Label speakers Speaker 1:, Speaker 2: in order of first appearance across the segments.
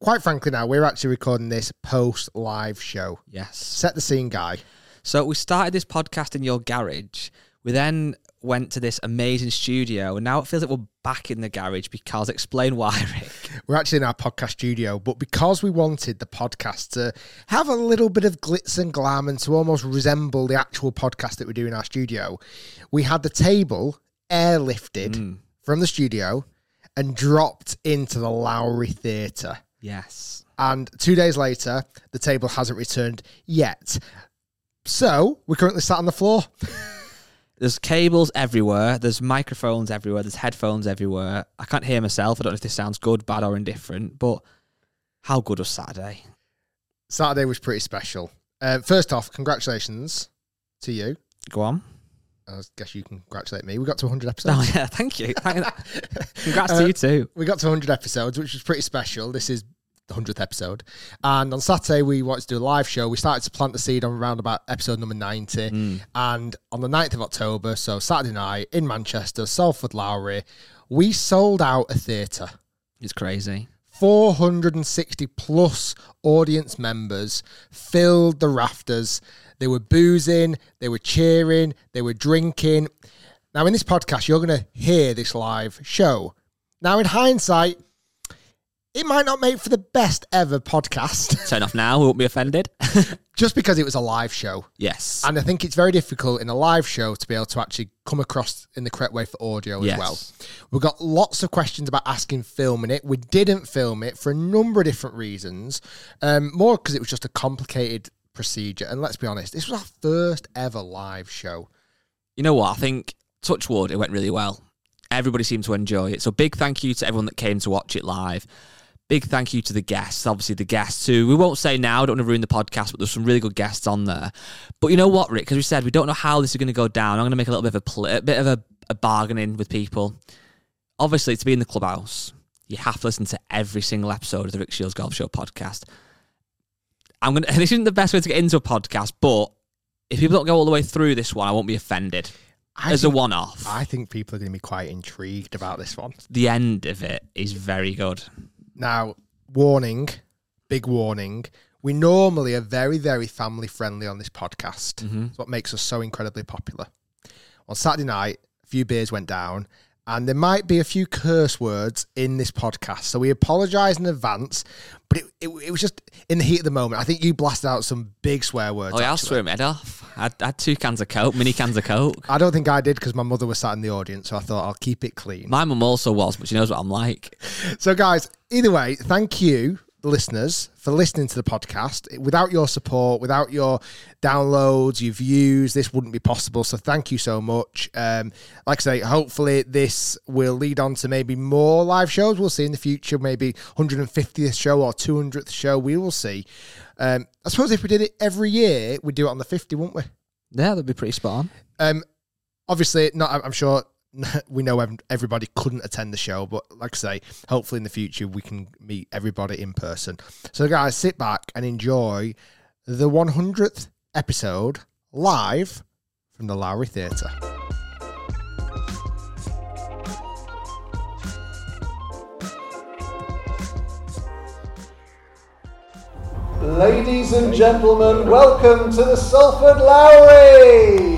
Speaker 1: quite frankly, now we're actually recording this post live show.
Speaker 2: Yes.
Speaker 1: Set the scene, guy.
Speaker 2: So we started this podcast in your garage. We then went to this amazing studio, and now it feels like we're back in the garage because explain why, Rick.
Speaker 1: We're actually in our podcast studio, but because we wanted the podcast to have a little bit of glitz and glam and to almost resemble the actual podcast that we do in our studio, we had the table airlifted from the studio and dropped into the Lowry Theatre.
Speaker 2: Yes.
Speaker 1: And two days later, the table hasn't returned yet. So we're currently sat on the floor.
Speaker 2: There's cables everywhere. There's microphones everywhere. There's headphones everywhere. I can't hear myself. I don't know if this sounds good, bad, or indifferent. But how good was Saturday?
Speaker 1: Saturday was pretty special. Uh, first off, congratulations to you.
Speaker 2: Go on.
Speaker 1: I guess you can congratulate me. We got to 100 episodes. Uh,
Speaker 2: Oh yeah, thank you. Thank- Congrats to you too.
Speaker 1: We got to 100 episodes, which was pretty special. This is the 100th episode. And on Saturday, we wanted to do a live show. We started to plant the seed on around about episode number 90.
Speaker 2: Hmm.
Speaker 1: And on the 9th of October, so Saturday night in Manchester, Salford Lowry, we sold out a theatre.
Speaker 2: It's crazy.
Speaker 1: 460 plus audience members filled the rafters. They were boozing, they were cheering, they were drinking. Now, in this podcast, you're going to hear this live show. Now, in hindsight, it might not make for the best ever podcast
Speaker 2: Turn off now. We won't be offended.
Speaker 1: just because it was a live show.
Speaker 2: yes.
Speaker 1: And I think it's very difficult in a live show to be able to actually come across in the correct way for audio as
Speaker 2: Yes.
Speaker 1: well. We've got lots of questions about asking filming it. We didn't film it for a number of different reasons, um, more because it was just a complicated procedure. And let's be honest, this was our first ever live show.
Speaker 2: you know what? I think touch wood, it went really well. Everybody seemed to enjoy it. So big thank you to everyone that came to watch it live. Big thank you to the guests, obviously the guests who we won't say now, don't want to ruin the podcast, but there's some really good guests on there. But you know what, Rick? Because we said we don't know how this is going to go down. I'm going to make a little bit of a, pl- a bit of a, a bargaining with people. Obviously, to be in the clubhouse, you have to listen to every single episode of the Rick Shields Golf Show podcast. I'm gonna. This isn't the best way to get into a podcast, but if people don't go all the way through this one, I won't be offended
Speaker 1: I
Speaker 2: as a
Speaker 1: think-
Speaker 2: one off.
Speaker 1: I think people are going to be quite intrigued about this one.
Speaker 2: The end of it is very good.
Speaker 1: Now, warning, big warning. We normally are very, very family friendly on this podcast.
Speaker 2: Mm-hmm.
Speaker 1: It's what makes us so incredibly popular. On Saturday night, a few beers went down, and there might be a few curse words in this podcast. So we apologize in advance, but it, it, it was just in the heat of the moment. I think you blasted out some big swear words.
Speaker 2: Oh, yeah, I'll
Speaker 1: actually.
Speaker 2: swear my head off. I, I had two cans of Coke, mini cans of Coke.
Speaker 1: I don't think I did because my mother was sat in the audience, so I thought I'll keep it clean.
Speaker 2: My mum also was, but she knows what I'm like.
Speaker 1: So, guys, either way, thank you, listeners, for listening to the podcast. Without your support, without your downloads, your views, this wouldn't be possible. So, thank you so much. Um, like I say, hopefully, this will lead on to maybe more live shows. We'll see in the future, maybe 150th show or 200th show. We will see. Um, I suppose if we did it every year, we'd do it on the 50, wouldn't we?
Speaker 2: Yeah, that'd be pretty spot on.
Speaker 1: Um, obviously, not. I'm- I'm sure we know ev- everybody couldn't attend the show, but like I say, hopefully in the future we can meet everybody in person. So, guys, sit back and enjoy the 100th episode live from the Lowry Theatre.
Speaker 3: Ladies and gentlemen, welcome to the Salford Lowry.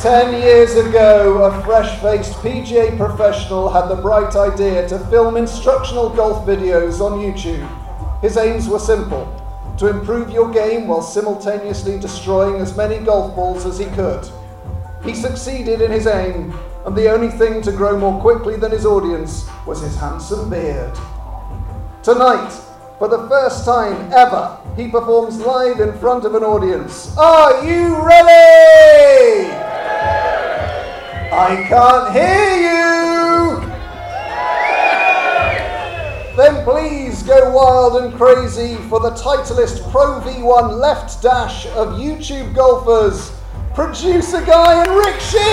Speaker 3: Ten years ago, a fresh faced PGA professional had the bright idea to film instructional golf videos on YouTube. His aims were simple to improve your game while simultaneously destroying as many golf balls as he could. He succeeded in his aim, and the only thing to grow more quickly than his audience was his handsome beard. Tonight, for the first time ever, he performs live in front of an audience. Are you ready? I can't hear you! Then please go wild and crazy for the Titleist Pro V1 left dash of YouTube golfers, producer guy and Rick Shields!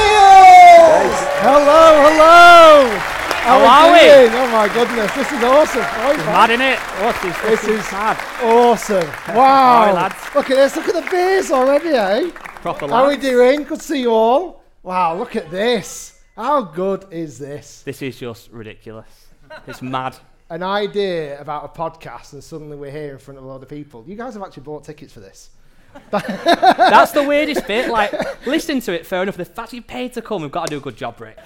Speaker 1: Hello, hello. How,
Speaker 2: How are we?
Speaker 1: doing? Oh my goodness, this is awesome. Oi,
Speaker 2: Mad in it. What is this?
Speaker 1: This
Speaker 2: is
Speaker 1: is-
Speaker 2: mad.
Speaker 1: Awesome. Wow.
Speaker 2: Hi, lads.
Speaker 1: Look at this. Look at the beers already, eh?
Speaker 2: Proper
Speaker 1: How are we
Speaker 2: lads.
Speaker 1: doing? Good to see you all. Wow, look at this. How good is this?
Speaker 2: This is just ridiculous. It's mad.
Speaker 1: An idea about a podcast, and suddenly we're here in front of a lot of people. You guys have actually bought tickets for this.
Speaker 2: That's the weirdest bit. Like, listen to it, fair enough. The fact you paid to come, we've got to do a good job, Rick.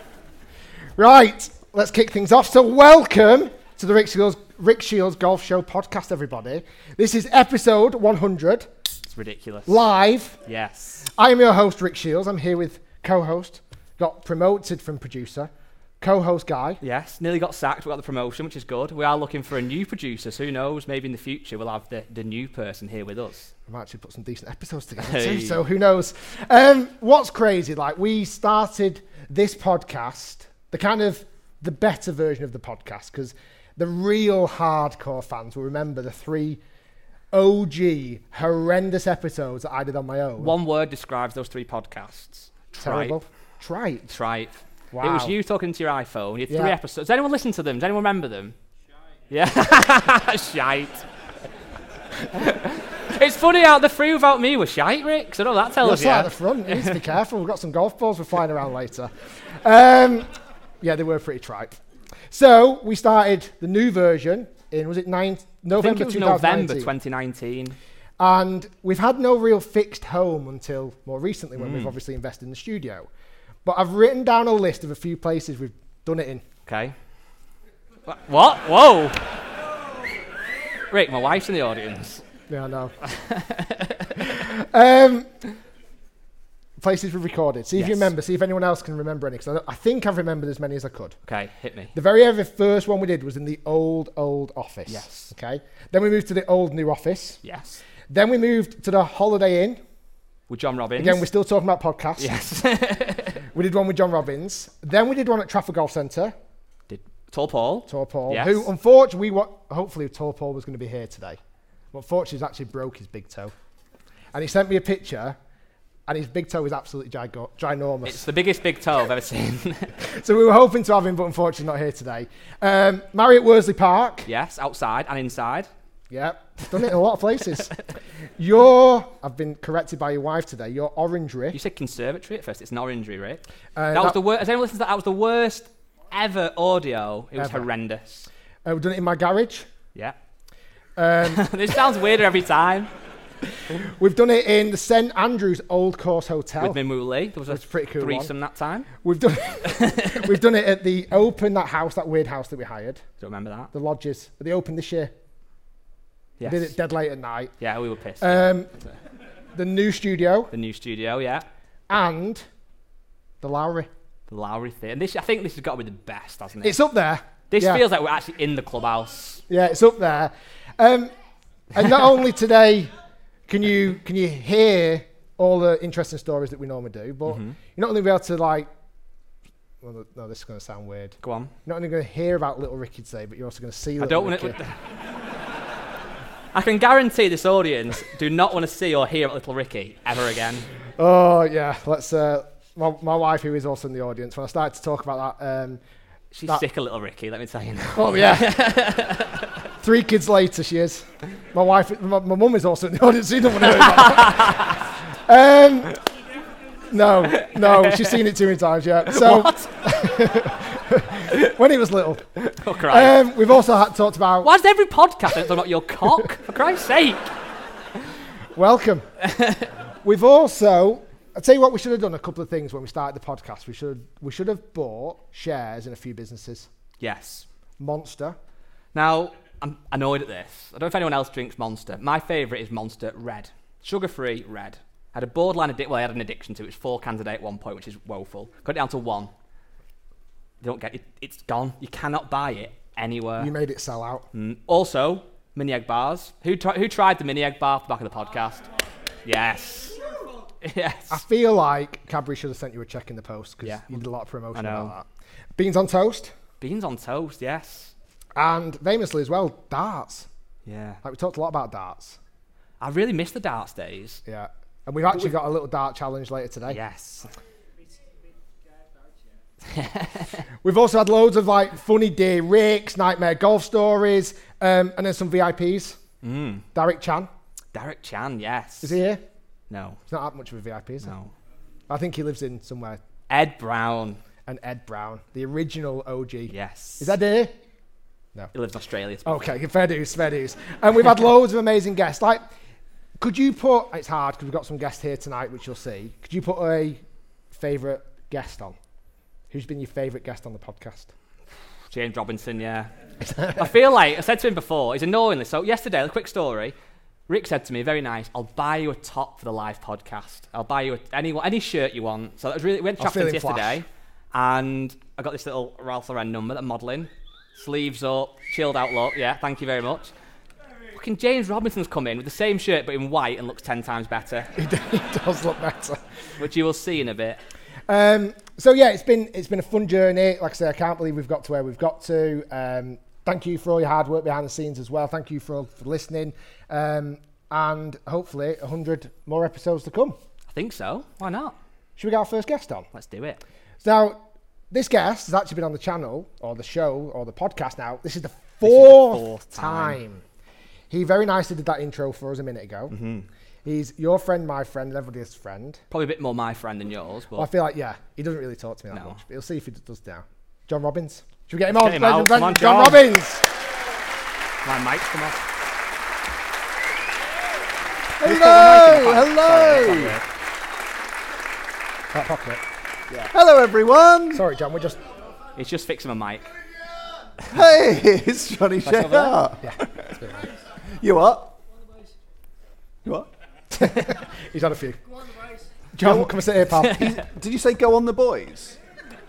Speaker 1: Right, let's kick things off. So, welcome to the Rick Shields, Rick Shields Golf Show podcast, everybody. This is episode 100,
Speaker 2: It's ridiculous.
Speaker 1: live.
Speaker 2: Yes.
Speaker 1: I am your host, Rick Shields. I'm here with co-host, got promoted from producer, co-host guy.
Speaker 2: Yes. Nearly got sacked. We got the promotion, which is good. We are looking for a new producer, so who knows? Maybe in the future we'll have the, the new person here with us.
Speaker 1: I might actually put some decent episodes together
Speaker 2: Hey.
Speaker 1: too, so who knows? Um, what's crazy, like we started this podcast, the kind of the better version of the podcast, because the real hardcore fans will remember the three OG horrendous episodes that I did on my own.
Speaker 2: One word describes those three podcasts.
Speaker 1: terrible.
Speaker 2: Tripe.
Speaker 1: Tripe.
Speaker 2: Tripe. It
Speaker 1: Wow.
Speaker 2: was you talking to your iPhone. You had
Speaker 1: Yeah.
Speaker 2: three episodes. Does anyone listen to them? Does anyone remember them? Yeah. shite. it's funny how the three without me were shite, Rick. So no, that
Speaker 1: You're
Speaker 2: tells you.
Speaker 1: sat at the front. You need to be careful. We've got some golf balls. We're flying around later. Um, yeah, they were pretty tripe. So we started the new version in was it nine
Speaker 2: I think
Speaker 1: November
Speaker 2: it was
Speaker 1: 2019,
Speaker 2: November 2019.
Speaker 1: and we've had no real fixed home until more recently when
Speaker 2: Hmm.
Speaker 1: we've obviously invested in the studio. But I've written down a list of a few places we've done it in.
Speaker 2: Okay. Wha- What? Whoa. Rick, my wife's in the audience.
Speaker 1: Yeah, I know. um, places we've recorded. See if you
Speaker 2: Yes.
Speaker 1: remember. See if anyone else can remember any. Because I, I think I've remembered as many as I could.
Speaker 2: Okay, hit me.
Speaker 1: The very very first one we did was in the old old office.
Speaker 2: Yes.
Speaker 1: Okay. Then we moved to the old new office.
Speaker 2: Yes.
Speaker 1: Then we moved to the Holiday Inn.
Speaker 2: With John Robbins.
Speaker 1: Again, we're still talking about podcasts.
Speaker 2: Yes.
Speaker 1: We did one with John Robbins. Then we did one at Trafford Golf Centre.
Speaker 2: Did Tall Paul.
Speaker 1: Tor Paul,
Speaker 2: Yes.
Speaker 1: who unfortunately, we wa- hopefully Tor Paul was going to be here today. But unfortunately, he's actually broke his big toe, and he sent me a picture, and his big toe is absolutely gigo- ginormous.
Speaker 2: It's the biggest big toe I've ever seen.
Speaker 1: so we were hoping to have him, but unfortunately, not here today. Um, Marriott Worsley Park.
Speaker 2: yes, outside and inside.
Speaker 1: Yep, done it in a lot of places. Your, I've been corrected by your wife today. Your orangery.
Speaker 2: You said conservatory at first. It's an orangery, Rick.
Speaker 1: Uh,
Speaker 2: that,
Speaker 1: that-
Speaker 2: was the worst. Has anyone listened to that? That was the worst ever audio. It was
Speaker 1: Ever.
Speaker 2: horrendous.
Speaker 1: Uh, we've done it in my garage. Um,
Speaker 2: Yeah. this sounds weirder every time.
Speaker 1: We've done it in the St Andrews Old Course Hotel.
Speaker 2: With Mimu Lee, there was a
Speaker 1: pretty cool one.
Speaker 2: threesome that time.
Speaker 1: We've done, we've done it at the Open, that house, that weird house that we hired.
Speaker 2: Do you remember that?
Speaker 1: The lodges at the Open this year.
Speaker 2: Yes.
Speaker 1: Did it dead late at night.
Speaker 2: Yeah, we were pissed.
Speaker 1: Um, the new studio
Speaker 2: the new studio, yeah.
Speaker 1: and the Lowry.
Speaker 2: The Lowry Theatre. And this, I think this has got to be the best, hasn't it?
Speaker 1: It's up there.
Speaker 2: this
Speaker 1: yeah.
Speaker 2: feels like we're actually in the clubhouse.
Speaker 1: Yeah, it's up there. Um, and not only today can you can you hear all the interesting stories that we normally do, but
Speaker 2: Mm-hmm.
Speaker 1: you're not only be able to like. Well, no, this is going to sound weird.
Speaker 2: Go on.
Speaker 1: You're not only going to hear about Little Ricky today, but you're also going to see.
Speaker 2: I
Speaker 1: Little
Speaker 2: don't want
Speaker 1: Ricky.
Speaker 2: to. I can guarantee this audience do not want to see or hear Little Ricky ever again.
Speaker 1: Oh yeah, let's. Uh, my, my wife, who is also in the audience, when I started to talk about that, um,
Speaker 2: She's
Speaker 1: That-
Speaker 2: sick of Little Ricky, let me tell you now.
Speaker 1: Oh yeah. Three kids later, she is. My wife, my, my mum is also in the audience. You don't want to hear that. um, no, no, she's seen it too many times. Yeah. So when he was little,
Speaker 2: Oh, Christ.
Speaker 1: um, we've also had, talked about
Speaker 2: Why does every podcast talk about your cock? For Christ's sake.
Speaker 1: welcome. we've also I tell you what, we should have done a couple of things when we started the podcast. We should we should have bought shares in a few businesses.
Speaker 2: Yes.
Speaker 1: Monster.
Speaker 2: Now, I'm annoyed at this. I don't know if anyone else drinks Monster. My favourite is Monster Red. Sugar free, red. I had a borderline addiction. Well, I had an addiction to it. It was four cans a day at one point, which is woeful. Cut it down to one. They don't get it. It's gone. You cannot buy it anywhere.
Speaker 1: You made it sell out.
Speaker 2: also, mini egg bars. Who, tri- who tried the mini egg bar at the back of the podcast? Yes.
Speaker 1: I
Speaker 2: Yes.
Speaker 1: feel like Cadbury should have sent you a check in the post because
Speaker 2: Yeah.
Speaker 1: you did a lot of promotion
Speaker 2: I know.
Speaker 1: about that. Beans on toast
Speaker 2: Beans on toast, yes.
Speaker 1: and famously as well, darts.
Speaker 2: Yeah.
Speaker 1: Like we talked a lot about darts.
Speaker 2: I really miss the darts days.
Speaker 1: Yeah. And we've actually got a little dart challenge later today.
Speaker 2: Yes.
Speaker 1: We've also had loads of like funny dear Rick's, nightmare golf stories, um, and then some VIPs. Mm. Derek Chan.
Speaker 2: Derek Chan, yes.
Speaker 1: Is he here?
Speaker 2: No,
Speaker 1: He's not that much of a VIP, is he?
Speaker 2: no.
Speaker 1: I think he lives in somewhere.
Speaker 2: Ed Brown,
Speaker 1: And Ed Brown, the original OG.
Speaker 2: yes.
Speaker 1: Is that here?
Speaker 2: He lives in Australia. to be
Speaker 1: Okay, fair dues, fair dues. And we've had loads of amazing guests. Like, could you put, it's hard because we've got some guests here tonight, which you'll see. Could you put a favourite guest on? Who's been your favourite guest on the podcast?
Speaker 2: James Robinson, yeah. I feel like I said to him before, he's annoyingly so yesterday, a quick story. Rick said to me, very nice, I'll buy you a top for the live podcast. I'll buy you a, any any shirt you want. So that was really we went
Speaker 1: I was
Speaker 2: shopping
Speaker 1: feeling flash.
Speaker 2: yesterday and I got this little Ralph Lauren number that I'm modelling. Sleeves up, chilled out look, yeah, thank you very much. Fucking James Robinson's come in with the same shirt but in white and looks ten times better.
Speaker 1: it does look better.
Speaker 2: which you will see in a bit.
Speaker 1: Um, so yeah, it's been it's been a fun journey. Like I say, I can't believe we've got to where we've got to. Um, thank you for all your hard work behind the scenes as well. Thank you for all for listening, um, and hopefully hundred more episodes to come.
Speaker 2: I think so. Why not?
Speaker 1: Should we get our first guest on?
Speaker 2: Let's do it.
Speaker 1: So now, this guest has actually been on the channel or the show or the podcast now. This is the fourth,
Speaker 2: fourth
Speaker 1: time.
Speaker 2: time. Mm-hmm.
Speaker 1: He very nicely did that intro for us a minute ago. He's your friend, my friend, and everybody's friend.
Speaker 2: Probably a bit more my friend than yours, but
Speaker 1: I feel like, yeah, he doesn't really talk to me that
Speaker 2: No.
Speaker 1: much. But he'll see if he d- does now. John Robbins. Should we get him on?
Speaker 2: get him
Speaker 1: Ladies
Speaker 2: out.
Speaker 1: and
Speaker 2: Come on,
Speaker 1: gentlemen, John
Speaker 2: John.
Speaker 1: Robbins.
Speaker 2: my mic's come off.
Speaker 3: Hello,
Speaker 2: Sorry,
Speaker 3: hello,
Speaker 2: that's
Speaker 1: Right pocket.
Speaker 3: hello, everyone.
Speaker 1: Sorry, John, we're just.
Speaker 2: not good. It's just fixing my mic.
Speaker 3: Hey, it's Johnny
Speaker 2: over there?
Speaker 3: Shepherd.
Speaker 1: Yeah. it's been right.
Speaker 3: You what? You what?
Speaker 1: He's had a few. John, come and sit here, pal.
Speaker 3: Did you say go on the boys?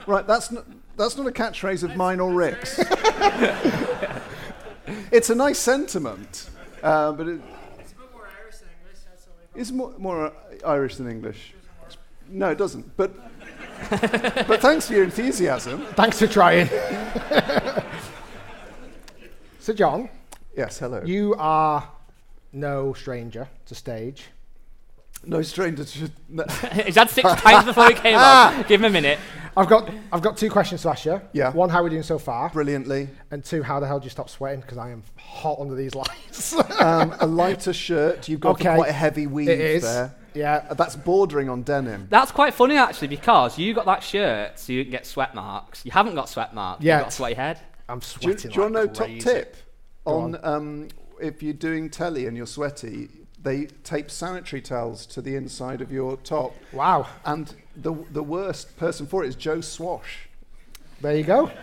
Speaker 3: Right, that's not, that's not a catchphrase of mine or Rick's. it's a nice sentiment, uh, but it, it's more, more uh, Irish than English. No, it doesn't. But but thanks for your enthusiasm.
Speaker 1: Thanks for trying. so, John,
Speaker 3: Yes, hello.
Speaker 1: you are no stranger to stage.
Speaker 3: no stranger to. No.
Speaker 2: He's had six times before he came on. Give him a minute.
Speaker 1: I've got I've got two questions to ask you.
Speaker 3: Yeah.
Speaker 1: One, how are we doing so far?
Speaker 3: Brilliantly,
Speaker 1: And two, how the hell do you stop sweating? Because I am hot under these lights.
Speaker 3: um, a lighter shirt. You've got
Speaker 1: Okay.
Speaker 3: quite a heavy weave
Speaker 1: it is.
Speaker 3: there.
Speaker 1: Yeah.
Speaker 3: Uh, That's bordering on denim.
Speaker 2: That's quite funny actually because you got that shirt so you didn't get sweat marks. You haven't got sweat marks.
Speaker 1: Yet.
Speaker 2: You've got a sweaty head.
Speaker 1: I'm
Speaker 3: Do you,
Speaker 1: sweating.
Speaker 3: do you want to know
Speaker 1: like
Speaker 3: top
Speaker 1: crazy.
Speaker 3: tip on,
Speaker 1: on.
Speaker 3: um, if you're doing telly and you're sweaty? They tape sanitary towels to the inside of your top.
Speaker 1: Wow.
Speaker 3: And the the worst person for it is Joe Swash.
Speaker 1: There you go.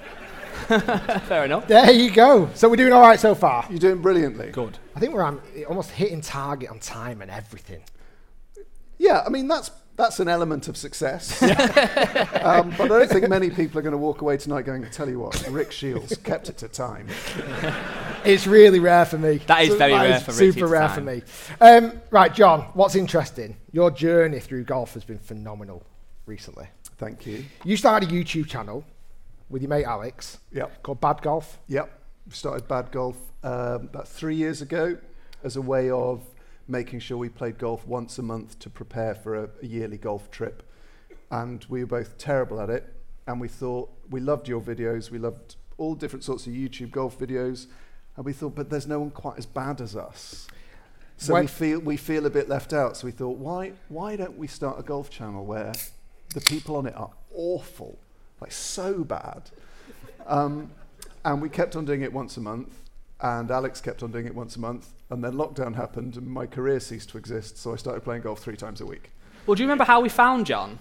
Speaker 2: Fair enough.
Speaker 1: There you go. So we're doing all right so far.
Speaker 3: You're doing brilliantly.
Speaker 2: Good.
Speaker 1: I think we're on, almost hitting target on time and everything.
Speaker 3: Yeah, I mean that's that's an element of success. um, but I don't think many people are going to walk away tonight going, "Tell you what, Rick Shields kept it to time."
Speaker 1: It's really rare for me.
Speaker 2: That is very rare for Richie
Speaker 1: Super
Speaker 2: to
Speaker 1: rare
Speaker 2: time.
Speaker 1: for me. Um, right, John. What's interesting? Your journey through golf has been phenomenal recently.
Speaker 3: Thank you.
Speaker 1: You started a YouTube channel with your mate Alex.
Speaker 3: Yep.
Speaker 1: Called Bad Golf.
Speaker 3: Yep, started Bad Golf um, about three years ago as a way of making sure we played golf once a month to prepare for a, a yearly golf trip. And we were both terrible at it. And we thought, we loved your videos, we loved all different sorts of YouTube golf videos. And we thought, but there's no one quite as bad as us. So
Speaker 1: When-
Speaker 3: we feel, we feel a bit left out. So we thought, why, why don't we start a golf channel where the people on it are awful, like so bad? Um, and we kept on doing it once a month, and Alex kept on doing it once a month, and then lockdown happened, and my career ceased to exist, so I started playing golf three times a week.
Speaker 2: Well, do you remember how we found John?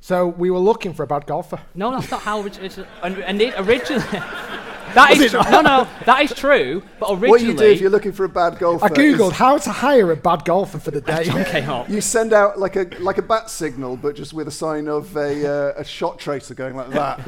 Speaker 1: So we were looking for a bad golfer.
Speaker 2: No, that's not how. orig- It's, and, and it originally. That is tr- no, no. That is true. But originally,
Speaker 3: What you do if you're looking for a bad golfer?
Speaker 1: I googled
Speaker 3: is
Speaker 1: how to hire a bad golfer for the day.
Speaker 2: John came up.
Speaker 3: You send out like a like a bat signal, but just with a sign of a uh, a shot tracer going like that.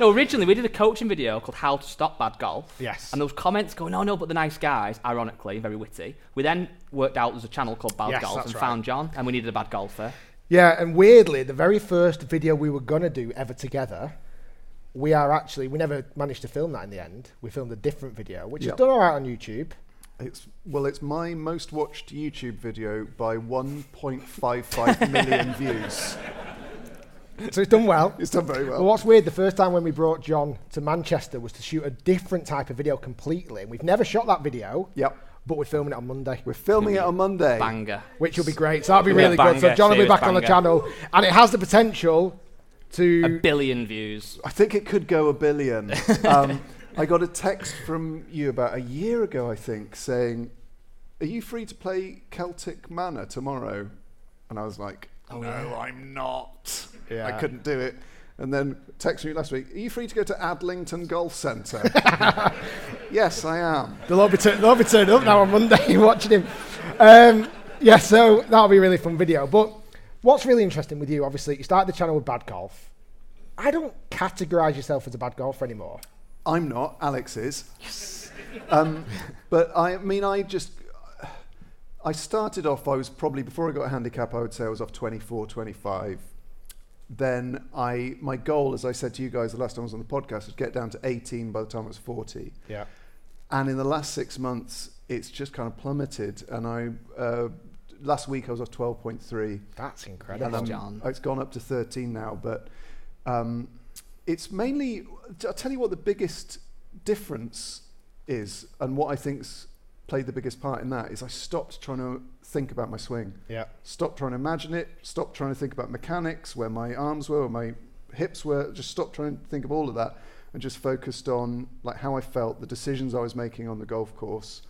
Speaker 2: No, originally we did a coaching video called "How to Stop Bad Golf."
Speaker 1: Yes.
Speaker 2: And there was comments going, "No, no," but the nice guys, ironically, very witty. We then worked out there's a channel called Bad
Speaker 1: Yes,
Speaker 2: Golf
Speaker 1: that's
Speaker 2: and
Speaker 1: right.
Speaker 2: found John, and we needed a bad golfer.
Speaker 1: yeah, and weirdly, the very first video we were gonna do ever together, we are actually we never managed to film that in the end. We filmed a different video, which
Speaker 3: Yep.
Speaker 1: is done all right on YouTube.
Speaker 3: It's well, it's my most watched YouTube video by 1.55 million views.
Speaker 1: So it's done well.
Speaker 3: It's done very well.
Speaker 1: But what's weird, the first time when we brought John to Manchester was to shoot a different type of video completely. And we've never shot that video.
Speaker 3: Yep.
Speaker 1: But we're filming it on Monday.
Speaker 3: We're filming it on Monday.
Speaker 2: Banger.
Speaker 1: which will be great. So that'll be
Speaker 2: Yeah,
Speaker 1: really good. So
Speaker 2: banger,
Speaker 1: John will be
Speaker 2: serious
Speaker 1: back on the
Speaker 2: banger.
Speaker 1: channel, and it has the potential
Speaker 2: A
Speaker 1: to.
Speaker 2: billion views.
Speaker 3: I think it could go a billion. Um, I got a text from you about a year ago, I think, saying, "Are you free to play Celtic Manor tomorrow?" And I was like,
Speaker 2: Oh,
Speaker 3: "No, I'm not. I
Speaker 1: Yeah.
Speaker 3: couldn't do it." And then texted me last week, "Are you free to go to Adlington Golf Centre?" yes, I am.
Speaker 1: They'll all, be turn, they'll all be turned up now on Monday watching him. Um, yeah, so that'll be a really fun video. But what's really interesting with you, obviously, you started the channel with bad golf. I don't categorise yourself as a bad golfer anymore.
Speaker 3: I'm not. Alex is. Yes. Um, but I mean, I just. I started off, I was probably, before I got a handicap, I would say I was off 24, 25. Then I, my goal, as I said to you guys the last time I was on the podcast, was get down to 18 by the time I was 40.
Speaker 1: Yeah.
Speaker 3: And in the last six months, it's just kind of plummeted. And I, uh, last week I was off 12.3.
Speaker 1: That's
Speaker 3: And,
Speaker 1: incredible.
Speaker 3: um,
Speaker 2: John.
Speaker 3: It's gone up to 13 now, but um, it's mainly. I'll tell you what the biggest difference is, and what I think's played the biggest part in that is I stopped trying to think about my swing.
Speaker 1: Yeah.
Speaker 3: Stopped trying to imagine it. Stopped trying to think about mechanics, where my arms were, where my hips were. Just stopped trying to think of all of that, and just focused on like how I felt, the decisions I was making on the golf course.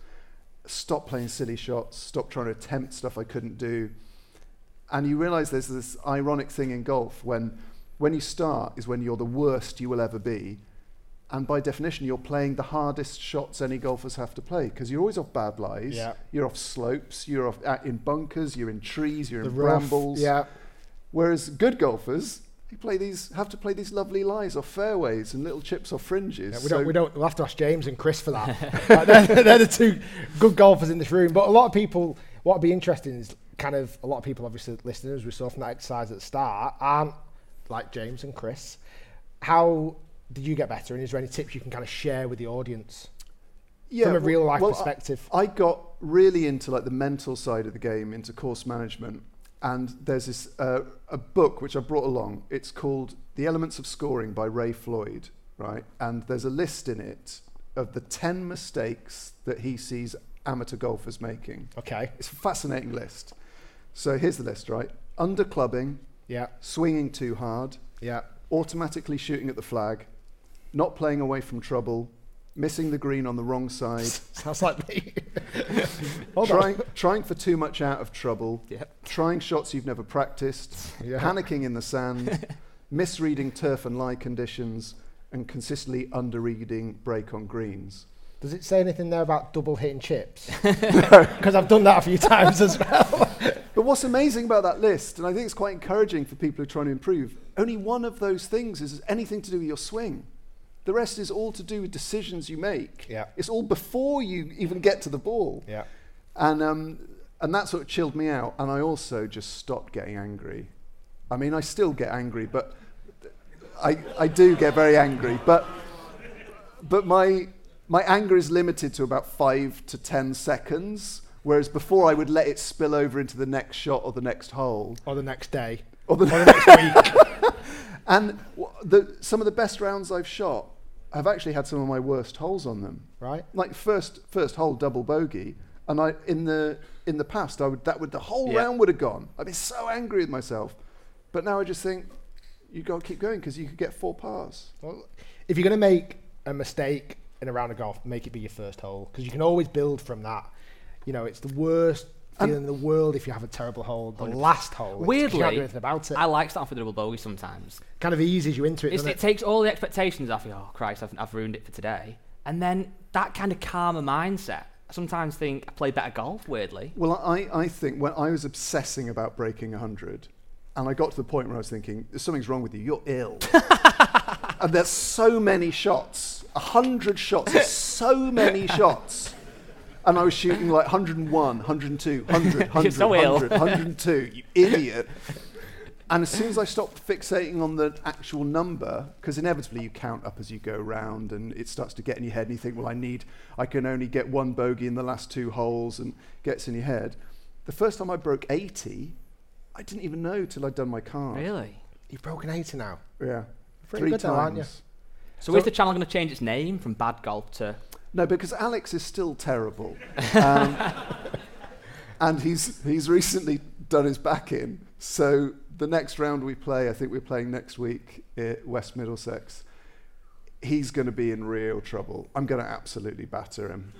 Speaker 3: Stop playing silly shots. Stop trying to attempt stuff I couldn't do. And you realise there's this ironic thing in golf when when you start is when you're the worst you will ever be. And by definition, you're playing the hardest shots any golfers have to play because you're always off bad lies.
Speaker 1: Yeah.
Speaker 3: You're off slopes. You're off uh, in bunkers. You're in trees. You're
Speaker 1: The
Speaker 3: in
Speaker 1: rough,
Speaker 3: brambles.
Speaker 1: Yeah.
Speaker 3: Whereas good golfers, they play these have to play these lovely lies off fairways and little chips off fringes.
Speaker 1: Yeah, we,
Speaker 3: So-
Speaker 1: don't, we don't. We'll have to ask James and Chris for that. Like, they're, they're the two good golfers in this room. But a lot of people, what would be interesting is kind of a lot of people, obviously listeners, we saw from that exercise at the start, aren't like James and Chris. How did you get better? And is there any tips you can kind of share with the audience?
Speaker 3: yeah,
Speaker 1: from a
Speaker 3: well-
Speaker 1: real life
Speaker 3: well, I-
Speaker 1: perspective.
Speaker 3: I got really into like the mental side of the game, into course management, and there's this uh, a book which I brought along. It's called The Elements of Scoring by Ray Floyd, right? And there's a list in it of the ten mistakes that he sees amateur golfers making.
Speaker 1: Okay.
Speaker 3: It's a fascinating list. So here's the list, right? Under clubbing,
Speaker 1: Yeah.
Speaker 3: swinging too hard,
Speaker 1: Yeah.
Speaker 3: automatically shooting at the flag, not playing away from trouble, missing the green on the wrong side,
Speaker 1: Sounds like me. Hold on.
Speaker 3: trying, trying for too much out of trouble,
Speaker 1: Yep.
Speaker 3: trying shots you've never practiced,
Speaker 1: Yeah.
Speaker 3: panicking in the sand, misreading turf and lie conditions, and consistently underreading break on greens.
Speaker 1: Does it say anything there about double hitting chips? Because I've done that a few times as well.
Speaker 3: But what's amazing about that list, and I think it's quite encouraging for people who are trying to improve, only one of those things is anything to do with your swing. The rest is all to do with decisions you make.
Speaker 1: Yeah.
Speaker 3: It's all before you even get to the ball.
Speaker 1: Yeah.
Speaker 3: And, um, and that sort of chilled me out. And I also just stopped getting angry. I mean, I still get angry, but I, I do get very angry. But, but my, my anger is limited to about five to 10 seconds. Whereas before, I would let it spill over into the next shot or the next hole.
Speaker 1: Or the next day.
Speaker 3: Or the-
Speaker 1: next week.
Speaker 3: And w- the, some of the best rounds I've shot have actually had some of my worst holes on them.
Speaker 1: Right.
Speaker 3: Like first first hole double bogey, and I in the in the past I would that would the whole
Speaker 2: Yeah.
Speaker 3: round would have gone. I'd be so angry with myself, but now I just think you got to keep going because you could get four pars.
Speaker 1: Well, if you're going to make a mistake in a round of golf, make it be your first hole because you can always build from that. You know, it's the worst feeling in the world if you have a terrible hold. The last hold,
Speaker 2: Weirdly,
Speaker 1: you Oh, can't do anything about it.
Speaker 2: I like starting with a double bogey sometimes.
Speaker 1: kind of eases you into it.
Speaker 2: It's,
Speaker 1: doesn't
Speaker 2: it takes all the expectations off you. Oh Christ, I've, I've ruined it for today. And then that kind of calmer mindset. I sometimes think I play better golf. Weirdly,
Speaker 3: Well, I, I think when I was obsessing about breaking 100, and I got to the point where I was thinking, something's wrong with you, you're ill. and there's so many shots, 100 shots, there's so many shots. And I was shooting like 101, 102, 100, 100,
Speaker 2: You're so ill.
Speaker 3: 100, 102, you idiot. And as soon as I stopped fixating on the actual number, because inevitably you count up as you go round and it starts to get in your head and you think, well, I need, I can only get one bogey in the last two holes and gets in your head. The first time I broke 80, I didn't even know till I'd done my card.
Speaker 2: really.
Speaker 1: it? You've broken eighty now.
Speaker 3: Yeah.
Speaker 1: Pretty
Speaker 3: Three
Speaker 1: good though,
Speaker 3: times.
Speaker 1: aren't you?
Speaker 2: So, is the channel going to change its name from Bad Golf to?
Speaker 3: No, because Alex is still terrible. Um, and he's, he's recently done his back in. So the next round we play, I think we're playing next week at West Middlesex. He's going to be in real trouble. I'm going to absolutely batter him.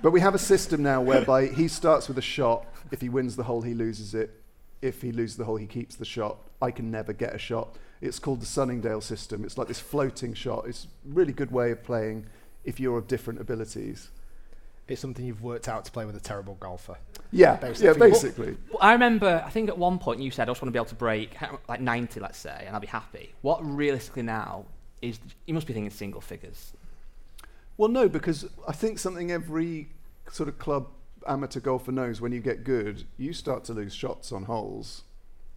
Speaker 3: but we have a system now whereby he starts with a shot. If he wins the hole, he loses it. If he loses the hole, he keeps the shot. I can never get a shot. It's called the Sunningdale system. It's like this floating shot. It's a really good way of playing if you're of different abilities.
Speaker 1: It's something you've worked out to play with a terrible golfer.
Speaker 3: Yeah,
Speaker 1: Basically.
Speaker 3: yeah, basically.
Speaker 2: Well, I remember. I think at one point you said I just want to be able to break like 90, let's say, and I'll be happy. What realistically now is you must be thinking single figures.
Speaker 3: Well, no, because I think something every sort of club amateur golfer knows when you get good, you start to lose shots on holes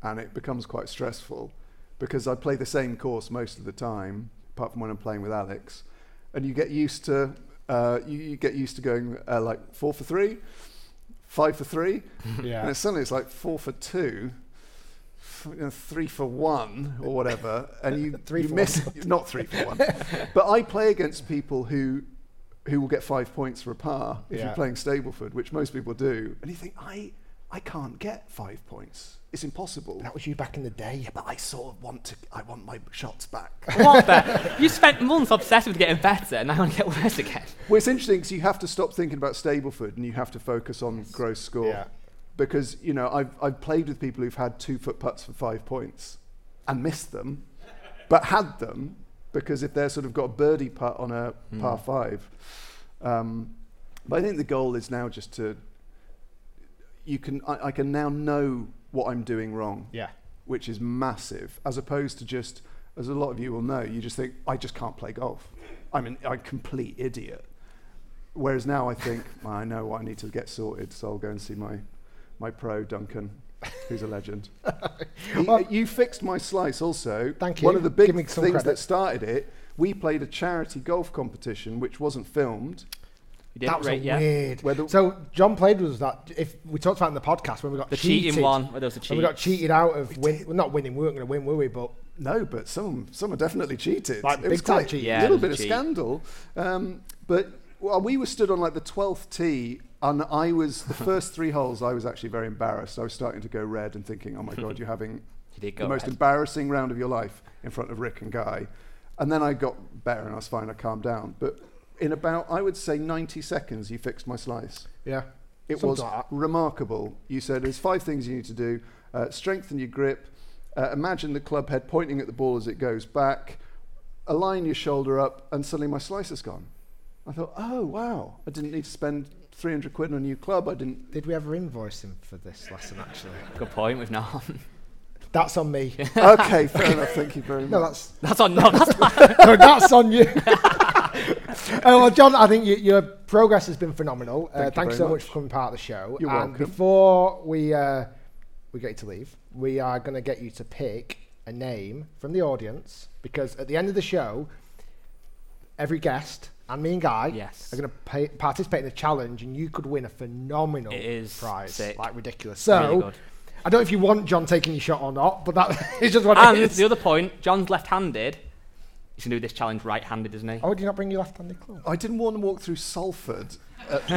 Speaker 3: and it becomes quite stressful because I play the same course most of the time, apart from when I'm playing with Alex, and you get used to. Uh, you, you get used to going uh, like four for three, five for three, and
Speaker 1: Yeah.
Speaker 3: then suddenly it's like four for two, f- you know, three for one, or whatever, and you,
Speaker 1: Three
Speaker 3: you
Speaker 1: for
Speaker 3: miss not three for one. but I play against people who who will get five points for a par if
Speaker 1: Yeah.
Speaker 3: you're playing Stableford, which most people do, and you think I I can't get five points. It's impossible.
Speaker 1: that was you back in the day.
Speaker 3: but I sort of want to. I want my shots back.
Speaker 2: What the? You spent months obsessed with getting better, and now I want to get worse again.
Speaker 3: Well, it's interesting because you have to stop thinking about Stableford and you have to focus on gross score.
Speaker 1: Yeah.
Speaker 3: Because, you know, I've, I've played with people who've had two foot putts for five points and missed them, but had them because if they're sort of got a birdie putt on a par five. Um, but I think the goal is now just to, you can, I, I can now know what I'm doing wrong
Speaker 1: Yeah.
Speaker 3: which is massive, as opposed to just, as a lot of you will know, you just think, I just can't play golf. I'm an, a complete idiot. Whereas now I think, "Well, I know what I need to get sorted, so I'll go and see my, my pro, Duncan, who's a legend. He-
Speaker 1: Well-
Speaker 3: you fixed my slice also.
Speaker 1: Thank
Speaker 3: One
Speaker 1: you.
Speaker 3: of the big
Speaker 1: Give me
Speaker 3: things
Speaker 1: some credit.
Speaker 3: that started it, we played a charity golf competition, which wasn't filmed.
Speaker 2: You did
Speaker 1: That was
Speaker 2: right,
Speaker 1: a
Speaker 2: yeah.
Speaker 1: weird.
Speaker 3: Whether-
Speaker 1: so John played with us that. If we talked about it in the podcast when we got
Speaker 2: The
Speaker 1: cheated,
Speaker 2: cheating one, where there was a
Speaker 1: when we got
Speaker 2: cheat.
Speaker 1: cheated out of win. Well, not winning. We weren't going to win, were we? But
Speaker 3: No, but some some are definitely cheated.
Speaker 1: Like
Speaker 3: it
Speaker 1: big
Speaker 3: was
Speaker 1: time
Speaker 3: quite
Speaker 1: cheating.
Speaker 2: Yeah,
Speaker 3: a little
Speaker 2: it was a
Speaker 3: bit of
Speaker 2: cheat.
Speaker 3: scandal. Um, but well, we were stood on like the twelfth tee, and I was the first three holes. I was actually very embarrassed. I was starting to go red and thinking, "Oh my god, you're having
Speaker 2: You did
Speaker 3: the
Speaker 2: go
Speaker 3: most
Speaker 2: red.
Speaker 3: embarrassing round of your life in front of Rick and Guy." And then I got better, and I was fine. I calmed down. But in about, I would say, ninety seconds, you fixed my slice.
Speaker 1: yeah,
Speaker 3: It
Speaker 1: Something
Speaker 3: was
Speaker 1: like that.
Speaker 3: remarkable. You said there's five things you need to do uh, strengthen your grip, uh, imagine the club head pointing at the ball as it goes back, align your shoulder up, and suddenly my slice is gone. I thought, oh, wow, I didn't need to spend 300 quid on a new club. I didn't.
Speaker 1: Did we ever invoice him for this lesson? Actually,
Speaker 2: Good point. We've not.
Speaker 1: that's on me.
Speaker 3: Okay, fair enough. Thank you very much.
Speaker 1: no, that's
Speaker 2: That's on. No, that's not.
Speaker 1: no, that's on you. Uh, well, John, I think you, your progress has been phenomenal. Uh, thank
Speaker 3: you
Speaker 1: you
Speaker 3: very
Speaker 1: so much
Speaker 3: much.
Speaker 1: for coming part of the show.
Speaker 3: You're
Speaker 1: and
Speaker 3: welcome.
Speaker 1: Before we uh, we get you to leave, we are going to get you to pick a name from the audience because at the end of the show, every guest and me and Guy
Speaker 2: Yes.
Speaker 1: are going to participate in a challenge, and you could win a phenomenal
Speaker 2: It is
Speaker 1: prize,
Speaker 2: sick.
Speaker 1: like ridiculous. So.
Speaker 2: Really good.
Speaker 1: I don't know if you want John taking your shot or not, but that is just what it
Speaker 2: And
Speaker 1: is.
Speaker 2: the other point, John's left-handed. He's gonna do this challenge right-handed, isn't he?
Speaker 1: oh, did you not bring your left-handed club?
Speaker 3: I didn't want to walk through Salford at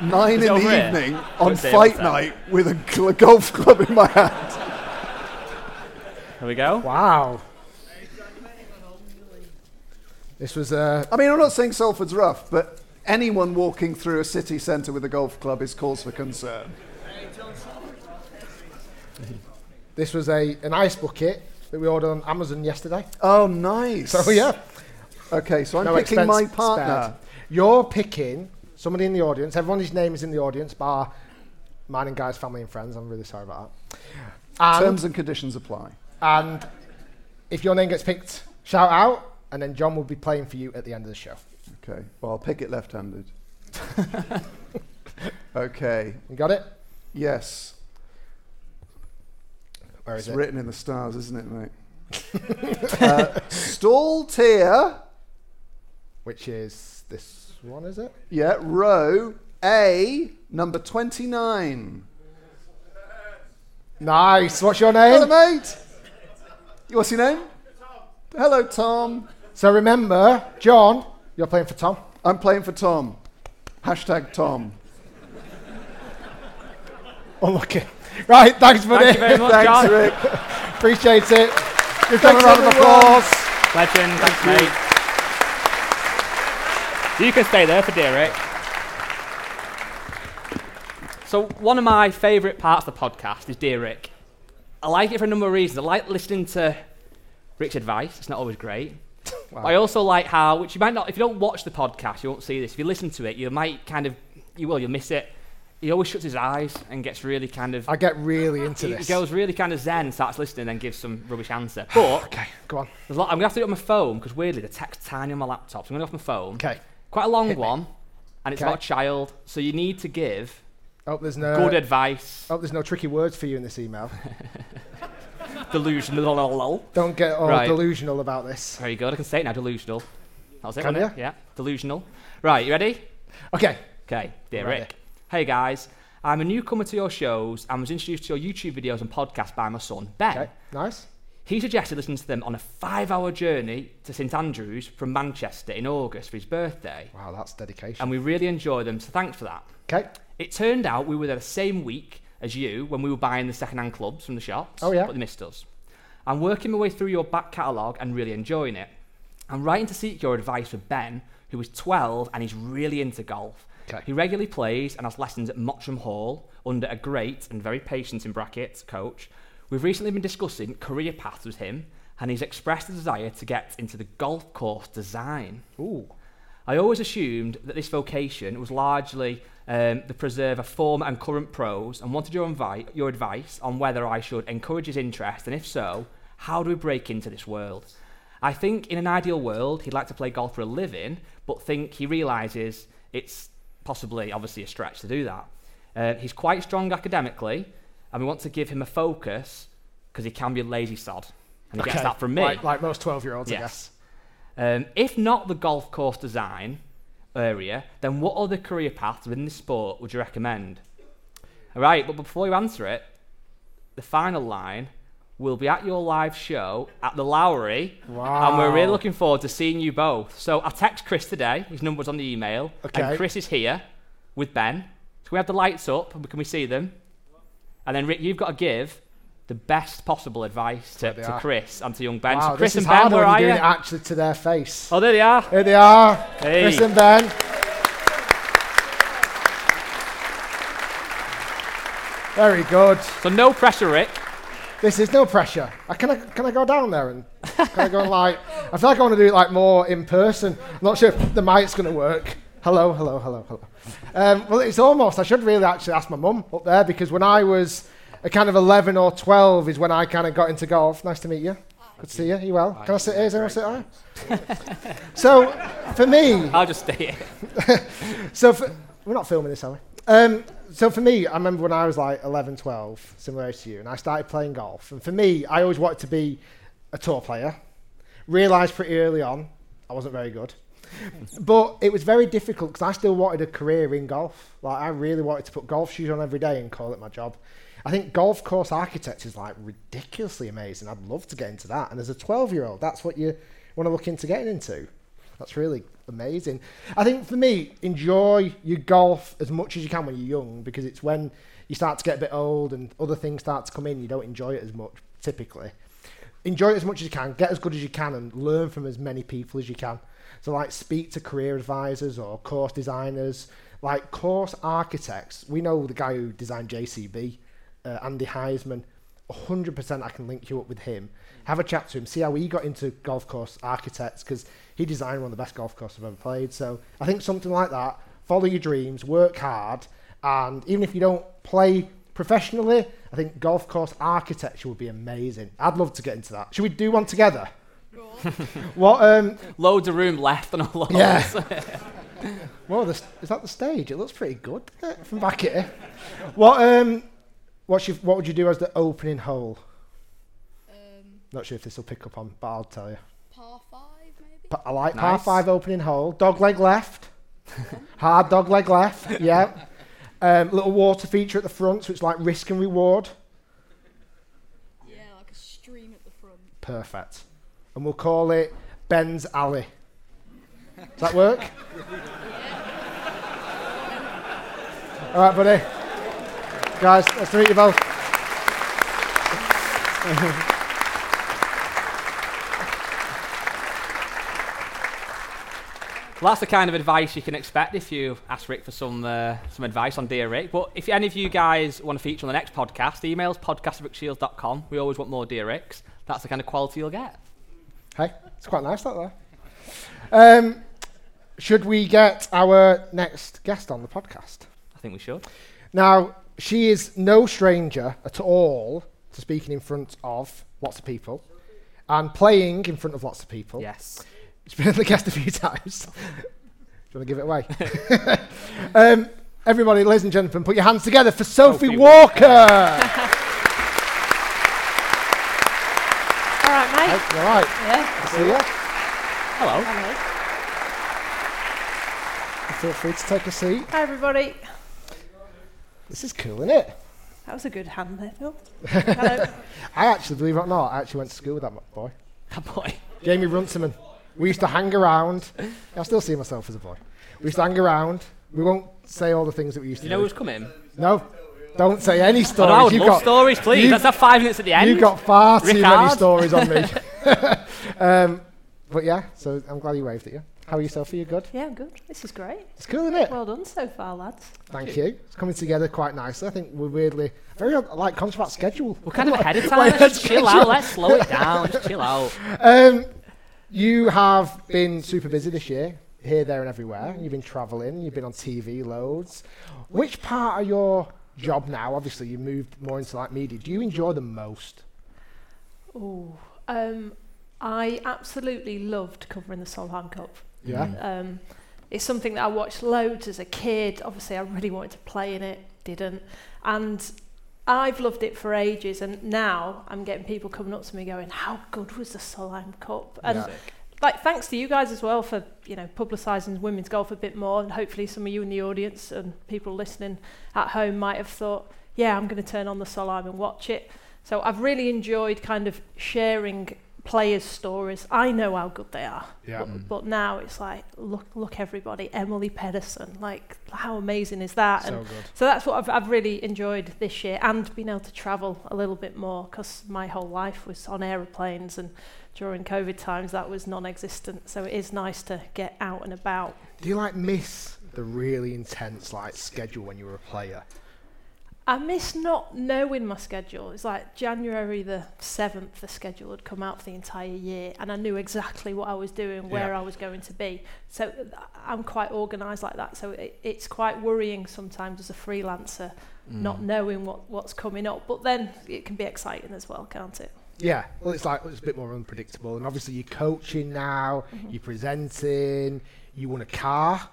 Speaker 3: nine in the
Speaker 2: over here?
Speaker 3: evening on
Speaker 2: Don't say it
Speaker 3: fight
Speaker 2: like that.
Speaker 3: night with a gl- golf club in my hand.
Speaker 2: There we go.
Speaker 1: Wow. This was uh,
Speaker 3: uh, I mean, I'm not saying Salford's rough, but
Speaker 4: Anyone walking through a city centre with a golf club is cause for concern.
Speaker 1: This was a an ice bucket that we ordered on Amazon yesterday.
Speaker 4: Oh, nice.
Speaker 1: So yeah,
Speaker 4: Okay, so I'm
Speaker 1: no
Speaker 4: picking
Speaker 1: expense
Speaker 4: my partner.
Speaker 1: spared. You're picking somebody in the audience. Everyone's name is in the audience, bar mine and Guy's family and friends. I'm really sorry about that. And,
Speaker 4: Terms and conditions apply.
Speaker 1: and if your name gets picked, shout out, and then John will be playing for you at the end of the show.
Speaker 4: Okay, well, I'll pick it left handed. okay,
Speaker 1: You got it?
Speaker 4: yes.
Speaker 1: Where is
Speaker 4: It's
Speaker 1: it?
Speaker 4: written in the stars, isn't it, mate? uh, stall tier,
Speaker 1: Which is this one? Is it?
Speaker 4: yeah, row A, number 29.
Speaker 1: Nice. What's your
Speaker 4: Hello,
Speaker 1: name?
Speaker 4: mate. What's your name? Hello, Tom.
Speaker 1: So remember, John, you're playing for Tom.
Speaker 4: I'm playing for Tom. Hashtag Tom.
Speaker 1: Unlucky. Right. Thanks, buddy.
Speaker 2: Thank you very much,
Speaker 4: Thanks,
Speaker 2: John.
Speaker 4: Rick.
Speaker 1: Appreciate it. Give them a
Speaker 4: Thanks,
Speaker 1: round of
Speaker 4: everyone.
Speaker 1: applause.
Speaker 2: Legend, thanks, mate. You can stay there for dear, Rick. So, one of my favourite parts of the podcast is Dear Rick. I like it for a number of reasons. I like listening to Rick's advice, it's not always great. But I also like how, which you might not, if you don't watch the podcast, you won't see this. If you listen to it, you might kind of, you will, you'll miss it. He always shuts his eyes and gets really kind of,
Speaker 1: I get really into
Speaker 2: he, he
Speaker 1: this.
Speaker 2: goes really kind of zen, starts listening, and then gives some rubbish answer. But
Speaker 1: Okay, go on.
Speaker 2: there's a lot, I'm gonna have to do it on my phone because weirdly the text's tiny on my laptop. So I'm gonna do it off my phone.
Speaker 1: Okay.
Speaker 2: Quite a long one, and it's
Speaker 1: Okay.
Speaker 2: about a child. So you need to give
Speaker 1: Hope Oh, there's no
Speaker 2: good advice.
Speaker 1: hope there's no tricky words for you in this email.
Speaker 2: Delusional. lol, lol.
Speaker 1: Don't get all
Speaker 2: Right.
Speaker 1: delusional about this.
Speaker 2: Very good. I can say it now. Delusional. That was it.
Speaker 1: Can
Speaker 2: wasn't it?
Speaker 1: you?
Speaker 2: Yeah. Delusional. Right. You ready?
Speaker 1: Okay.
Speaker 2: Okay. Dear
Speaker 1: Ready.
Speaker 2: Rick. Hey guys. I'm a newcomer to your shows and was introduced to your YouTube videos and podcast by my son Ben.
Speaker 1: Okay. Nice.
Speaker 2: He suggested listening to them on a five-hour journey to St Andrews from Manchester in August for his birthday,
Speaker 1: Wow, that's dedication.
Speaker 2: and we really enjoy them. So thanks for that.
Speaker 1: Okay.
Speaker 2: It turned out we were there the same week as you when we were buying the second-hand clubs from the shops.
Speaker 1: Oh, yeah.
Speaker 2: But they missed us. I'm working my way through your back catalogue and really enjoying it. I'm writing to seek your advice for Ben, who is 12 and he's really into golf.
Speaker 1: Okay.
Speaker 2: He regularly plays and has lessons at Mottram Hall under a great and very patient in brackets coach. We've recently been discussing career paths with him, and he's expressed a desire to get into the golf course design.
Speaker 1: Ooh.
Speaker 2: I always assumed that this vocation was largely um, the preserve of former and current pros and wanted your, invi- your advice on whether I should encourage his interest and if so, how do we break into this world? I think in an ideal world, he'd like to play golf for a living, but think he realises it's possibly, obviously, a stretch to do that. Uh, he's quite strong academically, and we want to give him a focus because he can be a lazy sod. And he
Speaker 1: Okay.
Speaker 2: gets that from me.
Speaker 1: Like, like most 12 year olds, I guess.
Speaker 2: Yes. Um, if not the golf course design area, then what other career paths within the sport would you recommend? All right, but before you answer it, the final line will be at your live show at the Lowry. And we're really
Speaker 1: Wow.
Speaker 2: looking forward to seeing you both. So I text Chris today, his number's on the email.
Speaker 1: Okay.
Speaker 2: And Chris is here with Ben. So we have the lights up and can we see them? And then Rick, you've got to give the best possible advice to,
Speaker 1: they
Speaker 2: to
Speaker 1: are.
Speaker 2: Chris and to young Ben.
Speaker 1: Wow,
Speaker 2: so Chris
Speaker 1: this is
Speaker 2: and Ben,
Speaker 1: harder
Speaker 2: where
Speaker 1: when
Speaker 2: are
Speaker 1: you're
Speaker 2: you?
Speaker 1: doing it actually to their face.
Speaker 2: Oh, there they are.
Speaker 1: Here they are.
Speaker 2: Hey.
Speaker 1: Chris and Ben. Very good.
Speaker 2: So no pressure, Rick.
Speaker 1: This is no pressure. I, can, I, can I go down there and can I go and like? I feel like I want to do it like more in person. I'm not sure if the mic's going to work. Hello, hello, hello, hello. Um, well, it's almost. I should really actually ask my mum up there because when I was a kind of 11 or 12 is when I kind of got into golf. Nice to meet you. Good to see you. You well? Can I sit here? Is anyone sit there? so, for me,
Speaker 2: I'll just stay here.
Speaker 1: so for, we're not filming this, are we? Um, so for me, I remember when I was like 11, 12, similar age to you, and I started playing golf. And for me, I always wanted to be a tour player. Realised pretty early on I wasn't very good. but it was very difficult because I still wanted a career in golf. Like I really wanted to put golf shoes on every day and call it my job. I think golf course architect is like ridiculously amazing. I'd love to get into that. And as a 12 year old, that's what you want to look into getting into. That's really amazing. I think for me, enjoy your golf as much as you can when you're young because it's when you start to get a bit old and other things start to come in, you don't enjoy it as much typically. enjoy it as much as you can, get as good as you can, and learn from as many people as you can. So, like, speak to career advisors or course designers, like course architects. We know the guy who designed JCB, uh, Andy Heisman. 100% I can link you up with him. Have a chat to him, see how he got into golf course architects because he designed one of the best golf courses I've ever played. So, I think something like that follow your dreams, work hard, and even if you don't play professionally, I think golf course architecture would be amazing. I'd love to get into that. Should we do one together? what um
Speaker 2: Loads of room left and all.
Speaker 1: Yeah. well the, st- is that the stage? It looks pretty good doesn't it, from back here. What um what's your, what would you do as the opening hole?
Speaker 5: Um,
Speaker 1: Not sure if this will pick up on, but I'll tell you.
Speaker 5: par five, maybe?
Speaker 1: Pa- I like par
Speaker 2: Nice.
Speaker 1: five opening hole. Dog leg left. Hard dog leg left. Yeah. Um, little water feature at the front, so it's like risk and reward.
Speaker 5: yeah, like a stream at the front.
Speaker 1: Perfect. And we'll call it Ben's Alley. Does that work? All right, buddy. Guys, nice to meet you both.
Speaker 2: Well, that's the kind of advice you can expect if you ask Rick for some uh, some advice on Dear Rick. But if any of you guys want to feature on the next podcast, emails podcast at rickshields.com. We always want more Dear Ricks. That's the kind of quality you'll get.
Speaker 1: Hey, it's quite nice that there. Um, should we get our next guest on the podcast?
Speaker 2: I think we should.
Speaker 1: Now, she is no stranger at all to speaking in front of lots of people and playing in front of lots of people.
Speaker 2: Yes.
Speaker 1: She's been the guest a few times. Do you want to give it away? um, everybody, ladies and gentlemen, put your hands together for Sophie,
Speaker 2: Sophie
Speaker 1: Walker.
Speaker 6: All right, mate.
Speaker 1: Hope you're all right.
Speaker 6: Yeah.
Speaker 1: I see ya.
Speaker 2: Hello.
Speaker 6: Hi,
Speaker 1: Feel free to take a seat.
Speaker 6: everybody.
Speaker 1: This is cool, isn't it?
Speaker 6: That was a good hand there, Phil. Hello.
Speaker 1: I actually, believe it or not, I actually went to school with that boy.
Speaker 2: That boy.
Speaker 1: Jamie Runciman. We used to hang around. I still see myself as a boy. We used to hang around. We won't say all the things that we used to
Speaker 2: You know
Speaker 1: do.
Speaker 2: who's coming?
Speaker 1: No, don't say any
Speaker 2: Oh,
Speaker 1: stories.
Speaker 2: no, I would
Speaker 1: You've
Speaker 2: love
Speaker 1: got,
Speaker 2: stories, please.
Speaker 1: you've-
Speaker 2: Let's have five minutes at the end.
Speaker 1: You've got far too many
Speaker 2: Rickard.
Speaker 1: stories on me. um, but yeah, so I'm glad you waved at you. How are you, Sophie? You good?
Speaker 6: yeah, good. This is great.
Speaker 1: It's cool, isn't it?
Speaker 6: Well done so far, lads.
Speaker 1: Thank you. It's coming together quite nicely. I think we're weirdly very on- like contract schedule.
Speaker 2: We're kind of
Speaker 1: Like,
Speaker 2: ahead of
Speaker 1: like
Speaker 2: time. Let's
Speaker 1: that
Speaker 2: chill
Speaker 1: schedule.
Speaker 2: out. Let's slow it down. Just chill out.
Speaker 1: Um, you have been super busy this year, here, there, and everywhere. You've been travelling. You've been on TV loads. Which part of your job now? Obviously, you moved more into like media. Do you enjoy the most?
Speaker 6: Oh, um, I absolutely loved covering the Solheim Cup.
Speaker 1: Yeah.
Speaker 6: Um, it's something that I watched loads as a kid. Obviously, I really wanted to play in it, didn't. And I've loved it for ages. And now I'm getting people coming up to me going, How good was the Solheim Cup? And
Speaker 1: Yeah.
Speaker 6: like, thanks to you guys as well for, you know, publicising women's golf a bit more. And hopefully, some of you in the audience and people listening at home might have thought, Yeah, I'm going to turn on the Solheim and watch it. So I've really enjoyed kind of sharing players' stories. I know how good they are.
Speaker 1: Yeah.
Speaker 6: But, but now it's like, look, look, everybody, Emily Pedersen. Like, how amazing is that?
Speaker 1: So
Speaker 6: and
Speaker 1: good.
Speaker 6: so that's what I've, I've really enjoyed this year and being able to travel a little bit more because my whole life was on aeroplanes and during COVID times that was non existent. So it is nice to get out and about.
Speaker 1: Do you like miss the really intense like schedule when you were a player?
Speaker 6: I miss not knowing my schedule. It's like January the 7th, the schedule had come out for the entire year, and I knew exactly what I was doing, where
Speaker 1: Yeah.
Speaker 6: I was going to be. So th- I'm quite organised like that. So it, it's quite worrying sometimes as a freelancer,
Speaker 2: Mm.
Speaker 6: not knowing what, what's coming up. But then it can be exciting as well, can't it?
Speaker 1: Yeah. Well, it's like it's a bit more unpredictable, and obviously you're coaching now.
Speaker 6: Mm-hmm.
Speaker 1: You're presenting. You won a car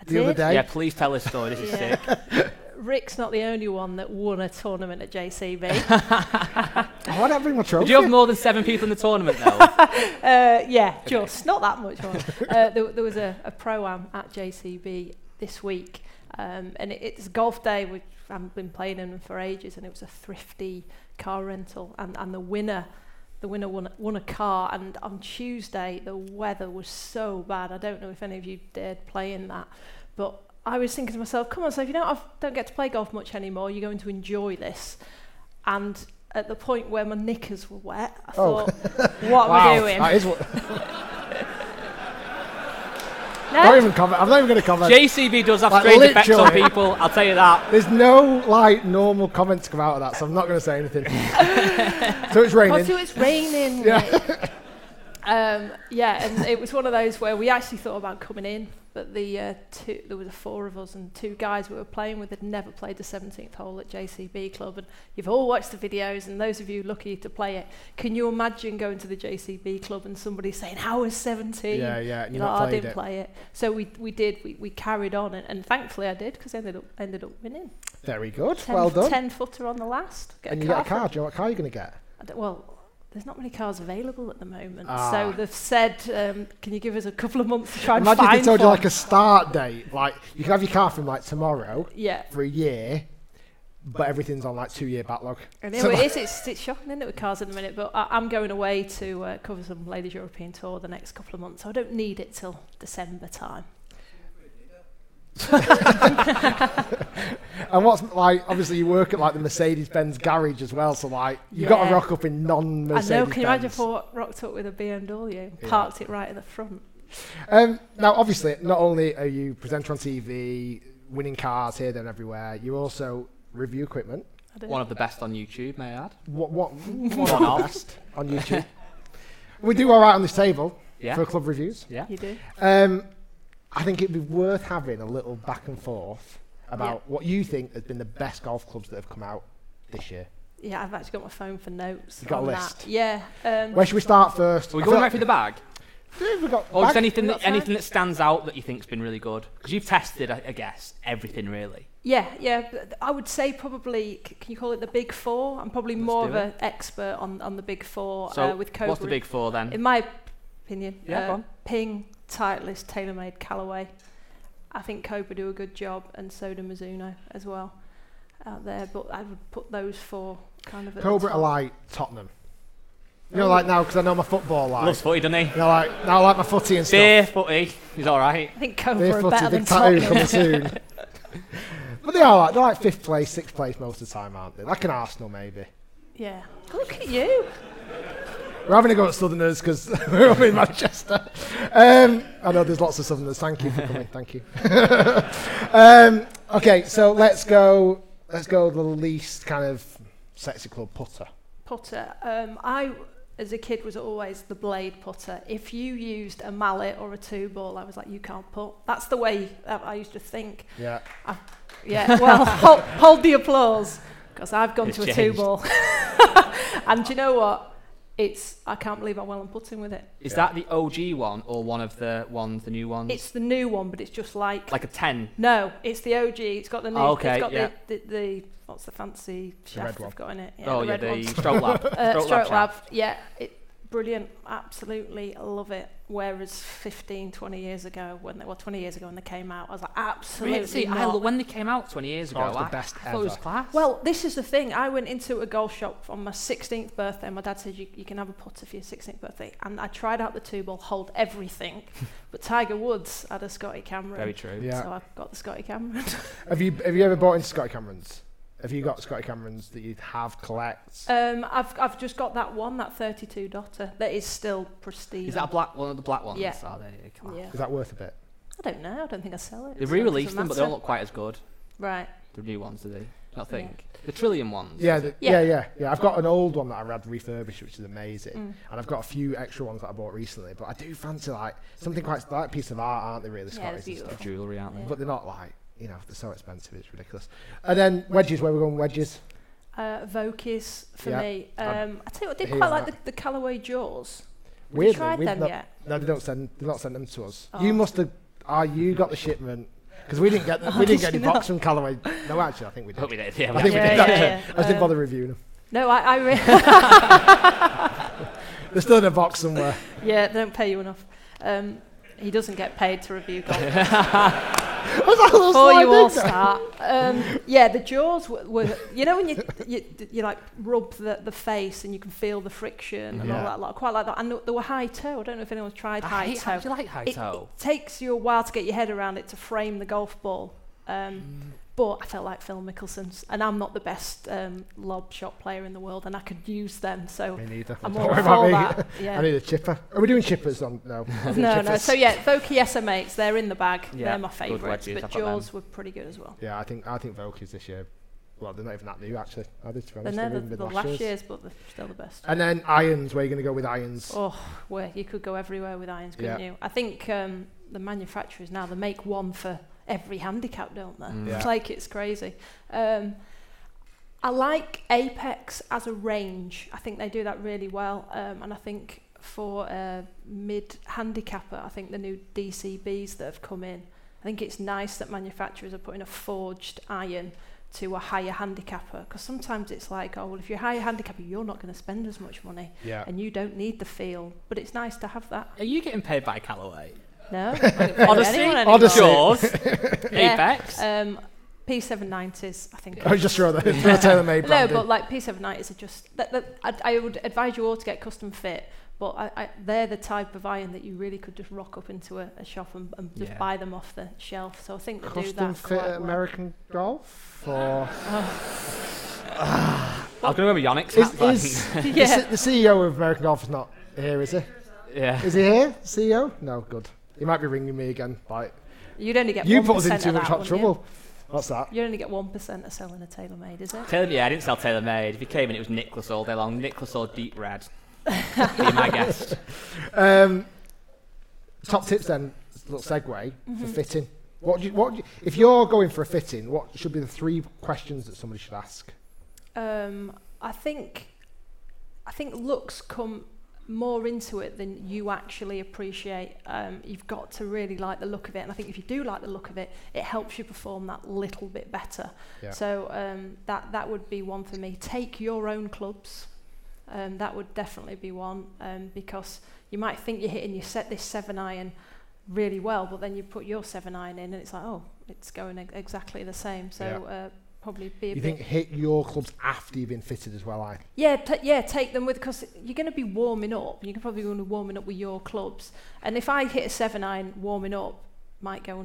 Speaker 6: I
Speaker 1: the other
Speaker 6: did.
Speaker 1: day.
Speaker 2: Yeah, please tell this story. This is
Speaker 6: Yeah.
Speaker 2: sick.
Speaker 6: Rick's not the only one that won a tournament at JCB.
Speaker 1: Oh, I don't bring my trophy.
Speaker 2: Did you have more than seven people in the tournament, though?
Speaker 6: Uh, yeah, just not that much more. uh, there, there was a, a pro am at JCB this week, um, and it, it's golf day, which I've been playing in for ages, and it was a thrifty car rental, and, and the winner. The winner won, won a car, and on Tuesday the weather was so bad. I don't know if any of you dared play in that, but I was thinking to myself, "Come on, so if you don't have, don't get to play golf much anymore, you're going to enjoy this." And at the point where my knickers were wet. I
Speaker 1: Oh.
Speaker 6: thought, what
Speaker 1: Wow,
Speaker 6: am I doing?
Speaker 1: that is what-
Speaker 6: No?
Speaker 1: Not even comment. I'm not even going to comment.
Speaker 2: JCB does have strange effects on
Speaker 1: literally.
Speaker 2: people, I'll tell you that.
Speaker 1: There's no like normal comments come out of that, so I'm not going to say anything. so it's raining.
Speaker 6: Oh, so it's raining. yeah. Um, yeah, and it was one of those where we actually thought about coming in, but the uh, two, there was four of us and two guys we were playing with had never played the 17th hole at JCB Club, and you've all watched the videos, and those of you lucky to play it, can you imagine going to the JCB Club and somebody saying, "How was 17?"
Speaker 1: Yeah, yeah, and you've not
Speaker 6: You're like, "Oh, I
Speaker 1: played
Speaker 6: didn't
Speaker 1: it."
Speaker 6: play it. So we we did. We, we carried on, and, and thankfully I did because ended up ended up winning.
Speaker 1: Very good.
Speaker 6: Ten,
Speaker 1: well done.
Speaker 6: Ten footer on the last. Get
Speaker 1: and
Speaker 6: a
Speaker 1: you
Speaker 6: car
Speaker 1: get a
Speaker 6: for it.
Speaker 1: card. Do you know what car you're going to get?
Speaker 6: I don't- well, there's not many cars available at the moment,
Speaker 1: Ah.
Speaker 6: so they've said, um, "Can you give us a couple of months to try and
Speaker 1: Imagine
Speaker 6: find
Speaker 1: if they told you
Speaker 6: one?"
Speaker 1: like a start date. Like you could have your car from like tomorrow.
Speaker 6: Yeah.
Speaker 1: For a year, but everything's on like two year backlog.
Speaker 6: I know
Speaker 1: So,
Speaker 6: it
Speaker 1: like,
Speaker 6: is. It's, it's shocking, isn't it, with cars at the minute? But I, I'm going away to uh, cover some Ladies European Tour the next couple of months, so I don't need it till December time.
Speaker 1: And what's like? Obviously, you work at like the Mercedes Benz garage as well. So like, you have got
Speaker 6: Yeah.
Speaker 1: to rock up in non Mercedes.
Speaker 6: I know. Can you imagine if I wa- rocked up with a BMW, and
Speaker 1: Yeah.
Speaker 6: parked it right at the front?
Speaker 1: Um, now, obviously, not only are you presenter on TV, winning cars here, there, and everywhere, you also review equipment.
Speaker 6: I don't
Speaker 2: One
Speaker 6: know.
Speaker 2: of the best on YouTube, may I add.
Speaker 1: What what
Speaker 2: One
Speaker 1: what
Speaker 2: of.
Speaker 1: best on YouTube? we do all right on this table
Speaker 2: Yeah.
Speaker 1: for club reviews.
Speaker 2: Yeah.
Speaker 6: You do.
Speaker 1: Um, I think it'd be worth having a little back and forth about what you think has been the best golf clubs that have come out this year.
Speaker 6: Yeah, I've actually got my phone for notes.
Speaker 1: You got a
Speaker 6: on
Speaker 1: list?
Speaker 6: That. Yeah. Um,
Speaker 1: Where should we start first?
Speaker 2: Are we
Speaker 1: I
Speaker 2: going
Speaker 1: feel
Speaker 2: right through the bag?
Speaker 1: like- We've got
Speaker 2: Or just
Speaker 1: back-
Speaker 2: Oh, anything
Speaker 6: Not
Speaker 2: that,
Speaker 6: fine.
Speaker 2: anything that stands out that you think's been really good? Because you've tested, I, I guess, everything really.
Speaker 6: Yeah, yeah. b- th- I would say probably, c- can you call it the big four? I'm probably
Speaker 2: Let's
Speaker 6: more
Speaker 2: do
Speaker 6: of an expert on, on the big four
Speaker 2: So,
Speaker 6: uh, with Cobra.
Speaker 2: what's the big four
Speaker 6: In
Speaker 2: then?
Speaker 6: my opinion,
Speaker 2: Yeah, go
Speaker 6: uh,
Speaker 2: on.
Speaker 6: Ping, Titleist, TaylorMade, Callaway. I think Cobra do a good job, and so do Mizuno as well out there. But I would put those four kind of. At the
Speaker 1: Cobra are
Speaker 6: top.
Speaker 1: like Tottenham. You know, like now because I know my football
Speaker 2: Loves
Speaker 1: life.
Speaker 2: footy, doesn't he?
Speaker 1: You know, like now, I like my footy and stuff.
Speaker 2: Dear footy, he's all right.
Speaker 6: I think Cobra
Speaker 1: They're
Speaker 6: are better
Speaker 1: footy,
Speaker 6: than
Speaker 1: big tattoo coming
Speaker 6: Tottenham.
Speaker 1: soon. but they are like they're like fifth place, sixth place most of the time, aren't they? Like an Arsenal maybe.
Speaker 6: yeah. Look at you.
Speaker 1: We're having a go at Southerners because we're up in Manchester. Um, I know there's lots of Southerners. Thank you for coming. Thank you. um, okay, so let's go. Let's go the least kind of sexy club putter.
Speaker 6: putter. Um, I, as a kid, was always the blade putter. If you used a mallet or a two ball, I was like, you can't putt. That's the way I, I used to think.
Speaker 1: Yeah.
Speaker 6: I, yeah, well, hold, hold the applause because I've gone
Speaker 2: It's
Speaker 6: to a two
Speaker 2: changed.
Speaker 6: ball. and do you know what? It's I can't believe I'm well on putting with it.
Speaker 2: Is that the OG one or one of the ones, the new ones?
Speaker 6: It's the new one, but it's just like,
Speaker 2: like a 10.
Speaker 6: no, it's the OG. It's got the new.
Speaker 2: Oh, okay,
Speaker 6: it's got
Speaker 2: yeah.
Speaker 6: the, the, the what's the fancy shaft
Speaker 1: one.
Speaker 6: they've got in it?
Speaker 2: oh,
Speaker 6: the
Speaker 2: yeah,
Speaker 6: red
Speaker 2: the
Speaker 6: one.
Speaker 2: stroke lab.
Speaker 6: Uh, Stroke
Speaker 2: shaft.
Speaker 6: Lab, yeah, it, brilliant, absolutely love it. Whereas 15, 20 years ago, when they, well, 20 years ago when they came out, I was like, absolutely
Speaker 2: Really? See, I,
Speaker 6: not.
Speaker 2: lo- when they came out 20 years ago,
Speaker 1: Oh, it's the
Speaker 2: I,
Speaker 1: best
Speaker 2: I thought it was
Speaker 1: ever.
Speaker 2: class.
Speaker 6: well, this is the thing. I went into a golf shop on my 16th birthday. My dad said, you, you can have a putter for your 16th birthday. And I tried out the two ball, hold everything. but Tiger Woods had a Scotty Cameron.
Speaker 2: very true.
Speaker 1: Yeah.
Speaker 6: So I got the Scotty Cameron.
Speaker 1: Have you have you ever bought into Scotty Cameron's? Have you got Scotty Cameron's that you have collect?
Speaker 6: um, I've, I've just got that one, that 32 dotter, that is still pristine.
Speaker 2: Is that a black one of the black ones? Oh,
Speaker 6: Yeah.
Speaker 2: Are they class?
Speaker 6: Yeah.
Speaker 1: Is that worth a bit?
Speaker 6: I don't know. I don't think I sell it.
Speaker 2: They
Speaker 6: so it
Speaker 2: re-released
Speaker 6: doesn't
Speaker 2: them, but they
Speaker 6: matter.
Speaker 2: don't look quite as good.
Speaker 6: Right.
Speaker 2: The new ones, do they? I think the Trillium ones.
Speaker 1: Yeah, the, yeah,
Speaker 6: Yeah.
Speaker 1: yeah, yeah. I've got an old one that I had refurbished, which is amazing,
Speaker 6: Mm.
Speaker 1: and I've got a few extra ones that I bought recently. But I do fancy like something quite like piece of art, aren't they? Really,
Speaker 6: Yeah, they're
Speaker 1: Scotties and stuff.
Speaker 6: beautiful.
Speaker 2: Jewellery, aren't they?
Speaker 1: But they're not like you know they're so expensive, it's ridiculous. And then wedges, where we're going wedges.
Speaker 6: Uh, Vokis for
Speaker 1: Yeah.
Speaker 6: me. Um, I tell you what, I did
Speaker 1: hear
Speaker 6: quite like the,
Speaker 1: that.
Speaker 6: the Callaway Jaws. Have
Speaker 1: Weirdly,
Speaker 6: you tried
Speaker 1: we've
Speaker 6: them
Speaker 1: not,
Speaker 6: yet?
Speaker 1: No, they don't send. They've not sent them to us.
Speaker 6: Oh.
Speaker 1: You must have. Ah, you got the shipment because we didn't get them, we
Speaker 6: Oh,
Speaker 1: didn't
Speaker 6: did
Speaker 1: get
Speaker 6: you
Speaker 1: any box
Speaker 6: not?
Speaker 1: from Callaway. No, actually, I think we
Speaker 2: I hope
Speaker 1: did.
Speaker 2: we did. Yeah,
Speaker 1: I think
Speaker 2: we
Speaker 1: we
Speaker 2: did.
Speaker 1: did.
Speaker 6: Yeah,
Speaker 1: actually.
Speaker 6: yeah,
Speaker 1: I just didn't
Speaker 6: um,
Speaker 1: bother reviewing them.
Speaker 6: No, I, I re-
Speaker 1: They're still in a box somewhere.
Speaker 6: yeah, they don't pay you enough. Um, he doesn't get paid to review golf.
Speaker 1: Before
Speaker 6: Before you all start, um, yeah, the jaws were, were. You know when you you, you like rub the, the face and you can feel the friction and
Speaker 1: Yeah.
Speaker 6: all that. Like, quite like that. And they were high toe. I don't know if anyone's tried
Speaker 2: I
Speaker 6: high
Speaker 2: hate-
Speaker 6: toe.
Speaker 2: how do you like high
Speaker 6: It-
Speaker 2: toe? Mm.
Speaker 6: It, takes you a while to get your head around it to frame the golf ball. Um, But I felt like Phil Mickelson's, and I'm not the best um, lob shot player in the world, and I could use them. So
Speaker 1: Me neither.
Speaker 6: I'm
Speaker 1: Don't
Speaker 6: all
Speaker 1: worry
Speaker 6: for
Speaker 1: about
Speaker 6: that.
Speaker 1: I
Speaker 6: Yeah.
Speaker 1: need a chipper. Are we doing chippers on? No.
Speaker 6: No, no. So yeah, Voki SMAs, they're in the bag.
Speaker 1: Yeah,
Speaker 6: they're my
Speaker 1: good
Speaker 6: favourites.
Speaker 1: wedges,
Speaker 6: But
Speaker 1: I've got them.
Speaker 6: Jaws were pretty good as well.
Speaker 1: Yeah, I think I think Vokies this year. Well, they're not even that new actually. I did to be
Speaker 6: They're
Speaker 1: honest.
Speaker 6: never
Speaker 1: even
Speaker 6: the
Speaker 1: with
Speaker 6: last year's, but they're still the best.
Speaker 1: And then irons. Where are you going to go with irons?
Speaker 6: Oh, where you could go everywhere with irons, couldn't
Speaker 1: Yeah.
Speaker 6: you? I think um, the manufacturers now they make one for every handicap, don't they?
Speaker 1: Mm. Yeah.
Speaker 6: It's like it's crazy. Um, I like Apex as a range. I think they do that really well, um, and I think for a mid handicapper, I think the new DCBs that have come in, I think it's nice that manufacturers are putting a forged iron to a higher handicapper because sometimes it's like, oh well, if you're a higher handicapper, you're not going to spend as much money,
Speaker 2: Yeah.
Speaker 6: and you don't need the feel, but it's nice to have that.
Speaker 2: Are you getting paid by Callaway?
Speaker 6: No.
Speaker 2: Odyssey?
Speaker 6: Anyone anymore.
Speaker 2: Odyssey. Jaws. Apex.
Speaker 6: Um, P790s, I think.
Speaker 1: Oh,
Speaker 6: are-
Speaker 1: just throw the- throw a tailor-made
Speaker 6: No,
Speaker 1: brand in.
Speaker 6: but like P790s are just. That, that, I, I would advise you all to get custom fit, but I, I, they're the type of iron that you really could just rock up into a, a shop and, and just
Speaker 1: Yeah.
Speaker 6: buy them off the shelf. So I think they do
Speaker 1: Custom
Speaker 6: that.
Speaker 1: fit
Speaker 6: quite
Speaker 1: at
Speaker 6: well.
Speaker 1: American golf or.
Speaker 2: I was going to wear my Yonex
Speaker 1: Is,
Speaker 2: hat, but
Speaker 1: is,
Speaker 2: I didn't.
Speaker 1: is it the CEO of American Golf is not here, is he?
Speaker 2: Yeah.
Speaker 1: Is he here? CEO? No, good. He might be ringing me again. Like
Speaker 6: You'd only get
Speaker 1: you put us
Speaker 6: 1%
Speaker 1: in
Speaker 6: of
Speaker 1: too much
Speaker 6: that,
Speaker 1: hot
Speaker 6: wouldn't you?
Speaker 1: trouble. What's that?
Speaker 6: You only get 1% of selling a tailor made, is it?
Speaker 2: Taylor, yeah, I didn't sell Taylor Made. If he came in, it was Nicholas all day long. Nicholas or Deep Red. Be my guest.
Speaker 1: Um, top tips then, little segue for
Speaker 6: Mhm.
Speaker 1: fitting. What do you, what do you- if you're going for a fitting? What should be the three questions that somebody should ask?
Speaker 6: Um, I think I think looks come more into it than you actually appreciate. Um, you've got to really like the look of it, and I think if you do like the look of it, it helps you perform that little bit better.
Speaker 7: Yeah.
Speaker 6: So um, that that would be one for me. Take your own clubs. Um, that would definitely be one um, because you might think you're hitting you set this seven iron really well, but then you put your seven iron in, and it's like oh, it's going e- exactly the same. So
Speaker 1: Yeah.
Speaker 6: uh, probably be a
Speaker 1: You
Speaker 6: bit
Speaker 1: think hit your clubs after you've been fitted as well. I
Speaker 6: yeah, ta yeah, take them with because you're going to be warming up. You're probably going to be warming up with your clubs. And if I hit a seven iron warming up, might go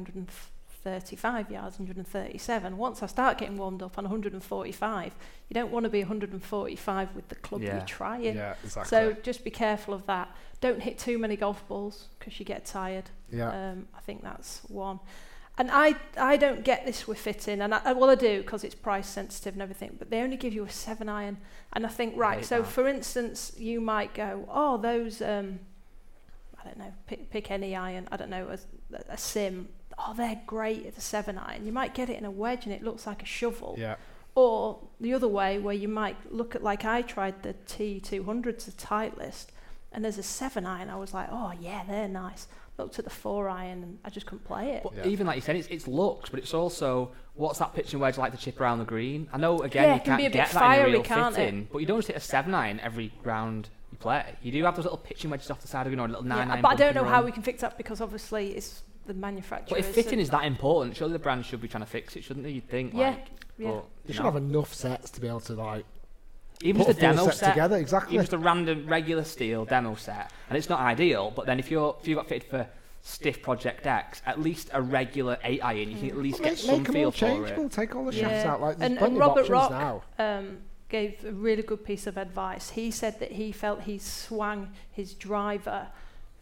Speaker 6: 135 yards, 137. Once I start getting warmed up on 145, you don't want to be 145 with the club
Speaker 7: Yeah.
Speaker 6: you're trying.
Speaker 7: Yeah, exactly.
Speaker 6: So just be careful of that. Don't hit too many golf balls because you get tired.
Speaker 7: Yeah.
Speaker 6: Um, I think that's one. And I, I don't get this with fitting, and I, I- well, I do because it's price sensitive and everything. But they only give you a seven iron, and I think right.
Speaker 7: Hate
Speaker 6: so
Speaker 7: that.
Speaker 6: for instance, you might go, oh, those, um, I don't know, pick, pick any iron. I don't know a, a sim. Oh, they're great at the seven iron. You might get it in a wedge, and it looks like a shovel.
Speaker 1: yeah.
Speaker 6: Or the other way, where you might look at, like I tried the T200s, the tight list, and there's a seven iron. I was like, oh, yeah, they're nice. Looked at the four iron, and I just couldn't play it.
Speaker 2: But even like you said, it's, it's looks, but it's also what's that pitching wedge like to chip around the green? I know again
Speaker 6: Yeah,
Speaker 2: you
Speaker 6: it can
Speaker 2: can't
Speaker 6: be a bit
Speaker 2: get that in
Speaker 6: fiery,
Speaker 2: a real
Speaker 6: can't it?
Speaker 2: fitting, but you don't just hit a seven iron every round you play. You do have those little pitching wedges off the side of the green or a little nine
Speaker 6: Yeah,
Speaker 2: iron.
Speaker 6: but I
Speaker 2: bump
Speaker 6: don't know
Speaker 2: and
Speaker 6: how
Speaker 2: run.
Speaker 6: we can fix that because obviously it's the manufacturer.
Speaker 2: But if fitting is that important, surely the brand should be trying to fix it, shouldn't they? You'd think.
Speaker 6: Yeah,
Speaker 2: Like,
Speaker 6: yeah.
Speaker 2: But,
Speaker 1: You
Speaker 2: you
Speaker 1: should
Speaker 2: know.
Speaker 1: have enough sets to be able to like
Speaker 2: even
Speaker 1: put
Speaker 2: just a
Speaker 1: a full
Speaker 2: demo
Speaker 1: set
Speaker 2: set,
Speaker 1: together, exactly.
Speaker 2: Even just a random regular steel demo set, and it's not ideal. But then if you're if you got fitted for stiff Project X, at least a regular eight iron, you can at least
Speaker 1: Make-
Speaker 2: get some
Speaker 1: make 'em
Speaker 2: feel
Speaker 1: all
Speaker 2: for it.
Speaker 1: changeable, take all the shafts out, like, there's
Speaker 6: and,
Speaker 1: plenty
Speaker 6: and
Speaker 1: of
Speaker 6: Robert
Speaker 1: options
Speaker 6: Rock
Speaker 1: now.
Speaker 6: Um, gave a really good piece of advice. He said that he felt he swung his driver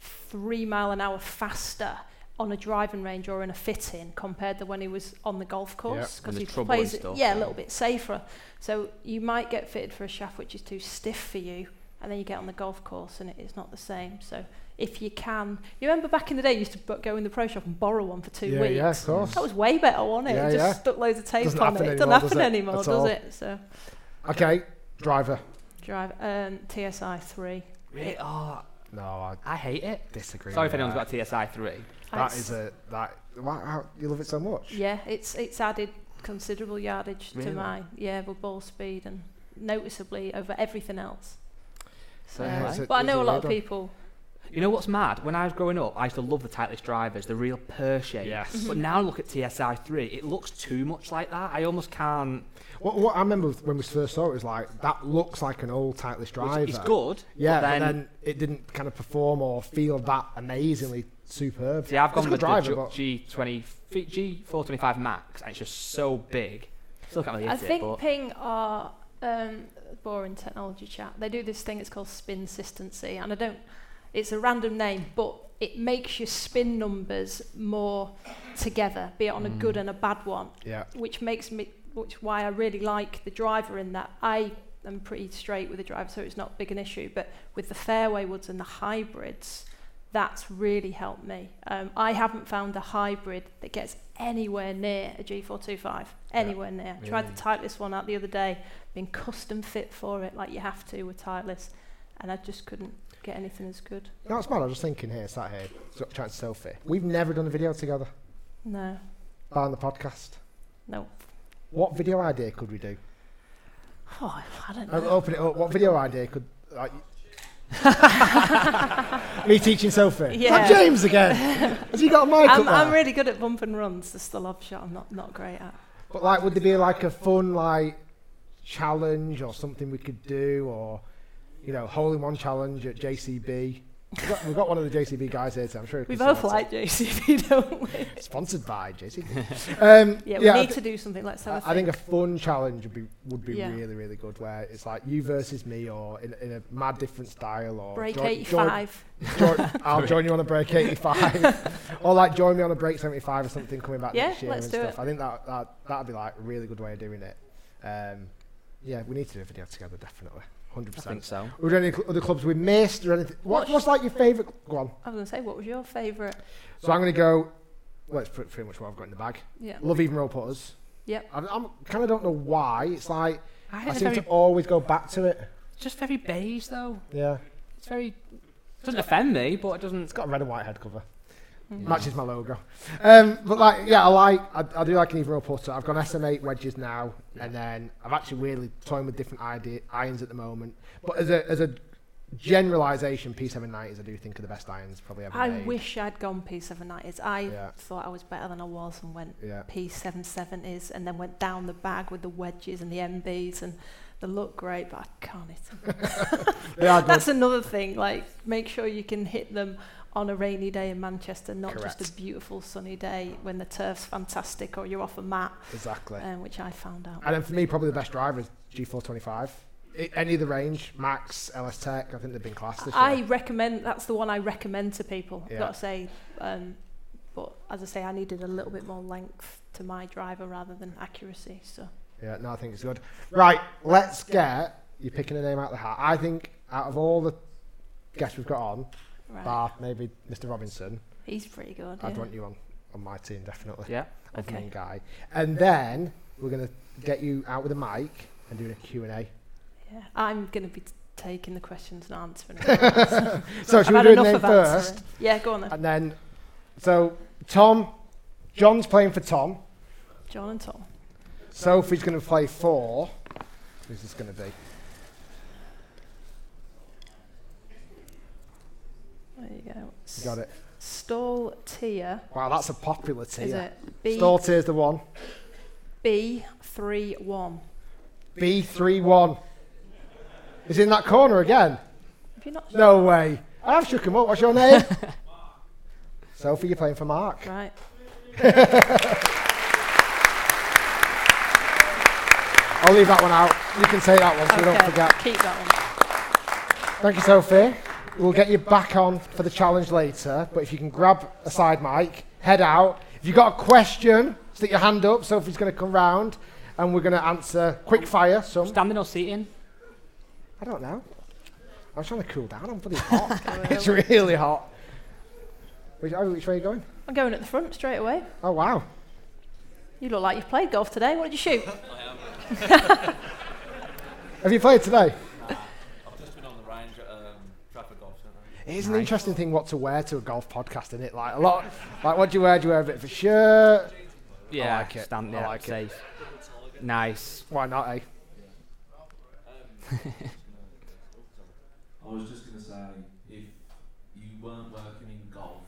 Speaker 6: three mile an hour faster on a driving range or in a fitting compared to when he was on the golf course
Speaker 2: Yeah, when
Speaker 6: he
Speaker 2: there's trouble and
Speaker 6: plays it
Speaker 2: stuff,
Speaker 6: yeah a
Speaker 2: yeah.
Speaker 6: little bit safer. So you might get fitted for a shaft which is too stiff for you, and then you get on the golf course and it is not the same. So if you can, you remember back in the day you used to bu- go in the pro shop and borrow one for two
Speaker 1: Yeah,
Speaker 6: weeks.
Speaker 1: yeah, of course.
Speaker 6: That was way better, wasn't it?
Speaker 1: Yeah,
Speaker 6: it just
Speaker 1: yeah.
Speaker 6: stuck loads of tape
Speaker 1: Doesn't
Speaker 6: on it.
Speaker 1: happen
Speaker 6: it doesn't
Speaker 1: anymore,
Speaker 6: happen
Speaker 1: does it?
Speaker 6: anymore,
Speaker 1: At
Speaker 6: does
Speaker 1: all.
Speaker 6: it? So
Speaker 1: okay driver.
Speaker 6: drive um, TSI three.
Speaker 2: Really? Oh,
Speaker 1: No, I,
Speaker 2: I hate it.
Speaker 1: Disagree.
Speaker 2: Sorry
Speaker 1: with
Speaker 2: if anyone's
Speaker 1: that.
Speaker 2: got TSI three.
Speaker 1: That is a that. Wow, how, you love it so much.
Speaker 6: Yeah, it's it's added considerable yardage
Speaker 1: Really?
Speaker 6: to mine. Yeah, with ball speed and noticeably over everything else. So,
Speaker 2: Yeah, it's a-
Speaker 6: but I
Speaker 2: it's
Speaker 6: know
Speaker 2: a
Speaker 6: a lot
Speaker 2: weird
Speaker 6: of
Speaker 2: one.
Speaker 6: people.
Speaker 2: You know what's mad? When I was growing up, I used to love the Titleist drivers, the real pear shape.
Speaker 1: Yes. Mm-hmm.
Speaker 2: But now look at TSI three; it looks too much like that. I almost can't.
Speaker 1: What, what I remember when we first saw it was like that looks like an old Titleist driver.
Speaker 2: Which is good, but
Speaker 1: Yeah, but then,
Speaker 2: then-
Speaker 1: it didn't kind of perform or feel that amazingly superb.
Speaker 2: See, I've
Speaker 1: It's
Speaker 2: gone
Speaker 1: a
Speaker 2: with
Speaker 1: good
Speaker 2: the
Speaker 1: driver,
Speaker 2: Ju-
Speaker 1: but
Speaker 2: G20, G425 Max, and it's just so big. Still
Speaker 1: Oh,
Speaker 2: can't really
Speaker 6: I
Speaker 2: hit
Speaker 6: think
Speaker 2: it, but
Speaker 6: Ping are um, boring technology chat. They do this thing. It's called spin consistency, and I don't. It's a random name, but it makes your spin numbers more together, be it on a
Speaker 1: Mm.
Speaker 6: good and a bad one.
Speaker 1: Yeah.
Speaker 6: Which makes me, which why I really like the driver in that I am pretty straight with the driver, so it's not big an issue. But with the fairway woods and the hybrids, that's really helped me. Um, I haven't found a hybrid that gets anywhere near a G425, anywhere near. Tried the Titleist one out the other day, been custom fit for it, like you have to with Titleist, and I just couldn't get anything as good.
Speaker 1: no, it's mad. I was just thinking here, sat here, so- chatting to Sophie. We've never done a video together,
Speaker 6: No,
Speaker 1: bar on the podcast.
Speaker 6: no.
Speaker 1: What video idea could we do?
Speaker 6: Oh, I don't
Speaker 1: Uh,
Speaker 6: know.
Speaker 1: open it up. What video idea could like? Me teaching Sophie.
Speaker 6: Yeah.
Speaker 1: Is that James again? Has he got a mic up
Speaker 6: I'm,
Speaker 1: there?
Speaker 6: I'm really good at bump and runs. That's the lob shot I'm not, not great at.
Speaker 1: But like, would there be like a fun like challenge or something we could do, or you know, hole in one challenge at JCB? We've got, we've got one of the JCB guys here, so I'm sure he
Speaker 6: We
Speaker 1: can
Speaker 6: both
Speaker 1: sort
Speaker 6: like JCB, don't we?
Speaker 1: it. Sponsored by JCB. um,
Speaker 6: Yeah, we
Speaker 1: I
Speaker 6: need
Speaker 1: thi-
Speaker 6: to do something. Let's have a
Speaker 1: I I think a fun challenge would be would be
Speaker 6: Yeah.
Speaker 1: really really good where it's like you versus me or in, in a mad different style or
Speaker 6: Break
Speaker 1: join- join-
Speaker 6: 85.
Speaker 1: join- I'll join you on a break 85 or like join me on a break 75 or something coming back
Speaker 6: Yeah,
Speaker 1: next year
Speaker 6: let's
Speaker 1: and
Speaker 6: do
Speaker 1: stuff.
Speaker 6: it.
Speaker 1: I think that that that'd be like a really good way of doing it. Um, yeah, we need to do a video together definitely. 100%.
Speaker 2: I think so.
Speaker 1: Were there any cl- other clubs we missed or anything? What,
Speaker 6: Watch-
Speaker 1: what's like your favourite one?
Speaker 6: I was going to say, what was your favourite?
Speaker 1: So I'm going to go. Well, it's pretty, pretty much what I've got in the bag.
Speaker 6: Yeah.
Speaker 1: Love even roll putters.
Speaker 6: Yep.
Speaker 1: I, I'm kind of don't know why. It's like
Speaker 2: I
Speaker 1: I,
Speaker 2: think it's
Speaker 1: seem
Speaker 2: very-
Speaker 1: to always go back to it.
Speaker 2: It's just very beige, though.
Speaker 1: Yeah,
Speaker 2: It's very. doesn't offend me, but it doesn't.
Speaker 1: it's got a red and white head cover. Matches my logo. Um, but like, yeah, I like. I, I do like an even roll putter. I've got SM8 wedges now, and then I've actually really toying with different idea, irons at the moment. But as a as a generalisation, P790s I do think are the best irons probably ever
Speaker 6: I
Speaker 1: made.
Speaker 6: wish I'd gone P790s. I
Speaker 1: Yeah.
Speaker 6: thought I was better than I was and went
Speaker 1: Yeah.
Speaker 6: P770s and then went down the bag with the wedges and the MBs and they look great, but I can't hit 'em.
Speaker 1: They are good.
Speaker 6: That's another thing. Like, make sure you can hit them on a rainy day in Manchester, not just
Speaker 1: Correct.
Speaker 6: a beautiful sunny day when the turf's fantastic or you're off a mat,
Speaker 1: Exactly.
Speaker 6: um, which I found out.
Speaker 1: And then for me, probably the best driver is G425. I- Any of the range, Max, LS Tech, I think they've been classed this
Speaker 6: I
Speaker 1: year.
Speaker 6: recommend that's the one I recommend to people.
Speaker 1: Yeah.
Speaker 6: I've got to say, um, but as I say, I needed a little bit more length to my driver rather than accuracy. So
Speaker 1: Yeah, no, I think it's good. Right, let's get you picking a name out of the hat. I think out of all the guests we've got on,
Speaker 6: right,
Speaker 1: bar maybe Mr. Robinson,
Speaker 6: he's pretty good.
Speaker 1: I'd
Speaker 6: yeah.
Speaker 1: want you on, on my team definitely.
Speaker 2: Yeah.
Speaker 1: Of
Speaker 6: okay.
Speaker 1: one guy, and then we're gonna get you out with a mic and doing a Q and A.
Speaker 6: Yeah. I'm going to be t- taking the questions and answering.
Speaker 1: So should we
Speaker 6: I've
Speaker 1: do
Speaker 6: had
Speaker 1: a name
Speaker 6: enough of answering.
Speaker 1: first?
Speaker 6: Yeah, go on then.
Speaker 1: And then, so Tom, John's playing for Tom.
Speaker 6: John and Tom.
Speaker 1: Sophie's going to play four. Who's this going to be?
Speaker 6: There you go. S-
Speaker 1: You got it.
Speaker 6: Stall tier.
Speaker 1: Wow, that's a popular
Speaker 6: Is
Speaker 1: tier.
Speaker 6: it B
Speaker 1: Stall tier's the one.
Speaker 6: B three one?
Speaker 1: B31. Is in that corner again?
Speaker 6: Have you not?
Speaker 1: No way. I have shook him up. What's your name? Sophie, you're playing for Mark.
Speaker 6: Right.
Speaker 1: I'll leave that one out. You can say that one so we
Speaker 6: okay.
Speaker 1: don't forget.
Speaker 6: Keep that one.
Speaker 1: Thank you, Sophie. We'll get you back on for the challenge later, but if you can grab a side mic, head out. If you've got a question, stick your hand up. Sophie's going to come round and we're going to answer quick fire some.
Speaker 2: Standing or seating?
Speaker 1: I don't know. I was trying to cool down. I'm bloody hot. it's really hot. Which, oh, which way are you going?
Speaker 6: I'm going at the front straight away.
Speaker 1: Oh, wow.
Speaker 6: You look like you've played golf today. What did you shoot?
Speaker 1: Have you played today?
Speaker 7: I've just been on the range at um, Trafford Golf Centre.
Speaker 1: It is an interesting thing what to wear to a golf podcast, isn't it? Like, a lot. Like, what do you wear? Do you wear a bit of a shirt?
Speaker 2: Yeah.
Speaker 1: like it.
Speaker 2: Stand,
Speaker 1: I
Speaker 2: yeah,
Speaker 1: like it.
Speaker 2: safe. Nice.
Speaker 1: Why not, eh?
Speaker 7: I was just going to say, if you weren't working in golf,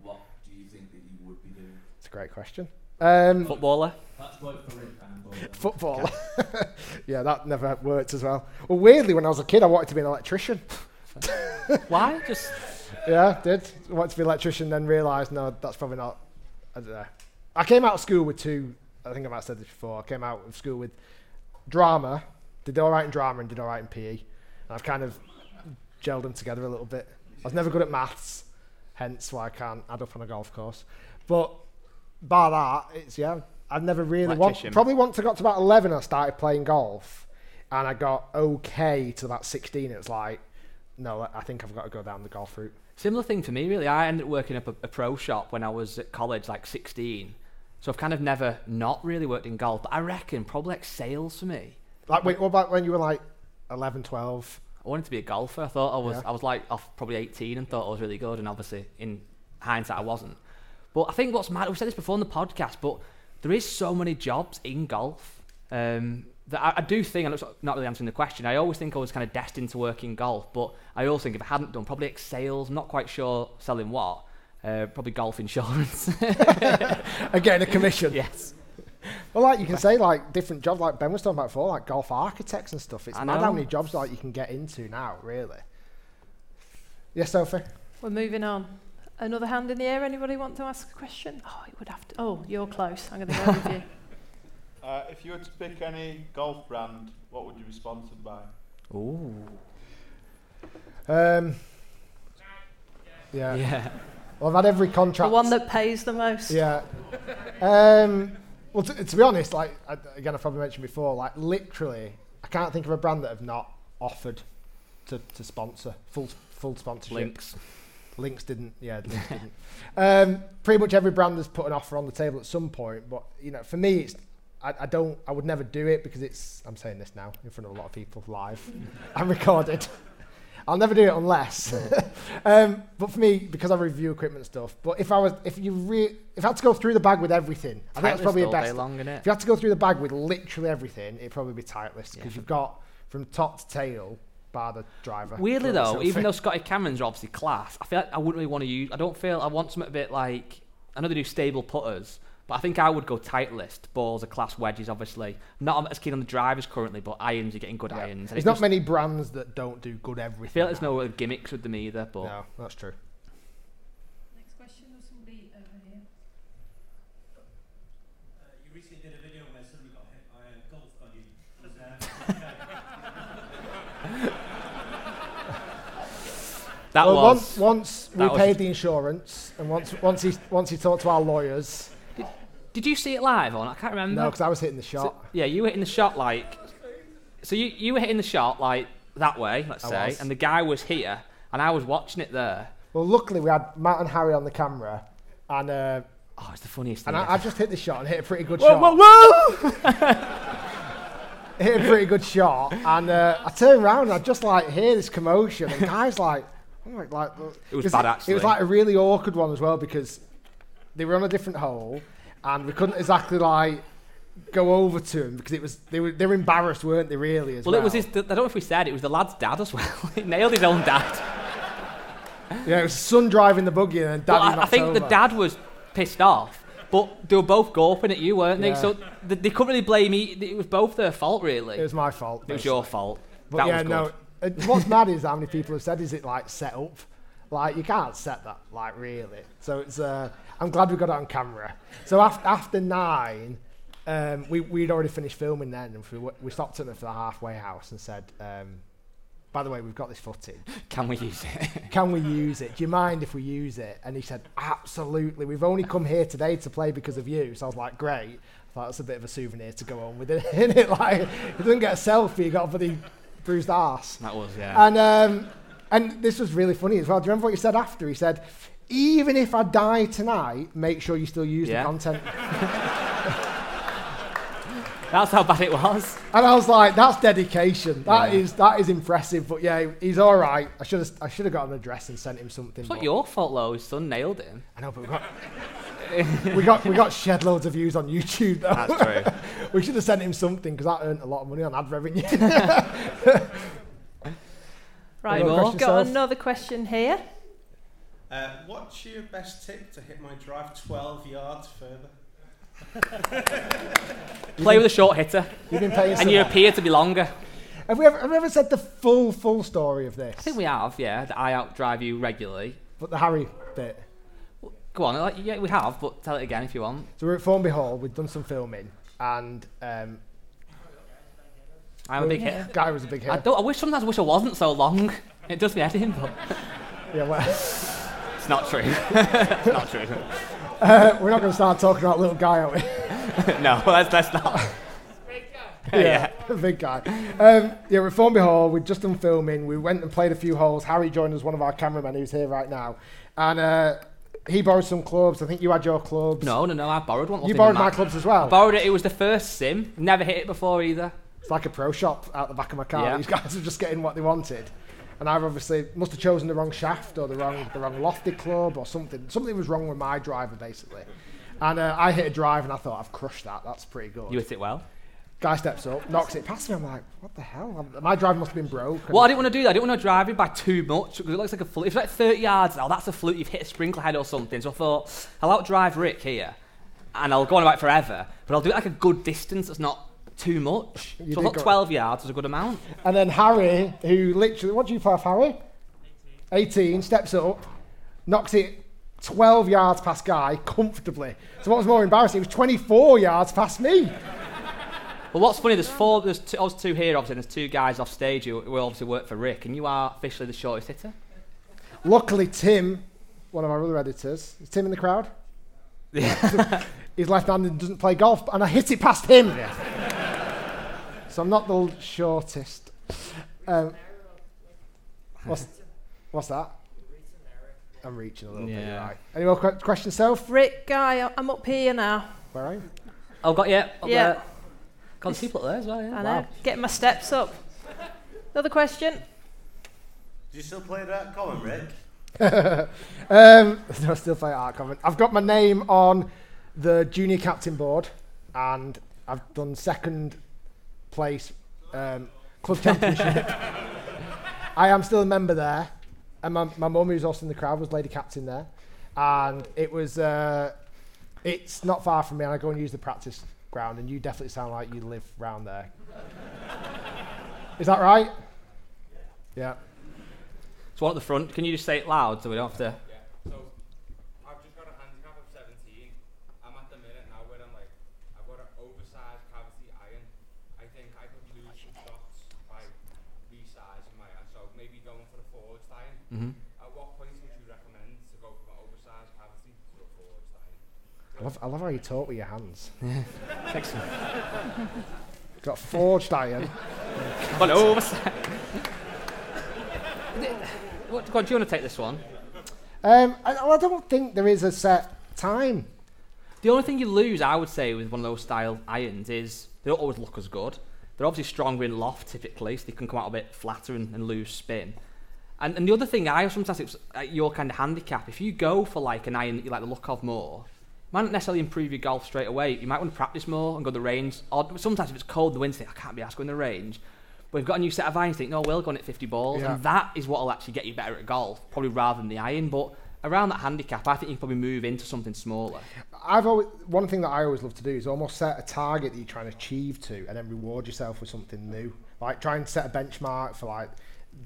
Speaker 7: what do you think that you would be doing?
Speaker 1: It's a great question. Um,
Speaker 2: Footballer.
Speaker 7: That's both for Rick and uh, Bob.
Speaker 1: football. yeah, that never worked as well. Well, weirdly, when I was a kid, I wanted to be an electrician.
Speaker 2: Why? Just
Speaker 1: yeah, did. Wanted to be an electrician, then realised, no, that's probably not. I don't know. I came out of school with two, I think I might have said this before. I came out of school with drama, did all right in drama and did all right in PE. And I've kind of gelled them together a little bit. I was never good at maths, hence why I can't add up on a golf course. But bar that, it's, yeah, I've never really want,
Speaker 8: Electrician.
Speaker 1: probably once I got to about 11, I started playing golf and I got okay to about 16. It was like, no, I think I've got to go down the golf route.
Speaker 2: Similar thing to me, really. I ended up working up a, a pro shop when I was at college, like 16. So I've kind of never not really worked in golf, but I reckon probably like sales for me.
Speaker 1: Like, wait, what about when you were like 11, 12?
Speaker 2: I wanted to be a golfer. I thought I was,
Speaker 1: Yeah.
Speaker 2: I was like off probably 18 and thought I was really good. And obviously, in hindsight, I wasn't. But I think what's mad, we said this before in the podcast, but there is so many jobs in golf um, that I, I do think, and it's not really answering the question, I always think I was kind of destined to work in golf. But I also think if I hadn't done probably like sales, I'm not quite sure selling what, uh, probably golf insurance.
Speaker 1: Again, a commission.
Speaker 2: yes.
Speaker 1: Well, like you can say, like different jobs, like Ben was talking about before, like golf architects and stuff. It's
Speaker 2: I
Speaker 1: mad how
Speaker 2: know.
Speaker 1: many jobs like you can get into now, really. Yes, Sophie.
Speaker 6: We're moving on. Another hand in the air. Anybody want to ask a question? Oh, it would have to. Oh, you're close. I'm going to go with you.
Speaker 9: Uh, if you were to pick any golf brand, what would you be sponsored by?
Speaker 2: Ooh.
Speaker 1: Um, yeah.
Speaker 2: Yeah.
Speaker 1: Well, I've had every contract.
Speaker 6: The one that pays the most.
Speaker 1: Yeah. Um, well, t- to be honest, like I, again, I probably mentioned before, like literally, I can't think of a brand that have not offered to, to sponsor full full sponsorship.
Speaker 2: Lynx.
Speaker 1: Links didn't. Yeah, Links didn't. Um, pretty much every brand has put an offer on the table at some point, but you know, for me, it's. I, I don't. I would never do it because it's. I'm saying this now in front of a lot of people live and recorded. I'll never do it unless. um, but for me, because I review equipment stuff. But if I was, if you re- if I had to go through the bag with everything, I think that's
Speaker 2: Titleist
Speaker 1: probably the
Speaker 2: all day
Speaker 1: best.
Speaker 2: long, innit?
Speaker 1: If you had to go through the bag with literally everything, it'd probably be Titleist because you've got from top to tail, bar the driver.
Speaker 2: Weirdly
Speaker 1: Correct,
Speaker 2: though,
Speaker 1: so
Speaker 2: even
Speaker 1: fit.
Speaker 2: though Scotty Camerons are obviously class, I feel like I wouldn't really want to use. I don't feel I want something a bit like. I know they do stable putters, but I think I would go tight list balls, are class wedges, obviously. Not as keen on the drivers currently, but irons are getting good irons.
Speaker 1: there's not many brands that don't do good everything.
Speaker 2: I feel like there's no gimmicks with them either, but
Speaker 1: No, that's true.
Speaker 5: Next question, there's somebody over here.
Speaker 7: Uh, you recently did a video where somebody got hit by a golf buggy. Was there?
Speaker 2: that
Speaker 1: well,
Speaker 2: was
Speaker 1: once, once we
Speaker 2: that was-
Speaker 1: paid the insurance, and once once he once he talked to our lawyers.
Speaker 2: Did you see it live on? I can't remember.
Speaker 1: No, because I was hitting the shot.
Speaker 2: So, yeah, you were hitting the shot like. So you, you were hitting the shot like that way, let's
Speaker 1: I
Speaker 2: say,
Speaker 1: was.
Speaker 2: and the guy was here, and I was watching it there.
Speaker 1: Well, luckily we had Matt and Harry on the camera, and uh,
Speaker 2: Oh, it's the funniest thing.
Speaker 1: and
Speaker 2: ever.
Speaker 1: I, I just hit the shot and hit a pretty good
Speaker 2: Whoa,
Speaker 1: shot.
Speaker 2: whoa, whoa!
Speaker 1: Hit a pretty good shot, and uh, I turn around and I just like hear this commotion, and guys like, oh my, like
Speaker 2: It was
Speaker 1: 'cause
Speaker 2: bad,
Speaker 1: It
Speaker 2: actually.
Speaker 1: was like a really awkward one as well because they were on a different hole, and we couldn't exactly like go over to him because it was they were they were embarrassed, weren't they? Really, as
Speaker 2: Well,
Speaker 1: well.
Speaker 2: it was his. I don't know if we said it was the lad's dad as well. he nailed his own dad.
Speaker 1: Yeah, it was son driving the buggy and then
Speaker 2: But
Speaker 1: daddy
Speaker 2: I, I
Speaker 1: knocked
Speaker 2: think the
Speaker 1: over.
Speaker 2: dad was pissed off. But they were both gulping at you, weren't they?
Speaker 1: Yeah.
Speaker 2: So th- they couldn't really blame me. It was both their fault, really.
Speaker 1: It was my fault.
Speaker 2: It was your fault. that was good.
Speaker 1: no. uh, What's mad is how many people have said, "Is it like set up?" Like you can't set that, like really. So it's. Uh, I'm glad we got it on camera. So after after nine, um, we we'd already finished filming then, and we w- we stopped at the for the halfway house and said, um, "By the way, we've got this footage.
Speaker 2: Can we use it?
Speaker 1: Can we use it? Do you mind if we use it?" And he said, "Absolutely. We've only come here today to play because of you." So I was like, "Great." I thought that's a bit of a souvenir to go on with it. it like, you didn't get a selfie. You got a bloody bruised arse.
Speaker 2: That was yeah.
Speaker 1: And um, and this was really funny as well. Do you remember what he said after? He said, "Even if I die tonight, make sure you still use
Speaker 2: Yeah.
Speaker 1: the content."
Speaker 2: That's how bad it was.
Speaker 1: And I was like, "That's dedication. That
Speaker 2: Yeah.
Speaker 1: is that is impressive." But yeah, he's all right. I should have I should have got an address and sent him something.
Speaker 2: It's not
Speaker 1: but-
Speaker 2: your fault though. His son nailed him.
Speaker 1: I know, but we got we got we got shed loads of views on YouTube though.
Speaker 2: That's true.
Speaker 1: we should have sent him something because that earned a lot of money on ad revenue.
Speaker 6: Right,
Speaker 1: Another
Speaker 6: we've got
Speaker 1: question, Soph?
Speaker 6: another question here.
Speaker 9: Uh, what's your best tip to hit my drive 12 yards further?
Speaker 2: Play with a short hitter,
Speaker 1: You've been paying.
Speaker 2: and you appear to be longer.
Speaker 1: Have we ever have we ever said the full full story of this?
Speaker 2: I think we have, yeah. That I outdrive you regularly.
Speaker 1: But the Harry bit.
Speaker 2: Go on, like, yeah, we have, but tell it again if you want.
Speaker 1: So we're at Formby Hall. We've done some filming, and um,
Speaker 2: I'm a big hitter.
Speaker 1: Guy was a big
Speaker 2: I,
Speaker 1: hitter.
Speaker 2: don't, I wish sometimes I wish I wasn't so long. It does me head in, but
Speaker 1: Yeah, well,
Speaker 2: it's not true. it's not true.
Speaker 1: uh, we're not going to start talking about little guy, are we?
Speaker 2: no, that's that's not.
Speaker 1: yeah, big guy. Um, yeah, we're at Formby Hall. We'd just done filming. We went and played a few holes. Harry joined us, one of our cameramen who's here right now, and uh, he borrowed some clubs. I think you had your clubs.
Speaker 2: No, no, no. I borrowed one. off
Speaker 1: You
Speaker 2: him
Speaker 1: borrowed
Speaker 2: and
Speaker 1: my
Speaker 2: Matt.
Speaker 1: clubs as well.
Speaker 2: I borrowed it. It was the first sim. Never hit it before either.
Speaker 1: It's like a pro shop out the back of my car.
Speaker 2: Yeah.
Speaker 1: These guys were just getting what they wanted. And I obviously must have chosen the wrong shaft or the wrong the wrong lofted club or something. Something was wrong with my driver basically. And uh, I hit a drive and I thought I've crushed that. That's pretty good.
Speaker 2: You hit it well.
Speaker 1: Guy steps up, knocks it past me. I'm like, what the hell? I'm- my drive must have been broke.
Speaker 2: Well, I didn't want to do that. I didn't want to drive it by too much because it looks like a flute. If it's like 30 yards, oh, that's a flute. You've hit a sprinkler head or something. So I thought, I'll outdrive Rick here and I'll go on about it forever, but I'll do it like a good distance that's not too much.
Speaker 1: You
Speaker 2: so I
Speaker 1: did
Speaker 2: thought
Speaker 1: go-
Speaker 2: 12 yards was a good amount.
Speaker 1: And then Harry, who literally, what do you play off Harry? 18. steps up, knocks it 12 yards past Guy comfortably. So what was more embarrassing, it was 24 yards past me.
Speaker 2: Well, what's funny, there's four, there's two, us two here, obviously, and there's two guys off stage who, who obviously work for Rick, and you are officially the shortest hitter.
Speaker 1: Luckily, Tim, one of our other editors, is Tim in the crowd? He's left-handed and doesn't play golf, and I hit it past him. so I'm not the l- shortest. Um, what's, what's that? I'm reaching a little bit.
Speaker 2: Yeah.
Speaker 1: Right. Any more que- questions, Soph?
Speaker 6: Rick, Guy, I- I'm up here now.
Speaker 1: Where are you?
Speaker 2: I've got, yeah, up
Speaker 6: Yeah.
Speaker 2: there. Got the people up there as well,
Speaker 1: Oh,
Speaker 2: yeah.
Speaker 6: I know. Getting my steps up. Another question.
Speaker 9: Do you still play that common, Rick?
Speaker 1: um, no, I still play art comment. I've got my name on the junior captain board, and I've done second place um, club championship. I am still a member there, and my my mum, who's also in the crowd, was lady captain there, and it was. Uh, it's not far from me, and I go and use the practice ground, and you definitely sound like you live round there. Is that right? Yeah.
Speaker 2: So one at the front, can you just say it loud so we don't have to...
Speaker 10: So I've just got a handicap of 17. I'm at the minute now where I'm like, I've got an oversized cavity iron. I think I could lose some shots by resizing my iron. So maybe going for a forged iron.
Speaker 2: Mhm.
Speaker 10: At what point would you recommend to go from an oversized cavity to a forged iron?
Speaker 1: I love, I love how you talk with your hands.
Speaker 2: Excellent.
Speaker 1: Got forged iron.
Speaker 2: Well, over. what, God, do you want to take this one?
Speaker 1: Um, I, I don't think there is a set time.
Speaker 2: The only thing you lose, I would say, with one of those style irons is they don't always look as good. They're obviously stronger in loft typically, so they can come out a bit flatter and, and lose spin. And, and the other thing I sometimes it's at your kind of handicap. If you go for like an iron that you like the look of more, it might not necessarily improve your golf straight away. You might want to practice more and go to the range. Or sometimes if it's cold in the winter, you think, I can't be asked going to the range. But you've got a new set of irons, you think, no, we'll go on at 50 balls.
Speaker 1: Yeah.
Speaker 2: And that is what will actually get you better at golf, probably rather than the iron. But around that handicap, I think you can probably move into something smaller.
Speaker 1: I've always one thing that I always love to do is almost set a target that you're trying to achieve to, and then reward yourself with something new. Like try and set a benchmark for like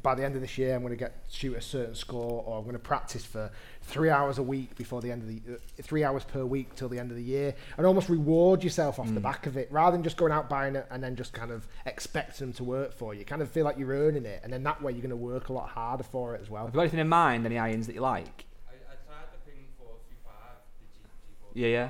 Speaker 1: by the end of this year, I'm going to get shoot a certain score, or I'm going to practice for three hours a week before the end of the uh, three hours per week till the end of the year, and almost reward yourself off the back of it rather than just going out buying it and then just kind of expecting them to work for you. Kind of feel like you're earning it, and then that way you're going to work a lot harder for it as well.
Speaker 2: Have you got anything in mind? Any irons that you like?
Speaker 10: I, I tried the ping 425, the G, G4.
Speaker 2: Yeah, yeah.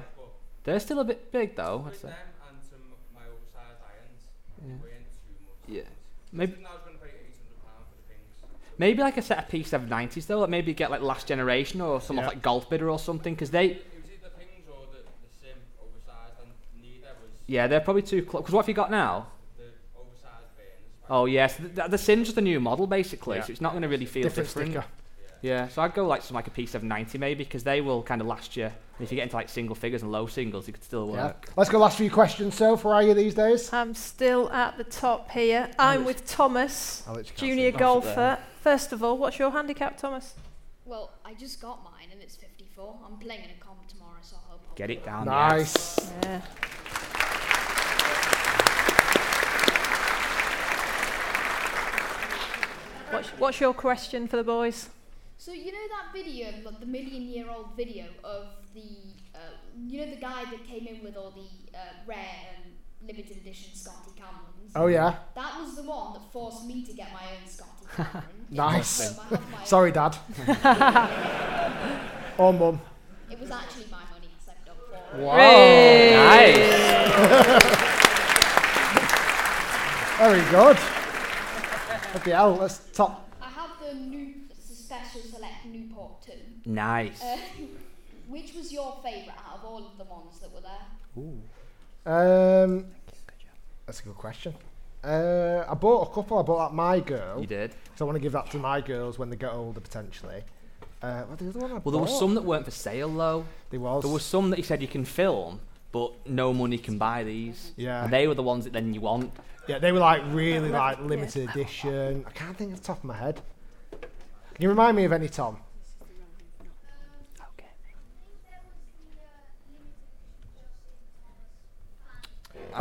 Speaker 2: They're still a bit big though. I'd say.
Speaker 10: Them and some of my oversized irons. They
Speaker 2: Yeah.
Speaker 10: weren't too much.
Speaker 2: Yeah.
Speaker 10: Maybe.
Speaker 2: Maybe-
Speaker 10: I was going to pay £800 for the pings.
Speaker 2: Maybe like a set of P790s though. Like maybe get like last generation or some off,
Speaker 10: Yeah.
Speaker 2: like golf bidder or something because they
Speaker 10: It was either pings or the, the sim oversized, and neither was
Speaker 2: yeah they're probably too close. Because what have you got now?
Speaker 10: the oversized veins.
Speaker 2: Oh yes, the, the, Sim's just a new model basically, so it's not going to really feel
Speaker 1: Different
Speaker 2: different.
Speaker 1: sticker.
Speaker 2: Yeah. so I'd go like some like a P790 maybe because they will kind of last you. And if you get into like single figures and low singles, it could still work.
Speaker 1: Yeah. Let's go last few questions. So, where are you these days?
Speaker 6: I'm still at the top here. I'm with Thomas,
Speaker 1: I'll let you
Speaker 6: junior
Speaker 1: cancel it. Pass it
Speaker 6: golfer. First of all, what's your handicap, Thomas?
Speaker 5: Well, I just got mine and it's 54. I'm playing in a comp tomorrow, so I hope I'll
Speaker 2: Get
Speaker 5: do
Speaker 2: it down.
Speaker 1: Nice.
Speaker 6: Yeah. What's, what's your question for the boys?
Speaker 5: So you know that video, like the million-year-old video of the, uh, you know the guy that came in with all the uh, rare and limited edition Scotty Camerons.
Speaker 1: Oh, yeah.
Speaker 5: That was the one that forced me to get my own Scotty Cameron. It
Speaker 1: Nice.
Speaker 5: wasn't my- my own.
Speaker 1: Sorry, Dad. or Mum.
Speaker 5: It was actually my money I saved up for.
Speaker 1: Wow.
Speaker 5: it.
Speaker 1: Very good. Bloody hell, that's top.
Speaker 5: I have the new special select Newport too.
Speaker 2: Nice.
Speaker 5: Uh, which was your favourite out of all of the ones that were there?
Speaker 1: Um, that's a good question. Uh, I bought a couple. I bought that My Girl.
Speaker 2: You did?
Speaker 1: So I want to give that to my girls when they get older, potentially. Uh, what the other one I
Speaker 2: Well, there were
Speaker 1: bought?
Speaker 2: some that weren't for sale though.
Speaker 1: There was.
Speaker 2: There were some that he said you can film, but no money can buy these.
Speaker 1: Yeah.
Speaker 2: And they were the ones that then you want.
Speaker 1: Yeah, they were like really like limited edition. I can't think of the top of my head. Can you remind me of any Tom?
Speaker 2: Ah,
Speaker 1: Ah,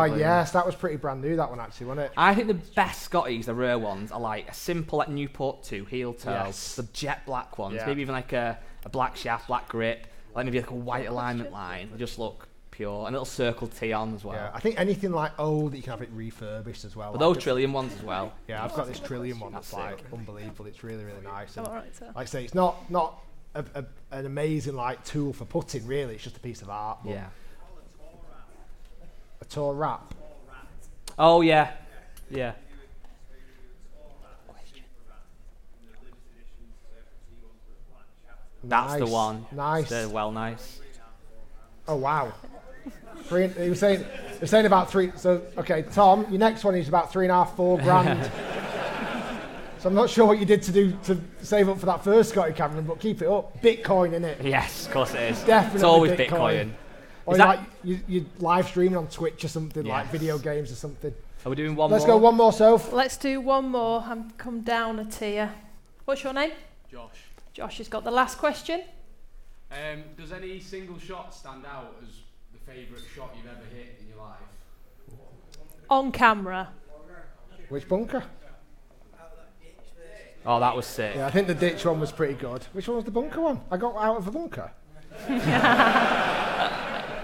Speaker 2: possibly.
Speaker 1: yes, that was pretty brand new. That one actually, wasn't it?
Speaker 2: I think the best Scotties, the rare ones, are like a simple like Newport 2 heel toe,
Speaker 1: Yes.
Speaker 2: the jet black ones,
Speaker 1: Yeah.
Speaker 2: maybe even like a, a black shaft, black grip, like maybe like a white alignment line. They just look pure. And a little circle T on as well.
Speaker 1: Yeah, I think anything like old that you can have it refurbished as well.
Speaker 2: But
Speaker 1: like
Speaker 2: those
Speaker 1: just-
Speaker 2: Trillium ones as well.
Speaker 1: Yeah, I've got this Trillium one that's
Speaker 2: That's
Speaker 1: like
Speaker 2: sick.
Speaker 1: unbelievable. It's really really nice. and
Speaker 6: Oh, alright, sir.
Speaker 1: Like I say, it's not not a, a, an amazing like tool for putting really. It's just a piece of art. but
Speaker 2: Yeah.
Speaker 1: A tour wrap.
Speaker 2: Oh yeah, yeah. That's the
Speaker 1: Nice,
Speaker 2: one.
Speaker 1: nice.
Speaker 2: They're well nice.
Speaker 1: Oh wow. Three. He was saying he was saying about three. So okay, Tom, your next one is about three and a half, four grand. so I'm not sure what you did to do to save up for that first Scotty Cameron, but keep it up. Bitcoin in it.
Speaker 2: Yes, of course it is.
Speaker 1: Definitely
Speaker 2: It's always
Speaker 1: Bitcoin.
Speaker 2: Bitcoin.
Speaker 1: Or
Speaker 2: Is
Speaker 1: you're
Speaker 2: that-
Speaker 1: like you, you live streaming on Twitch or something like
Speaker 2: Yes.
Speaker 1: video games or something.
Speaker 2: Are we doing one
Speaker 1: Let's
Speaker 2: more?
Speaker 1: go one more, Soph.
Speaker 6: Let's do one more and come down a tier. What's your name?
Speaker 10: Josh.
Speaker 6: Josh has got the last question.
Speaker 10: Um, does any single shot stand out as the favourite shot you've ever hit in your life?
Speaker 6: On camera.
Speaker 1: Which bunker?
Speaker 2: Oh, that was sick.
Speaker 1: Yeah, I think the ditch one was pretty good. Which one was the bunker one? I got out of the bunker.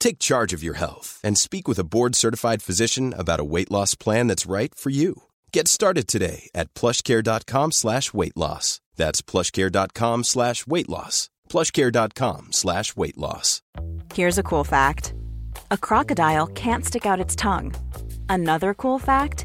Speaker 11: Take charge of your health and speak with a board-certified physician about a weight loss plan that's right for you. Get started today at plushcare.com slash weight loss. That's plushcare.com slash weight loss. plushcare.com slash weight loss.
Speaker 12: Here's a cool fact a crocodile can't stick out its tongue. Another cool fact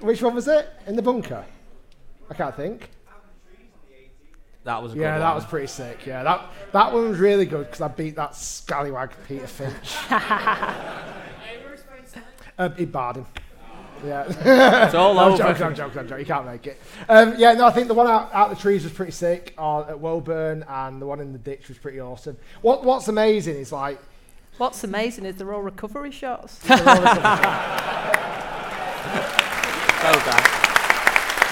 Speaker 1: Which one was it? In the bunker? I can't think.
Speaker 2: That was a
Speaker 1: yeah,
Speaker 2: good
Speaker 1: that
Speaker 2: one.
Speaker 1: was pretty sick. Yeah, that that one was really good because I beat that scallywag Peter Finch. uh, he barred him. Yeah.
Speaker 2: It's all
Speaker 1: No, I'm
Speaker 2: over.
Speaker 1: joking, I'm joking, I'm joking. You can't make it. Um, yeah, no, I think the one out, out the trees was pretty sick uh, at Woburn, and the one in the ditch was pretty awesome. What What's amazing is like.
Speaker 6: What's amazing is they're all recovery shots.
Speaker 2: Well done.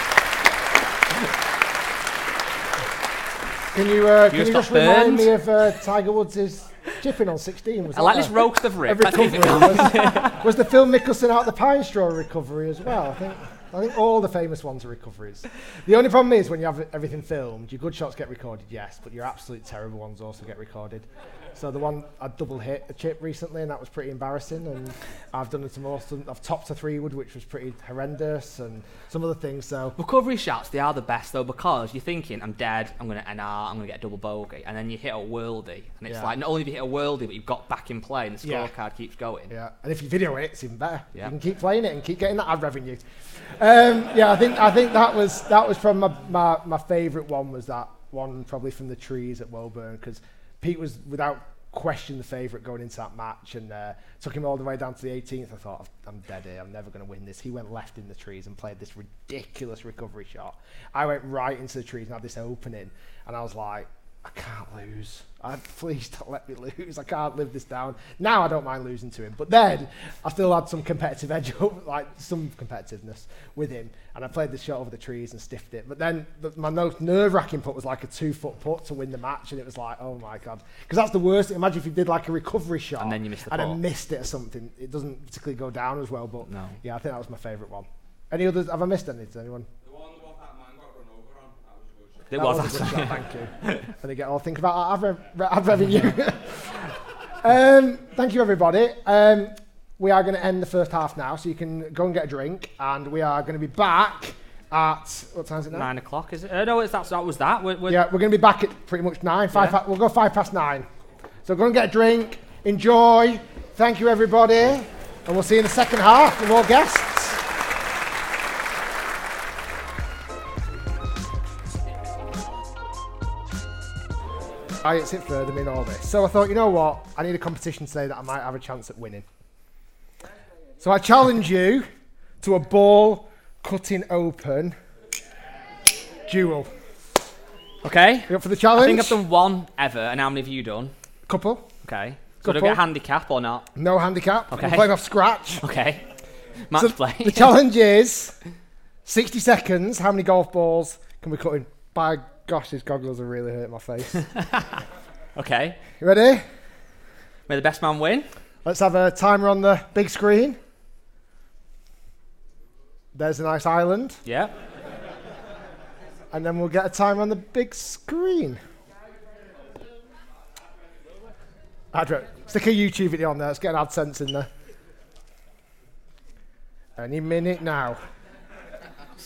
Speaker 1: Can you uh,
Speaker 2: You
Speaker 1: can you
Speaker 2: got
Speaker 1: just
Speaker 2: burned.
Speaker 1: remind me of uh, Tiger Woods' chipping on 16? Was
Speaker 2: I
Speaker 1: that
Speaker 2: like this
Speaker 1: a-
Speaker 2: roast of rib.
Speaker 1: a
Speaker 2: Let's leave it
Speaker 1: recovery?
Speaker 2: going.
Speaker 1: was, was the Phil Mickelson out the pine straw recovery as well? I think I think all the famous ones are recoveries. The only problem is when you have everything filmed, your good shots get recorded, yes, but your absolute terrible ones also get recorded. So the one I double hit a chip recently, and that was pretty embarrassing. And I've done some awesome. I've topped a three wood, which was pretty horrendous, and some other things. So
Speaker 2: Recovery shots, they are the best though because you're thinking, I'm dead, I'm going to NR, I'm going to get a double bogey. And then you hit a worldie. And it's
Speaker 1: Yeah.
Speaker 2: like, not only have you hit a worldie, but you've got back in play and the
Speaker 1: Yeah.
Speaker 2: scorecard keeps going.
Speaker 1: Yeah, and if you video it, it's even better.
Speaker 2: Yeah.
Speaker 1: You can keep playing it and keep getting that ad revenue. Um, yeah, I think I think that was that was probably my, my, my favourite one was that one probably from the trees at Woburn because Pete was without question the favourite going into that match and uh, took him all the way down to the 18th. I thought I'm dead here. I'm never going to win this. He went left in the trees and played this ridiculous recovery shot. I went right into the trees and had this opening, and I was like, I can't lose. I, please don't let me lose. I can't live this down. Now I don't mind losing to him, but then I still had some competitive edge, over, like some competitiveness with him. And I played the shot over the trees and stiffed it. But then the, my most nerve-wracking putt was like a two-foot putt to win the match, and it was like, oh my god, because that's the worst. Imagine if you did like a recovery shot
Speaker 2: And then you missed the
Speaker 1: and I
Speaker 2: putt.
Speaker 1: missed it or something. It doesn't particularly go down as well, but
Speaker 2: No.
Speaker 1: yeah, I think that was my favourite one. Any others? Have I missed any? Does anyone?
Speaker 2: It
Speaker 1: That
Speaker 2: was
Speaker 1: a good
Speaker 2: actually.
Speaker 1: shot, Thank you. and again, I'll think about our ad, rev- ad revenue. um, thank you, everybody. Um, we are going to end the first half now, so you can go and get a drink, and we are going to be back at what time is it now?
Speaker 2: Nine o'clock, is it? Uh, no, it's, that's, that was that. We're, we're,
Speaker 1: Yeah, we're going to be back at pretty much nine. Five.
Speaker 2: Yeah.
Speaker 1: pa- we'll go five past nine. So go and get a drink, enjoy. Thank you, everybody, and we'll see you in the second half with more guests. I it's it further in all this. So I thought, you know what? I need a competition today that I might have a chance at winning. So I challenge you to a ball cutting open duel.
Speaker 2: Okay.
Speaker 1: You up for the challenge?
Speaker 2: I think I've done one ever, and how many have you done?
Speaker 1: Couple.
Speaker 2: Okay. So do I
Speaker 1: Couple.
Speaker 2: get a handicap or not?
Speaker 1: No handicap.
Speaker 2: Okay.
Speaker 1: We're playing off scratch.
Speaker 2: Okay. Match
Speaker 1: So
Speaker 2: play.
Speaker 1: The challenge is 60 seconds. How many golf balls can we cut in? By gosh, these goggles are really hurting my face.
Speaker 2: Okay.
Speaker 1: you ready?
Speaker 2: May the best man win.
Speaker 1: Let's have a timer on the big screen. There's a nice island.
Speaker 2: Yeah.
Speaker 1: And then we'll get a timer on the big screen. Ad re- Stick a YouTube video on there. Let's get an AdSense in there. Any minute now.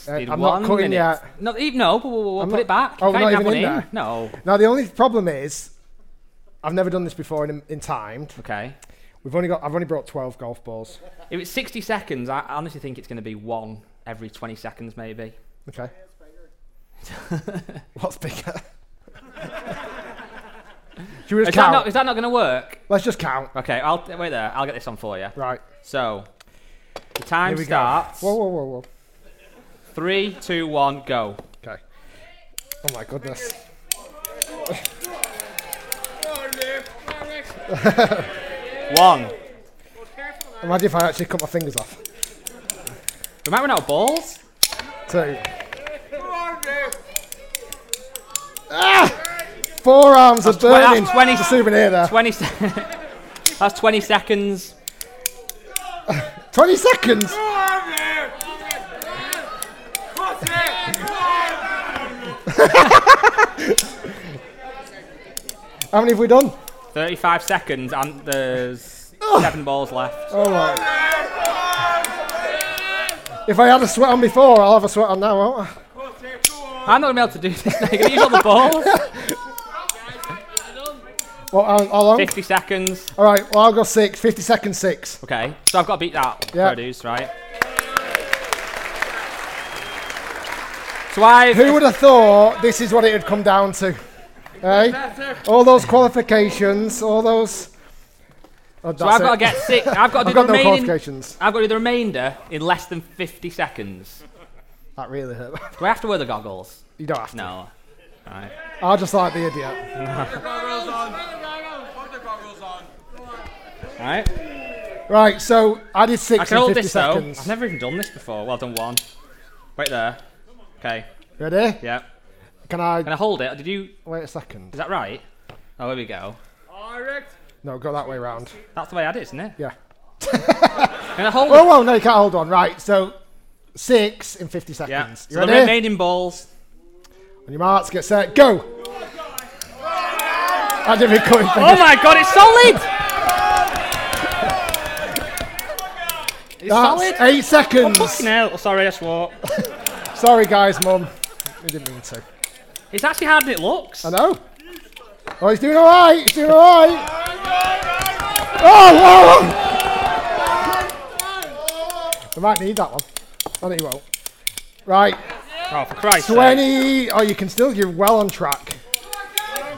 Speaker 1: Uh,
Speaker 2: Did
Speaker 1: I'm
Speaker 2: one
Speaker 1: not cutting
Speaker 2: minute.
Speaker 1: yet.
Speaker 2: No, even, no, but we'll, we'll
Speaker 1: I'm
Speaker 2: put
Speaker 1: not-
Speaker 2: it back.
Speaker 1: Oh,
Speaker 2: Can't
Speaker 1: not
Speaker 2: have
Speaker 1: even
Speaker 2: one
Speaker 1: in there?
Speaker 2: No.
Speaker 1: Now the only problem is, I've never done this before in, in timed.
Speaker 2: Okay.
Speaker 1: We've only got. I've only brought twelve golf balls.
Speaker 2: If it's 60 seconds, I I honestly think it's going to be one every 20 seconds, maybe.
Speaker 1: Okay. What's bigger? Should we
Speaker 2: Is
Speaker 1: just
Speaker 2: that,
Speaker 1: count?
Speaker 2: not, is that not going to work?
Speaker 1: Let's just count.
Speaker 2: Okay, I'll wait there. I'll get this on for you.
Speaker 1: Right.
Speaker 2: So, the time
Speaker 1: Here we go.
Speaker 2: starts.
Speaker 1: Whoa, whoa, whoa, whoa.
Speaker 2: Three, two, one, go.
Speaker 1: Okay. Oh my goodness.
Speaker 2: One.
Speaker 1: Imagine if I actually cut my fingers off.
Speaker 2: We might run out of balls.
Speaker 1: Two. Ah! Forearms
Speaker 2: That's,
Speaker 1: are
Speaker 2: tw-
Speaker 1: burning.
Speaker 2: that's 20
Speaker 1: It's a souvenir there.
Speaker 2: 20 se- that's 20 seconds.
Speaker 1: 20 seconds. How many have we done?
Speaker 2: 35 seconds, and there's seven balls left.
Speaker 1: Oh my. If I had a sweat on before, I'll have a sweat on now, won't I?
Speaker 2: I'm not going to be able to do this. You're going to use all the balls.
Speaker 1: Well, how, how long?
Speaker 2: 50 seconds.
Speaker 1: All right, well, I'll go six. 50 seconds, six.
Speaker 2: Okay, so I've got to beat that
Speaker 1: Yeah.
Speaker 2: produce, right? So I've.
Speaker 1: Who would have thought this is what it had come down to? Eh? All those qualifications, all those Oh,
Speaker 2: so
Speaker 1: that's
Speaker 2: I've got to
Speaker 1: it.
Speaker 2: get six. I've got to do the
Speaker 1: I've got no
Speaker 2: remaining.
Speaker 1: qualifications.
Speaker 2: I've got to do the remainder in less than 50 seconds.
Speaker 1: That really hurt.
Speaker 2: Do I have to wear the goggles?
Speaker 1: You don't have to.
Speaker 2: No. Right.
Speaker 1: I'll just like the idiot.
Speaker 2: Right.
Speaker 1: right, so I did
Speaker 2: I
Speaker 1: six
Speaker 2: can
Speaker 1: in
Speaker 2: hold
Speaker 1: 50
Speaker 2: this
Speaker 1: seconds.
Speaker 2: though. I've never even done this before. Well done, one. Wait there. Okay.
Speaker 1: Ready?
Speaker 2: Yeah.
Speaker 1: Can I?
Speaker 2: Can I hold it? Did you?
Speaker 1: Wait a second.
Speaker 2: Is that right? Oh, here we go.
Speaker 1: No, go that way round.
Speaker 2: That's the way I did, isn't it?
Speaker 1: Yeah.
Speaker 2: Can I hold
Speaker 1: Oh, well, no, you can't hold on. Right, so six in 50 seconds.
Speaker 2: So
Speaker 1: You
Speaker 2: the
Speaker 1: ready?
Speaker 2: remaining balls.
Speaker 1: On your marks, get set, go! I didn't record it.
Speaker 2: Oh my god, it's solid! It's
Speaker 1: That's
Speaker 2: solid.
Speaker 1: eight seconds.
Speaker 2: Oh, fucking hell. Sorry, I swore.
Speaker 1: Sorry, guys, mum. We didn't mean to.
Speaker 2: It's actually harder than it looks.
Speaker 1: I know. Oh, he's doing all right. He's doing all right. Oh, whoa! We might need that one. I think he won't. Right.
Speaker 2: Oh, for Christ's sake.
Speaker 1: 20. Oh, you can still. You're well on track.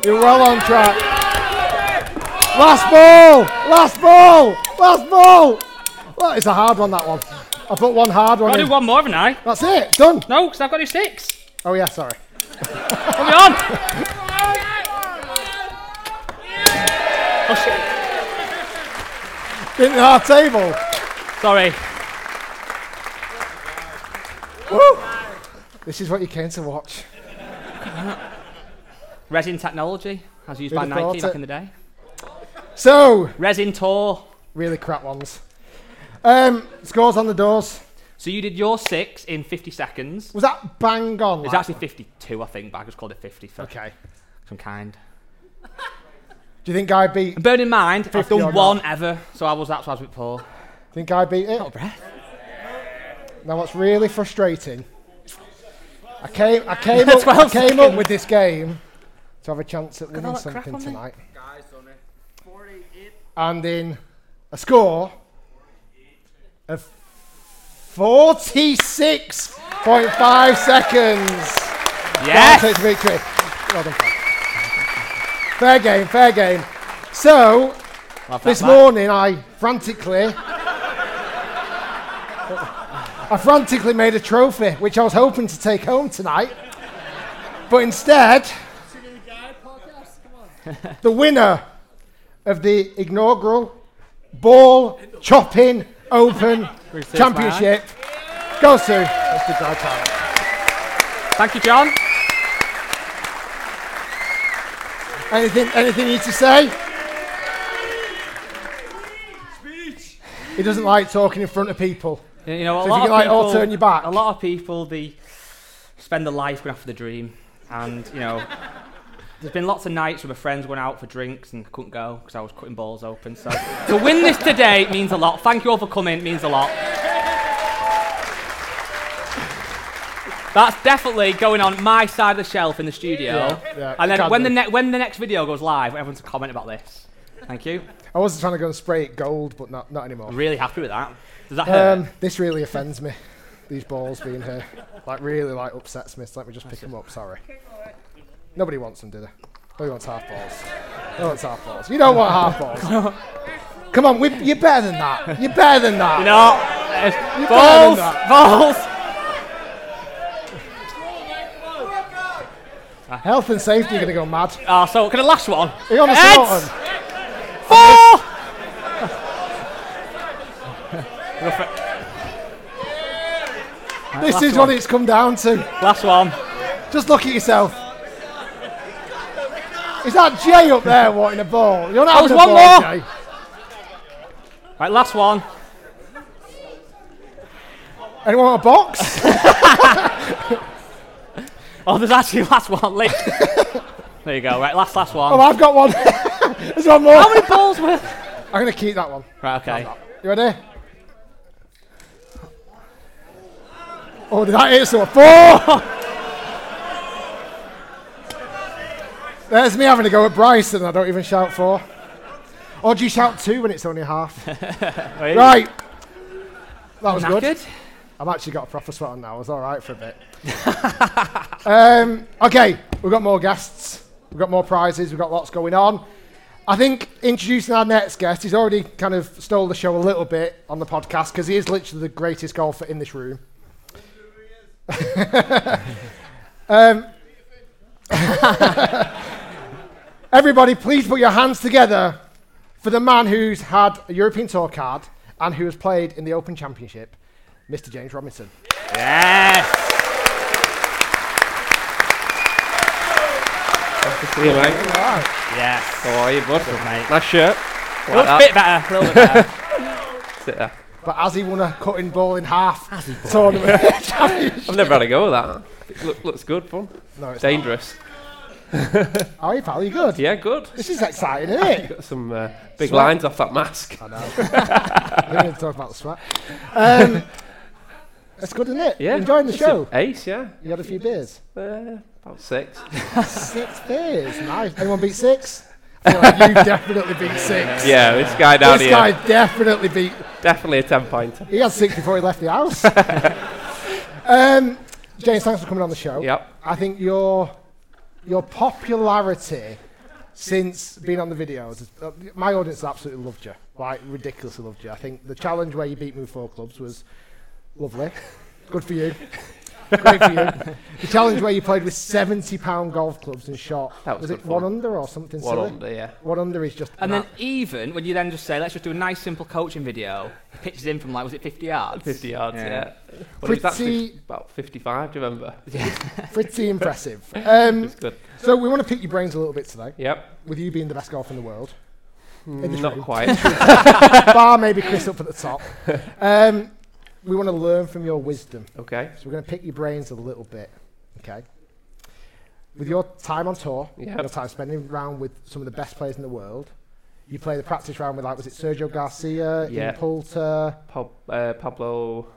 Speaker 1: You're well on track. Last ball. Last ball. Last ball. Well, it's a hard one, that one. I put one hard one
Speaker 2: I'll
Speaker 1: in.
Speaker 2: do one more, haven't I?
Speaker 1: That's it. Done.
Speaker 2: No, because I've got to do six.
Speaker 1: Oh, yeah, sorry.
Speaker 2: Come on! oh, shit.
Speaker 1: Didn't our table.
Speaker 2: Sorry.
Speaker 1: Woo. This is what you came to watch.
Speaker 2: Resin technology, as used
Speaker 1: Who'd
Speaker 2: by
Speaker 1: have thought
Speaker 2: Nike back
Speaker 1: it?
Speaker 2: in the day.
Speaker 1: So,
Speaker 2: Resin Tor.
Speaker 1: really crap ones. Um, scores on the doors.
Speaker 2: So you did your six in 50 seconds.
Speaker 1: Was that bang on?
Speaker 2: It's
Speaker 1: like?
Speaker 2: actually 52, I think, but I just called it 50 for
Speaker 1: okay.
Speaker 2: some kind.
Speaker 1: Do you think I beat?
Speaker 2: Bearing in mind, I've
Speaker 1: 50 or
Speaker 2: done
Speaker 1: not?
Speaker 2: one ever, so I was that's why I was a bit poor.
Speaker 1: Think I beat it? Now, what's really frustrating? I came, I came up, I
Speaker 2: Twelve
Speaker 1: came up
Speaker 2: seconds.
Speaker 1: with this game to have a chance at
Speaker 2: all
Speaker 1: winning
Speaker 2: that crap
Speaker 1: something
Speaker 2: on me.
Speaker 1: tonight,
Speaker 10: Guys, done it. 48.
Speaker 1: and in a score of forty-six point five seconds.
Speaker 2: Yes.
Speaker 1: That takes victory. Well done, Paul. Fair game, fair game. So,
Speaker 2: Love that
Speaker 1: this
Speaker 2: back.
Speaker 1: morning I frantically. I frantically made a trophy, which I was hoping to take home tonight. But instead, the winner of the inaugural ball chopping open
Speaker 2: With this
Speaker 1: championship goes to Mr. Dry
Speaker 2: Thank you, John.
Speaker 1: Anything, anything you need to say? He doesn't like talking in front of people.
Speaker 2: You know, a
Speaker 1: So if
Speaker 2: lot
Speaker 1: you
Speaker 2: of
Speaker 1: can, like,
Speaker 2: people,
Speaker 1: all turn your back.
Speaker 2: A lot of people, they spend their life going after the dream, and you know, there's been lots of nights where my friends went out for drinks and I couldn't go because I was cutting balls open. So to win this today means a lot. Thank you all for coming. It means a lot. That's definitely going on my side of the shelf in the studio.
Speaker 1: Yeah, yeah,
Speaker 2: and
Speaker 1: it can
Speaker 2: then when the,
Speaker 1: do.
Speaker 2: ne- when the next video goes live, everyone's to comment about this. Thank you.
Speaker 1: I was trying to go and spray it gold, but not, not anymore.
Speaker 2: I'm really happy with that. Does that hurt?
Speaker 1: Um, this really offends me. These balls being here, like really, like upsets me. So let me just pick them up. Sorry. Nobody wants them, do they? Nobody wants half balls. No one's half balls. You don't want half balls. Come on, we, you're better than that. You're better than that.
Speaker 2: You know, it's
Speaker 1: You're better than
Speaker 2: balls,
Speaker 1: that.
Speaker 2: balls.
Speaker 1: Health and safety are going to go mad.
Speaker 2: Ah, so can I last one?
Speaker 1: Are you on a
Speaker 2: Heads!
Speaker 1: Sorton?
Speaker 2: Four.
Speaker 1: This
Speaker 2: last
Speaker 1: is
Speaker 2: one.
Speaker 1: what it's come down to.
Speaker 2: Last one.
Speaker 1: Just look at yourself. Is that Jay up there wanting a ball? You're
Speaker 2: Oh,
Speaker 1: not having a
Speaker 2: there's one
Speaker 1: ball,
Speaker 2: more.
Speaker 1: Jay.
Speaker 2: Right, last one.
Speaker 1: Anyone want a box?
Speaker 2: Oh, there's actually last one. Lick. there you go. Right, last, last one.
Speaker 1: oh, I've got one. there's one more.
Speaker 2: How many balls were?
Speaker 1: I'm going to keep that one.
Speaker 2: Right, okay.
Speaker 1: You ready? Oh, did that hit someone? Four! There's me having a go at Bryson. I don't even shout four. Or do you shout two when it's only half? right. That was good.
Speaker 2: Knackered?
Speaker 1: I've actually got a proper sweat on now. I was all right for a bit. um, okay, we've got more guests. We've got more prizes. We've got lots going on. I think introducing our next guest, he's already kind of stole the show a little bit on the podcast because he is literally the greatest golfer in this room. um, everybody, please put your hands together for the man who's had a European Tour card and who has played in the Open Championship, Mr. James Robinson.
Speaker 2: Yes.
Speaker 13: Good to see you, mate.
Speaker 1: Alright.
Speaker 13: Yes. How are you, bud?
Speaker 2: Good, mate.
Speaker 13: Nice shirt.
Speaker 2: It looks a bit better, a little bit better.
Speaker 13: Sit there.
Speaker 1: But has he won a cutting ball in half tournament?
Speaker 13: I've never had a go at that. Look, looks good, fun.
Speaker 1: No, it's
Speaker 13: Dangerous.
Speaker 1: How are you, pal? Are you good?
Speaker 13: Yeah, good.
Speaker 1: This is exciting, isn't it?
Speaker 13: Got some uh, big
Speaker 1: Sweat.
Speaker 13: lines off that mask.
Speaker 1: I know. We're going to talk about the sweat. Um, that's good, isn't it?
Speaker 13: Yeah.
Speaker 1: You enjoying the
Speaker 13: It's
Speaker 1: show?
Speaker 13: a- Ace, yeah.
Speaker 1: You had a few beers?
Speaker 13: Uh, about six.
Speaker 1: six beers, nice. Anyone beat six? I feel like you definitely beat six.
Speaker 13: Yeah, this guy down
Speaker 1: This
Speaker 13: here.
Speaker 1: guy definitely beat.
Speaker 13: Definitely a 10 pointer.
Speaker 1: He had six before he left the house. um, James, thanks for coming on the show.
Speaker 13: Yep.
Speaker 1: I think your your popularity since being on the videos, is- uh, my audience absolutely loved you, like ridiculously loved you. I think the challenge where you beat Move Four Clubs was lovely. Good for you. Great for you. The challenge where you played with seventy pound golf clubs and shot
Speaker 13: That was
Speaker 1: it
Speaker 13: good
Speaker 1: one
Speaker 13: fun.
Speaker 1: under or something
Speaker 13: One
Speaker 1: silly?
Speaker 13: under, yeah.
Speaker 1: One under is just
Speaker 2: And then even when you then just say, let's just do a nice simple coaching video, he pitches in from like, was it 50 yards?
Speaker 13: 50 yards, yeah. Well, it was
Speaker 1: Pretty-
Speaker 13: actually about 55, do you remember?
Speaker 1: pretty impressive. Um,
Speaker 13: It's good.
Speaker 1: So we want to pick your brains a little bit today.
Speaker 13: Yep. Hmm,
Speaker 1: With you being the best golfer in the world. In this
Speaker 13: Not
Speaker 1: room.
Speaker 13: quite.
Speaker 1: Bar maybe Chris up at the top. Um, we want to learn from your wisdom.
Speaker 13: Okay.
Speaker 1: So we're going to pick your brains a little bit. Okay. With your time on tour,
Speaker 13: Yep.
Speaker 1: your time spending around with some of the best players in the world, you play the practice round with like was it Sergio Garcia,
Speaker 13: Yeah.
Speaker 1: Ian Poulter,
Speaker 13: Pab- uh, Pablo.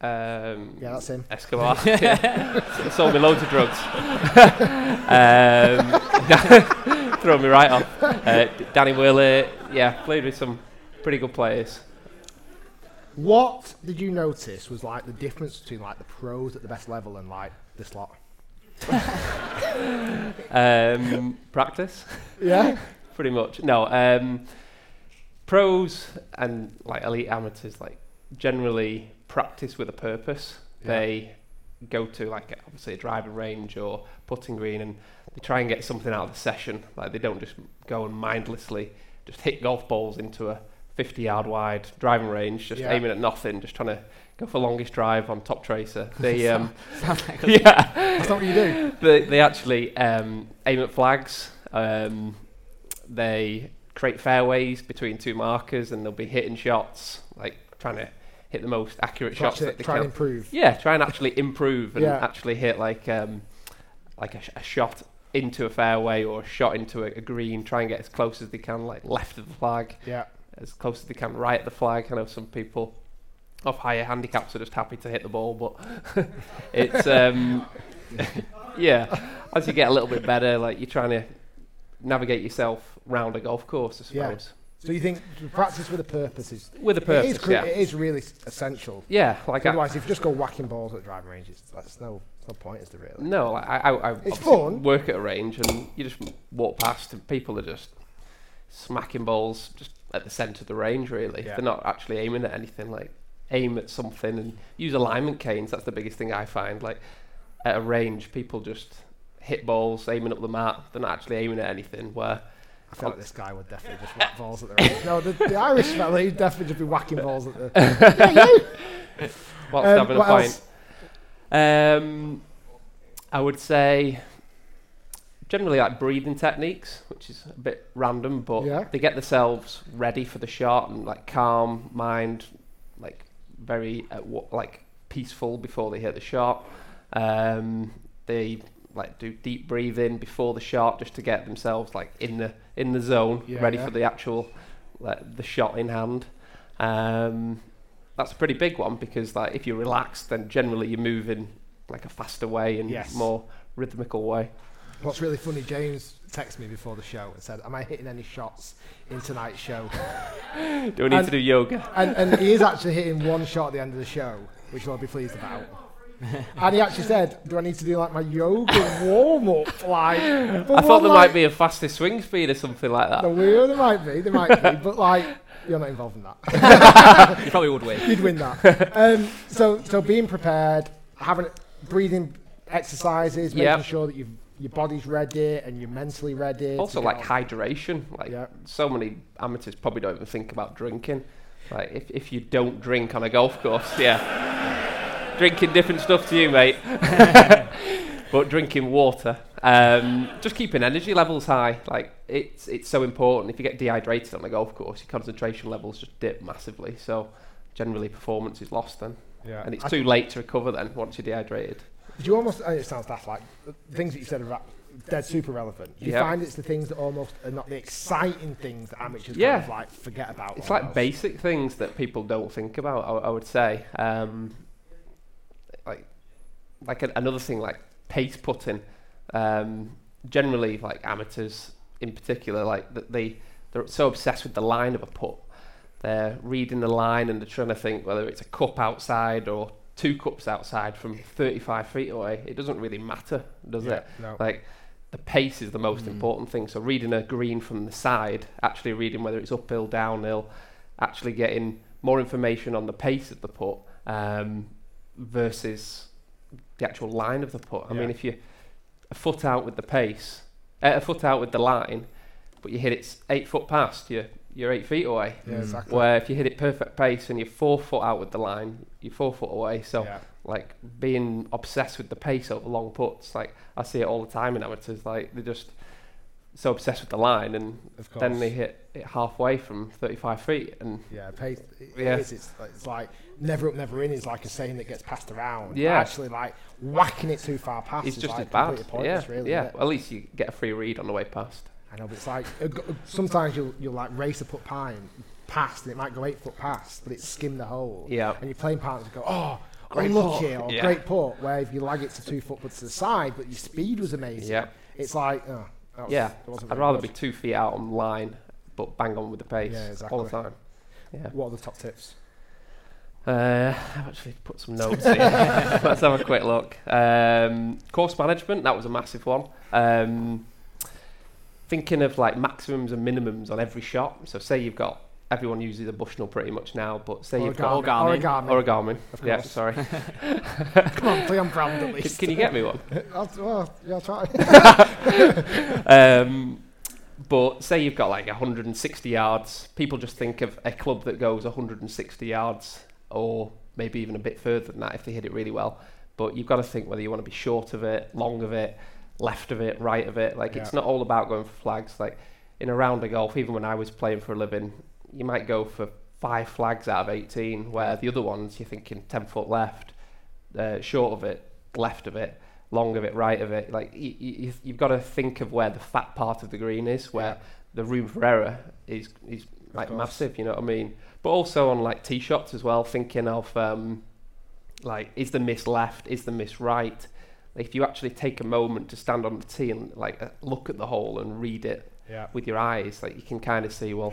Speaker 13: Um,
Speaker 1: Yeah, that's him.
Speaker 13: Escobar. Yeah. Sold me loads of drugs. um, throw me right off. Uh, D- Danny Wheeler. Yeah, played with some pretty good players.
Speaker 1: What did you notice was like the difference between like the pros at the best level and like this lot?
Speaker 13: Um, practice.
Speaker 1: Yeah.
Speaker 13: pretty much. No. Um, pros and like elite amateurs like generally practice with a purpose.
Speaker 7: Yeah.
Speaker 13: They go to like obviously a driving range or putting green and they try and get something out of the session. Like they don't just go and mindlessly just hit golf balls into a 50 yard wide driving range, just
Speaker 7: Yeah.
Speaker 13: aiming at nothing, just trying to go for longest drive on top tracer. They um,
Speaker 2: Sounds like a-
Speaker 13: yeah,
Speaker 2: That's not what you do.
Speaker 13: They, they actually um, aim at flags. Um, they create fairways between two markers, and they'll be hitting shots, like trying to hit the most accurate
Speaker 1: Try
Speaker 13: shots
Speaker 1: to-
Speaker 13: that they
Speaker 1: try
Speaker 13: can.
Speaker 1: and improve.
Speaker 13: Yeah, try and actually improve and
Speaker 1: Yeah.
Speaker 13: actually hit like um, like a, sh- a shot into a fairway or a shot into a, a green. Try and get as close as they can, like left of the flag.
Speaker 1: Yeah.
Speaker 13: As close as they can, right at the flag. I know some people of higher handicaps are just happy to hit the ball, but it's um, yeah. As you get a little bit better, like you're trying to navigate yourself round a golf course, I
Speaker 1: Yeah.
Speaker 13: suppose.
Speaker 1: So you think practice with a purpose is
Speaker 13: With
Speaker 1: It
Speaker 13: a
Speaker 1: is,
Speaker 13: purpose,
Speaker 1: cru-
Speaker 13: yeah.
Speaker 1: it is really s- essential.
Speaker 13: Yeah, like I-
Speaker 1: otherwise, if you just go whacking balls at the driving range, it's, that's no no point, is there really?
Speaker 13: No, like, I, I, I
Speaker 1: it's
Speaker 13: obviously
Speaker 1: fun.
Speaker 13: work at a range and you just walk past and people are just smacking balls just at the centre of the range, really.
Speaker 7: Yeah.
Speaker 13: They're not actually aiming at anything. Like, aim at something and use alignment canes. That's the biggest thing I find. Like, at a range, people just hit balls, aiming up the map. They're not actually aiming at anything. Where
Speaker 1: I feel like this guy would definitely just whack balls at the range. No, the, the Irish fella, he'd definitely just be whacking balls at the. yeah, you.
Speaker 13: Whilst
Speaker 1: Um,
Speaker 13: having a
Speaker 1: what
Speaker 13: pint.
Speaker 1: else?
Speaker 13: Um, I would say generally like breathing techniques, which is a bit random, but
Speaker 1: Yeah.
Speaker 13: they get themselves ready for the shot and like calm mind, like very at wa- like peaceful before they hit the shot. Um, they like do deep breathing before the shot just to get themselves like in the in the zone,
Speaker 7: Yeah,
Speaker 13: ready
Speaker 7: yeah.
Speaker 13: for the actual like, the shot in hand. Um, that's a pretty big one because like if you're relaxed, then generally you're moving like a faster way and
Speaker 1: Yes.
Speaker 13: more rhythmical way.
Speaker 1: What's really funny, James texted me before the show and said, "Am I hitting any shots in tonight's show?"
Speaker 13: Do we need to do yoga?
Speaker 1: And, and he is actually hitting one shot at the end of the show, which I'll be pleased about. and he actually said, "Do I need to do like my yoga warm up?" Like,
Speaker 13: I thought there might be a fastest swing speed or something like that.
Speaker 1: No, there might be, there might be, but like, you're not involved in that.
Speaker 2: You probably would win.
Speaker 1: You'd win that. Um, so, so being prepared, having breathing exercises, making
Speaker 13: Yep.
Speaker 1: sure that you your body's ready and you're mentally ready. to
Speaker 13: Also,
Speaker 1: get
Speaker 13: like
Speaker 1: on.
Speaker 13: hydration. Like so many amateurs probably don't even think about drinking. Like if, if you don't drink on a golf course, yeah, drinking different stuff to you, mate. but drinking water, um, just keeping energy levels high. Like it's it's so important. If you get dehydrated on a golf course, your concentration levels just dip massively. So generally, performance is lost then.
Speaker 1: Yeah.
Speaker 13: And it's
Speaker 1: I-
Speaker 13: too late to recover then once you're dehydrated.
Speaker 1: Do you almost? uh, It sounds daft. Like the things that you said are ra- dead super relevant. Do you
Speaker 13: Yeah.
Speaker 1: find it's the things that almost are not the exciting things that amateurs kind of like forget about.
Speaker 13: It's like
Speaker 1: almost.
Speaker 13: basic things that people don't think about. I, I would say, um, like, like a, another thing like pace putting. Um, generally, like amateurs in particular, like th- they they're so obsessed with the line of a putt. They're reading the line and they're trying to think whether it's a cup outside or two cups outside from 35 feet away. It doesn't really matter, does
Speaker 1: Yeah,
Speaker 13: it?
Speaker 1: no.
Speaker 13: Like the pace is the most
Speaker 1: Mm.
Speaker 13: important thing. So reading a green from the side, actually reading whether it's uphill, downhill, actually getting more information on the pace of the putt um, versus the actual line of the putt. I mean,
Speaker 1: Yeah.
Speaker 13: if you're a foot out with the pace, uh, a foot out with the line, but you hit it s- eight foot past, you're you're eight feet away.
Speaker 1: Yeah, Mm. exactly.
Speaker 13: Where if you hit it perfect pace and you're four foot out with the line, you're four foot away. So
Speaker 1: Yeah.
Speaker 13: like being obsessed with the pace over long putts, like I see it all the time in amateurs. Like they're just so obsessed with the line, and
Speaker 1: Of
Speaker 13: then
Speaker 1: course.
Speaker 13: they hit it halfway from 35 feet, and
Speaker 1: Yeah, pace. It
Speaker 13: Yeah.
Speaker 1: is, It's, it's like never up, never in is like a saying that gets passed around.
Speaker 13: Yeah.
Speaker 1: Actually, like whacking it too far past
Speaker 13: it's
Speaker 1: is
Speaker 13: just
Speaker 1: like
Speaker 13: as bad.
Speaker 1: completely pointless,
Speaker 13: Yeah,
Speaker 1: really.
Speaker 13: yeah.
Speaker 1: isn't it?
Speaker 13: Well, at least you get a free read on the way past.
Speaker 1: I know, but it's like uh, g- uh, sometimes you'll you'll like race a put pine past, and it might go eight foot past, but it's skimmed the hole.
Speaker 13: Yeah.
Speaker 1: And your playing partners go, oh.
Speaker 13: Great
Speaker 1: Great unlucky
Speaker 13: putt."
Speaker 1: or
Speaker 13: Yeah.
Speaker 1: great putt, where if you lag it to two foot but to the side, but your speed was amazing.
Speaker 13: Yeah.
Speaker 1: It's like, oh, that was,
Speaker 13: yeah,
Speaker 1: that wasn't
Speaker 13: I'd
Speaker 1: very
Speaker 13: rather
Speaker 1: good.
Speaker 13: be two feet out on line, but bang on with the pace
Speaker 1: Yeah,
Speaker 13: all
Speaker 1: exactly.
Speaker 13: the time. Yeah.
Speaker 1: What are the top tips?
Speaker 13: Uh, I've actually put some notes here. Let's have a quick look. Um, course management, that was a massive one. Um, thinking of like maximums and minimums on every shot. So say you've got everyone uses a Bushnell pretty much now, but say you've got
Speaker 1: Origami. Origami.
Speaker 13: or a Garmin.
Speaker 1: Of
Speaker 13: Yeah,
Speaker 1: course.
Speaker 13: sorry.
Speaker 1: Come on, play on brand at
Speaker 13: Can-
Speaker 1: least.
Speaker 13: Can you get me one?
Speaker 1: I'll, well, yeah, I'll try.
Speaker 13: um, but say you've got like 160 yards, people just think of a club that goes 160 yards, or maybe even a bit further than that if they hit it really well. But you've got to think whether you want to be short of it, long of it, left of it, right of it. Like it's
Speaker 1: Yeah.
Speaker 13: not all about going for flags. Like in a round of golf, even when I was playing for a living, you might go for five flags out of 18, where the other ones you're thinking 10 foot left, uh, short of it, left of it, long of it, right of it. Like you, you, you've got to think of where the fat part of the green is, where the room for error is is like
Speaker 1: course.
Speaker 13: massive. You know what I mean? But also on like tee shots as well, thinking of um, like is the miss left, is the miss right. Like if you actually take a moment to stand on the tee and like uh, look at the hole and read it
Speaker 1: Yeah.
Speaker 13: with your eyes, like you can kind of see well.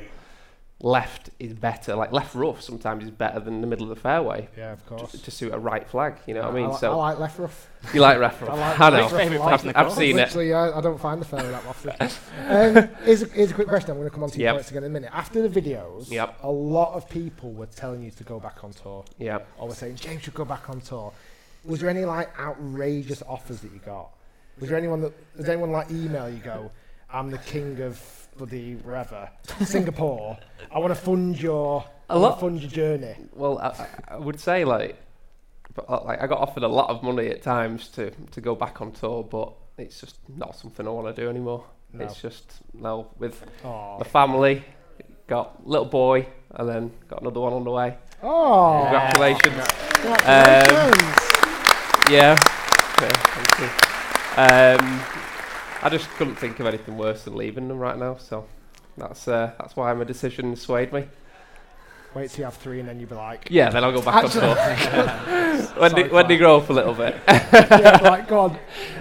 Speaker 13: Left is better, like left rough sometimes is better than the middle of the fairway.
Speaker 1: Yeah, of
Speaker 13: to-
Speaker 1: course.
Speaker 13: To suit a right flag, you know what I
Speaker 1: I
Speaker 13: mean?
Speaker 1: li-
Speaker 13: so
Speaker 1: I like left rough.
Speaker 13: You like left rough.
Speaker 1: like
Speaker 13: I know.
Speaker 1: left rough.
Speaker 13: Favourite
Speaker 1: I like
Speaker 13: place in the
Speaker 1: it.
Speaker 13: course. I've seen it.
Speaker 1: Literally, uh, I, I don't find the fairway that often. um, here's, a, here's a quick question. I'm going to come on to your
Speaker 13: Yep.
Speaker 1: points again in a minute. After the videos,
Speaker 13: Yep.
Speaker 1: a lot of people were telling you to go back on tour.
Speaker 13: Yep.
Speaker 1: Or were saying, James should go back on tour. Was there any like outrageous offers that you got? Was there anyone that, was anyone like email you go, I'm the king of bloody wherever, Singapore. I want to fund your, I want to
Speaker 13: lot-
Speaker 1: fund your journey.
Speaker 13: Well, I, I- I would say like, but, uh, like I got offered a lot of money at times to to go back on tour, but it's just not something I want to do anymore.
Speaker 1: No.
Speaker 13: It's just no with
Speaker 1: Aw.
Speaker 13: the family. Got little boy, and then got another one on the way.
Speaker 1: Aw.
Speaker 13: Congratulations!
Speaker 1: Congratulations.
Speaker 13: Um, yeah. yeah thank you. Um, I just couldn't think of anything worse than leaving them right now, so that's uh, that's why my decision swayed me.
Speaker 1: Wait till you have three and then you'll be like,
Speaker 13: Yeah, then I'll go back on
Speaker 1: Actually-
Speaker 13: tour. when they,
Speaker 1: Sorry,
Speaker 13: when they
Speaker 1: Clive.
Speaker 13: grow up a little bit.
Speaker 1: yeah, like, go on.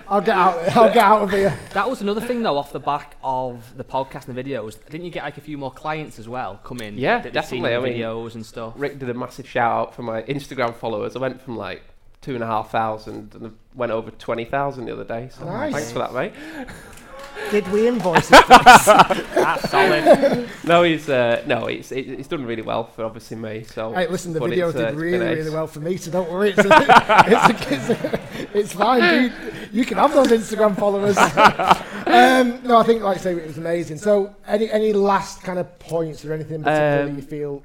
Speaker 1: I'll get out. I'll get out of here.
Speaker 2: That was another thing, though, off the back of the podcast and the videos. Didn't you get like a few more clients as well come in?
Speaker 13: yeah,
Speaker 2: that they've seen
Speaker 13: definitely. I
Speaker 2: the
Speaker 13: mean,
Speaker 2: videos and stuff.
Speaker 13: Rick did a massive shout out for my Instagram followers. I went from like two and a half thousand and I went over twenty thousand the other day. So
Speaker 1: Nice.
Speaker 13: thanks for that, mate.
Speaker 1: Did we invoice it? That's
Speaker 13: no, he's uh, no, he's it- it's done really well for obviously me. So
Speaker 1: Hey, listen, the
Speaker 13: but
Speaker 1: video
Speaker 13: it's, uh,
Speaker 1: did
Speaker 13: it's been
Speaker 1: really,
Speaker 13: ace.
Speaker 1: really well for me, so don't worry. It's, it's, it's, it's fine, dude. You can have those Instagram followers. um, no, I think, like I say, it was amazing. So, any any last kind of points or anything in particular that
Speaker 13: Um,
Speaker 1: you feel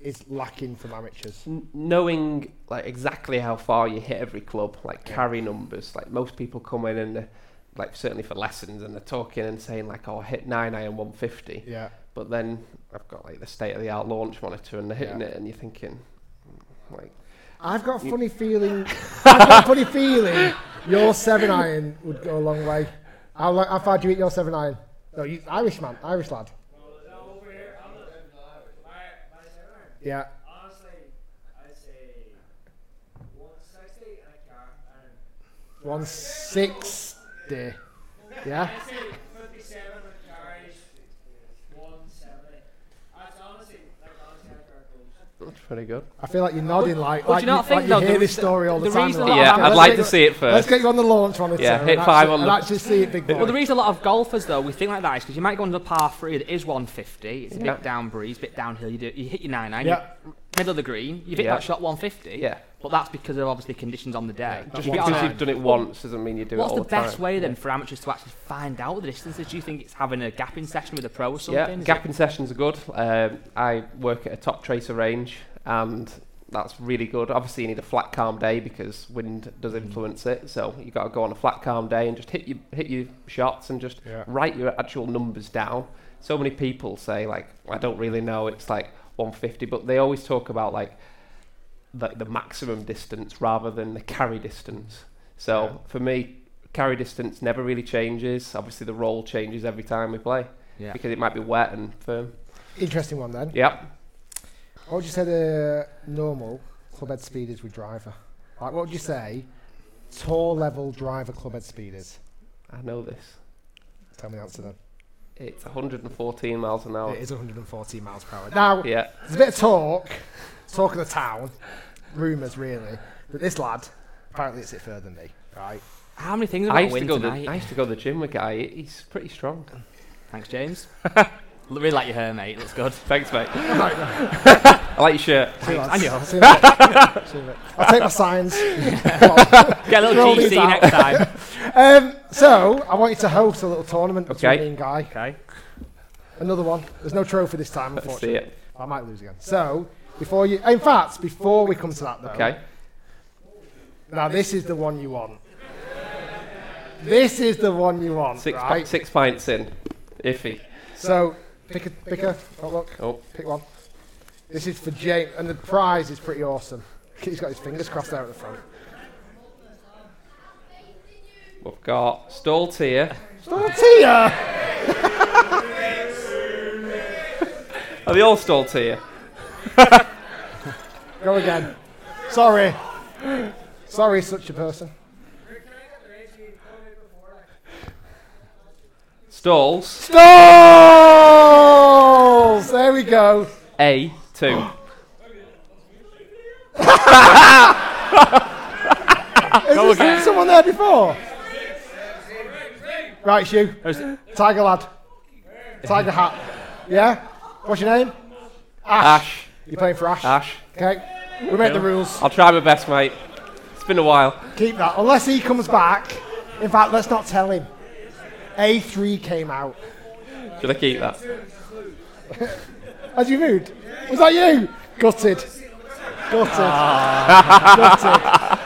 Speaker 1: is lacking from amateurs?
Speaker 13: N- knowing like exactly how far you hit every club, like carry numbers. Like most people come in and they're- like certainly for lessons and they're talking and saying like, "Oh, I hit nine iron 150."
Speaker 1: Yeah.
Speaker 13: But then I've got like the state of the art launch monitor and they're hitting
Speaker 1: Yeah.
Speaker 13: it, and you're thinking, like,
Speaker 1: I've got a
Speaker 13: You-
Speaker 1: funny feeling. I've got a funny feeling your seven iron would go a long way. How, lo- how far do you hit your seven iron? No, you Irish man, Irish lad. Yeah.
Speaker 14: Honestly, I'd say 160 and a car. And
Speaker 1: 160. Yeah.
Speaker 14: I'd say 57 with cars, 170. That's honestly, like, honestly, I've got goals.
Speaker 13: that's pretty good.
Speaker 1: I feel like you're nodding like,
Speaker 14: Well,
Speaker 1: like
Speaker 14: do you
Speaker 1: you,
Speaker 14: not think,
Speaker 1: like you
Speaker 14: though,
Speaker 1: hear
Speaker 14: the
Speaker 1: this
Speaker 14: reason-
Speaker 1: story all the,
Speaker 2: the
Speaker 1: time.
Speaker 2: reason
Speaker 1: and
Speaker 2: a lot
Speaker 1: like,
Speaker 2: of
Speaker 1: okay,
Speaker 2: I'd
Speaker 1: let's
Speaker 2: like
Speaker 1: get
Speaker 2: to
Speaker 1: you-
Speaker 2: see it first.
Speaker 1: Let's get you on the launch monitor.
Speaker 2: Yeah,
Speaker 1: and
Speaker 2: hit
Speaker 1: actually-
Speaker 2: five on the-
Speaker 1: and actually see it, big boy.
Speaker 2: Well, the reason a lot of golfers though we think like that is because you might go under par three that is 150. It's a
Speaker 13: Yeah.
Speaker 2: bit down breeze, bit downhill. You do, you hit your nine nine,
Speaker 13: Yeah.
Speaker 2: middle of the green. You hit
Speaker 13: Yeah.
Speaker 2: that shot 150.
Speaker 13: Yeah.
Speaker 2: But that's because of obviously conditions on the day.
Speaker 13: Just
Speaker 2: to be
Speaker 13: because
Speaker 2: honest-
Speaker 13: you've done it once doesn't mean you do
Speaker 2: What's
Speaker 13: it all
Speaker 2: the best
Speaker 13: time.
Speaker 2: way then for amateurs to actually find out the distances? Do you think it's having a gapping session with a pro or
Speaker 13: Yeah,
Speaker 2: something? Is it-
Speaker 13: gapping sessions are good. Um, I work at a top tracer range, and that's really good. Obviously, you need a flat, calm day because wind
Speaker 1: Mm.
Speaker 13: does influence it. So you got to go on a flat, calm day and just hit your hit your shots and just
Speaker 1: Yeah.
Speaker 13: write your actual numbers down. So many people say like, I don't really know. It's like 150, but they always talk about like the, the maximum distance rather than the carry distance. So for me, carry distance never really changes. Obviously, the roll changes every time we play
Speaker 2: Yeah.
Speaker 13: because it might be wet and firm.
Speaker 1: Interesting one then.
Speaker 13: Yep.
Speaker 1: What would you say the normal club head speed is with driver? Like, what would you say tour level driver club head speed is?
Speaker 13: I know this.
Speaker 1: Tell me the answer then.
Speaker 13: It's 114 miles an hour.
Speaker 1: It is 114 miles per hour. Now,
Speaker 13: yeah.
Speaker 1: there's a bit of talk, talk of the town, rumours really, that this lad apparently it's it further than me, right?
Speaker 2: How many things
Speaker 13: I used, to go to the, I used to go to the gym with a guy. He's pretty strong.
Speaker 2: Thanks, James. really like your hair, mate. Looks good.
Speaker 13: Thanks, mate.
Speaker 2: I
Speaker 13: like your shirt.
Speaker 2: Thanks.
Speaker 1: lads.
Speaker 2: And yours.
Speaker 1: See you later. See you later. I'll take my signs.
Speaker 2: Get a little
Speaker 1: Roll
Speaker 2: GC
Speaker 1: these out.
Speaker 2: next time.
Speaker 1: um, so, I want you to host a little tournament
Speaker 13: Okay.
Speaker 1: between me and Guy.
Speaker 2: Okay.
Speaker 1: Another one. There's no trophy this time,
Speaker 13: Let's see
Speaker 1: unfortunately.
Speaker 13: it.
Speaker 1: I might lose again. So, before you, in fact, before we come to that though.
Speaker 13: Okay.
Speaker 1: Now this is the one you want. This is the one you want,
Speaker 13: Six, pi-
Speaker 1: right?
Speaker 13: six pints in. Iffy.
Speaker 1: So pick a pick a oh, look.
Speaker 13: Oh.
Speaker 1: Pick one. This is for James, and the prize is pretty awesome. He's got his fingers crossed there at the front.
Speaker 13: We've got Stolt here. Are they all Stolt here?
Speaker 1: Go again. Sorry. Sorry, such a person.
Speaker 13: Stalls.
Speaker 1: Stalls. There we go.
Speaker 13: A two.
Speaker 1: Is
Speaker 13: Go
Speaker 1: this
Speaker 13: again.
Speaker 1: someone there before? Right, Shoe. Tiger lad. Tiger hat. Yeah? What's your name?
Speaker 13: Ash.
Speaker 1: You're playing for Ash?
Speaker 13: Ash.
Speaker 1: Okay. We make the rules.
Speaker 13: I'll try my best, mate. It's been a while.
Speaker 1: Keep that. Unless he comes back. In fact, let's not tell him. A3 came out.
Speaker 13: Should I keep that?
Speaker 1: As you moved? Was that you? Gutted. Gutted.
Speaker 13: Ah.
Speaker 1: Gutted. Oh.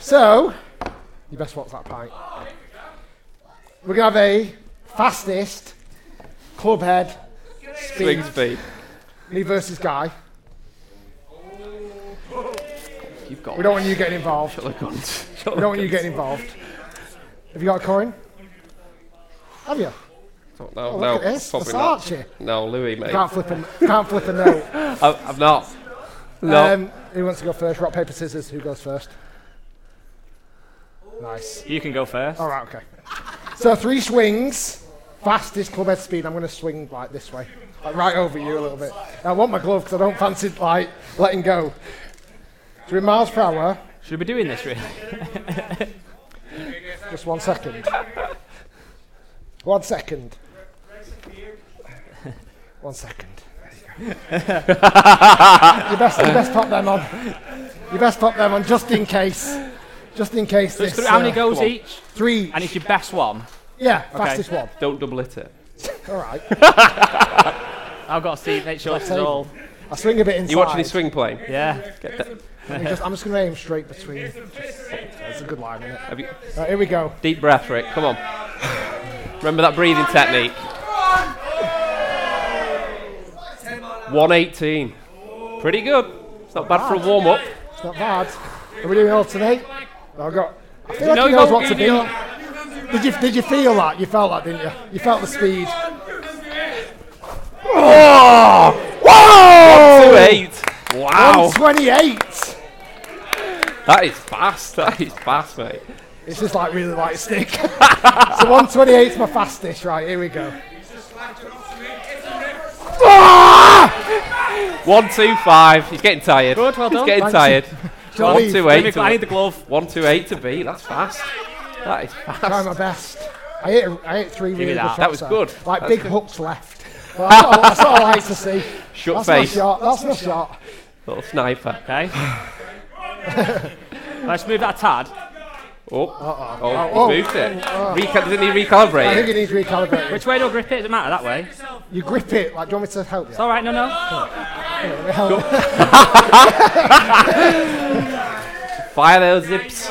Speaker 1: So, you best watch that pint. We're going to have a fastest club head
Speaker 13: Swing
Speaker 1: speed.
Speaker 13: speed.
Speaker 1: Me versus Guy.
Speaker 13: You've got
Speaker 1: We don't want you getting involved.
Speaker 13: Shut the guns. Shut
Speaker 1: we
Speaker 13: the
Speaker 1: don't want you
Speaker 13: guns.
Speaker 1: getting involved. Have you got a coin? Have you? Oh,
Speaker 13: No, no,
Speaker 1: look
Speaker 13: no
Speaker 1: at this.
Speaker 13: probably
Speaker 1: Versace.
Speaker 13: not. No, Louis, mate.
Speaker 1: Can't flip a, can't flip a note. Um,
Speaker 13: I've, I've not. No.
Speaker 1: who wants to go first? Rock, paper, scissors. Who goes first? Nice.
Speaker 2: You can go first.
Speaker 1: All right, okay. So three swings. Fastest club head speed. I'm going to swing like this way, like right over you a little bit. I want my glove because I don't fancy like letting go. Three miles per hour.
Speaker 2: Should we be doing this, really?
Speaker 1: Just one second. One second. One second. There you go. you best, you best pop them on. You best pop them on just in case. Just in case
Speaker 2: So it's
Speaker 1: this.
Speaker 2: three- how many
Speaker 1: uh,
Speaker 2: goals
Speaker 1: come on.
Speaker 2: each?
Speaker 1: Three.
Speaker 2: And it's your best one.
Speaker 1: Yeah, fastest one.
Speaker 13: Don't double it. it.
Speaker 1: All right.
Speaker 2: I've got to see, make sure this is all.
Speaker 1: I swing a bit inside.
Speaker 13: You watching his swing plane?
Speaker 2: Yeah.
Speaker 1: Let me just, I'm just going to aim straight between. That's a good line, isn't it?
Speaker 13: Have you-
Speaker 1: Right, here we go.
Speaker 13: Deep breath, Rick. Come on. Remember that breathing technique. 118. Pretty good. It's not bad for a warm up.
Speaker 1: It's not bad. Are we doing alternate? I've got. I feel like
Speaker 13: No,
Speaker 1: he knows
Speaker 13: go
Speaker 1: what to
Speaker 13: video.
Speaker 1: do. Did you, did you feel that? You felt that, didn't you? You felt the speed.
Speaker 13: Oh!
Speaker 1: Whoa!
Speaker 13: 128. Wow.
Speaker 1: 128.
Speaker 13: That is fast. That is fast, mate.
Speaker 1: It's just like really light stick. so 128 is my fastest. Right, here we go.
Speaker 13: Ah! One two five. He's getting tired.
Speaker 2: Good, well
Speaker 13: He's
Speaker 2: done.
Speaker 13: getting
Speaker 2: Thanks.
Speaker 13: tired.
Speaker 2: Shall I
Speaker 13: One
Speaker 2: leave?
Speaker 13: two eight.
Speaker 2: Give me- I need the glove.
Speaker 13: One two eight to beat. That's fast. That is fast.
Speaker 1: Try my best. I hit, I hit three
Speaker 13: Give me
Speaker 1: really
Speaker 13: that.
Speaker 1: good shots.
Speaker 13: That was
Speaker 1: there.
Speaker 13: good.
Speaker 1: Like
Speaker 13: That's
Speaker 1: big
Speaker 13: good.
Speaker 1: hooks left. Well, that's, all, that's all I like to see.
Speaker 13: Shut
Speaker 1: that's
Speaker 13: face.
Speaker 1: My shot. That's my shot.
Speaker 13: Little sniper.
Speaker 2: Okay. Let's move that tad.
Speaker 13: Oh.
Speaker 2: Uh-oh.
Speaker 13: Oh, oh, he's moved it. Reca- doesn't he recalibrate?
Speaker 1: I think it needs recalibrating.
Speaker 2: Which way do I grip it? Doesn't matter that way.
Speaker 1: You grip it. Like, do you want me to help you? It's
Speaker 2: all right. No, no.
Speaker 13: Fire those zips.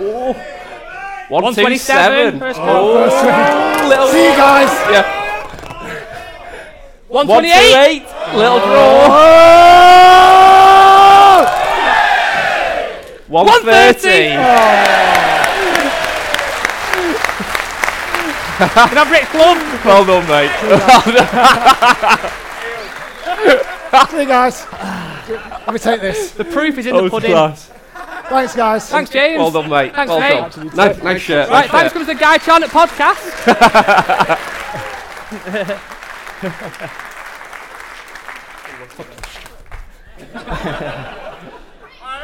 Speaker 13: Oh. 127.
Speaker 2: 127, first goal.
Speaker 13: Oh,
Speaker 2: First
Speaker 1: goal.
Speaker 13: little
Speaker 1: See you guys.
Speaker 13: Yeah.
Speaker 2: 128.
Speaker 13: 128. Little draw. 130.
Speaker 2: Can I have Rick Club?
Speaker 13: Well done, mate. Well done.
Speaker 1: See you guys. Let me take this.
Speaker 2: The proof is in
Speaker 13: That
Speaker 2: the
Speaker 13: was
Speaker 2: pudding.
Speaker 13: class.
Speaker 1: Thanks, guys.
Speaker 2: Thanks, James.
Speaker 13: Well done, mate.
Speaker 2: Thanks,
Speaker 13: Well
Speaker 2: mate.
Speaker 13: done. Nice- nice shirt,
Speaker 2: Right,
Speaker 13: nice
Speaker 2: thanks
Speaker 13: shirt.
Speaker 2: comes the Guy Chan at podcast.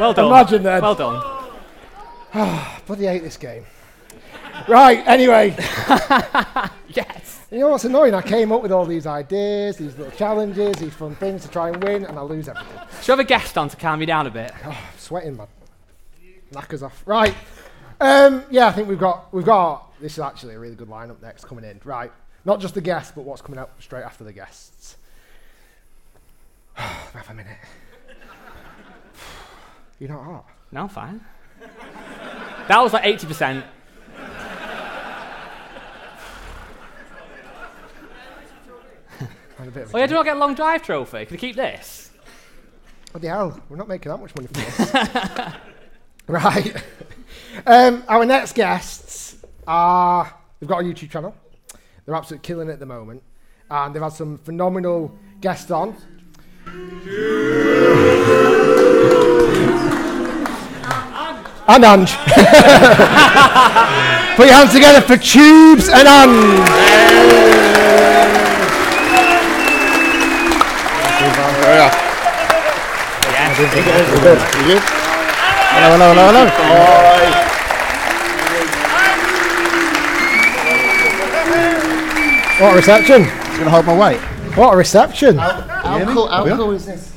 Speaker 2: well done.
Speaker 1: Imagine that.
Speaker 2: Well done.
Speaker 1: Bloody hate this game. Right, anyway.
Speaker 2: yes.
Speaker 1: You know what's annoying? I came up with all these ideas, these little challenges, these fun things to try and win, and I lose everything.
Speaker 2: Should I have a guest on to calm you down a bit?
Speaker 1: Oh, I'm sweating, man. Knackers off. Right. Um, yeah, I think we've got we've got this is actually a really good lineup next coming in. Right. Not just the guests, but what's coming up straight after the guests. Half a minute. You're not hot.
Speaker 2: No, I'm fine. That was like 80%.
Speaker 1: Had a bit of a
Speaker 2: Oh, yeah, do I get a long drive trophy? Can I keep this?
Speaker 1: What the hell? We're not making that much money for this. right. Um, our next guests are they've got a YouTube channel. They're absolutely killing it at the moment. And they've had some phenomenal guests on. And Ange. Put your hands together for Tubes and Ange.
Speaker 15: Hello, hello, hello, hello.
Speaker 1: What a reception.
Speaker 15: Just going to hold my weight.
Speaker 1: What a reception.
Speaker 15: How cool,
Speaker 1: Are we on?
Speaker 15: is this?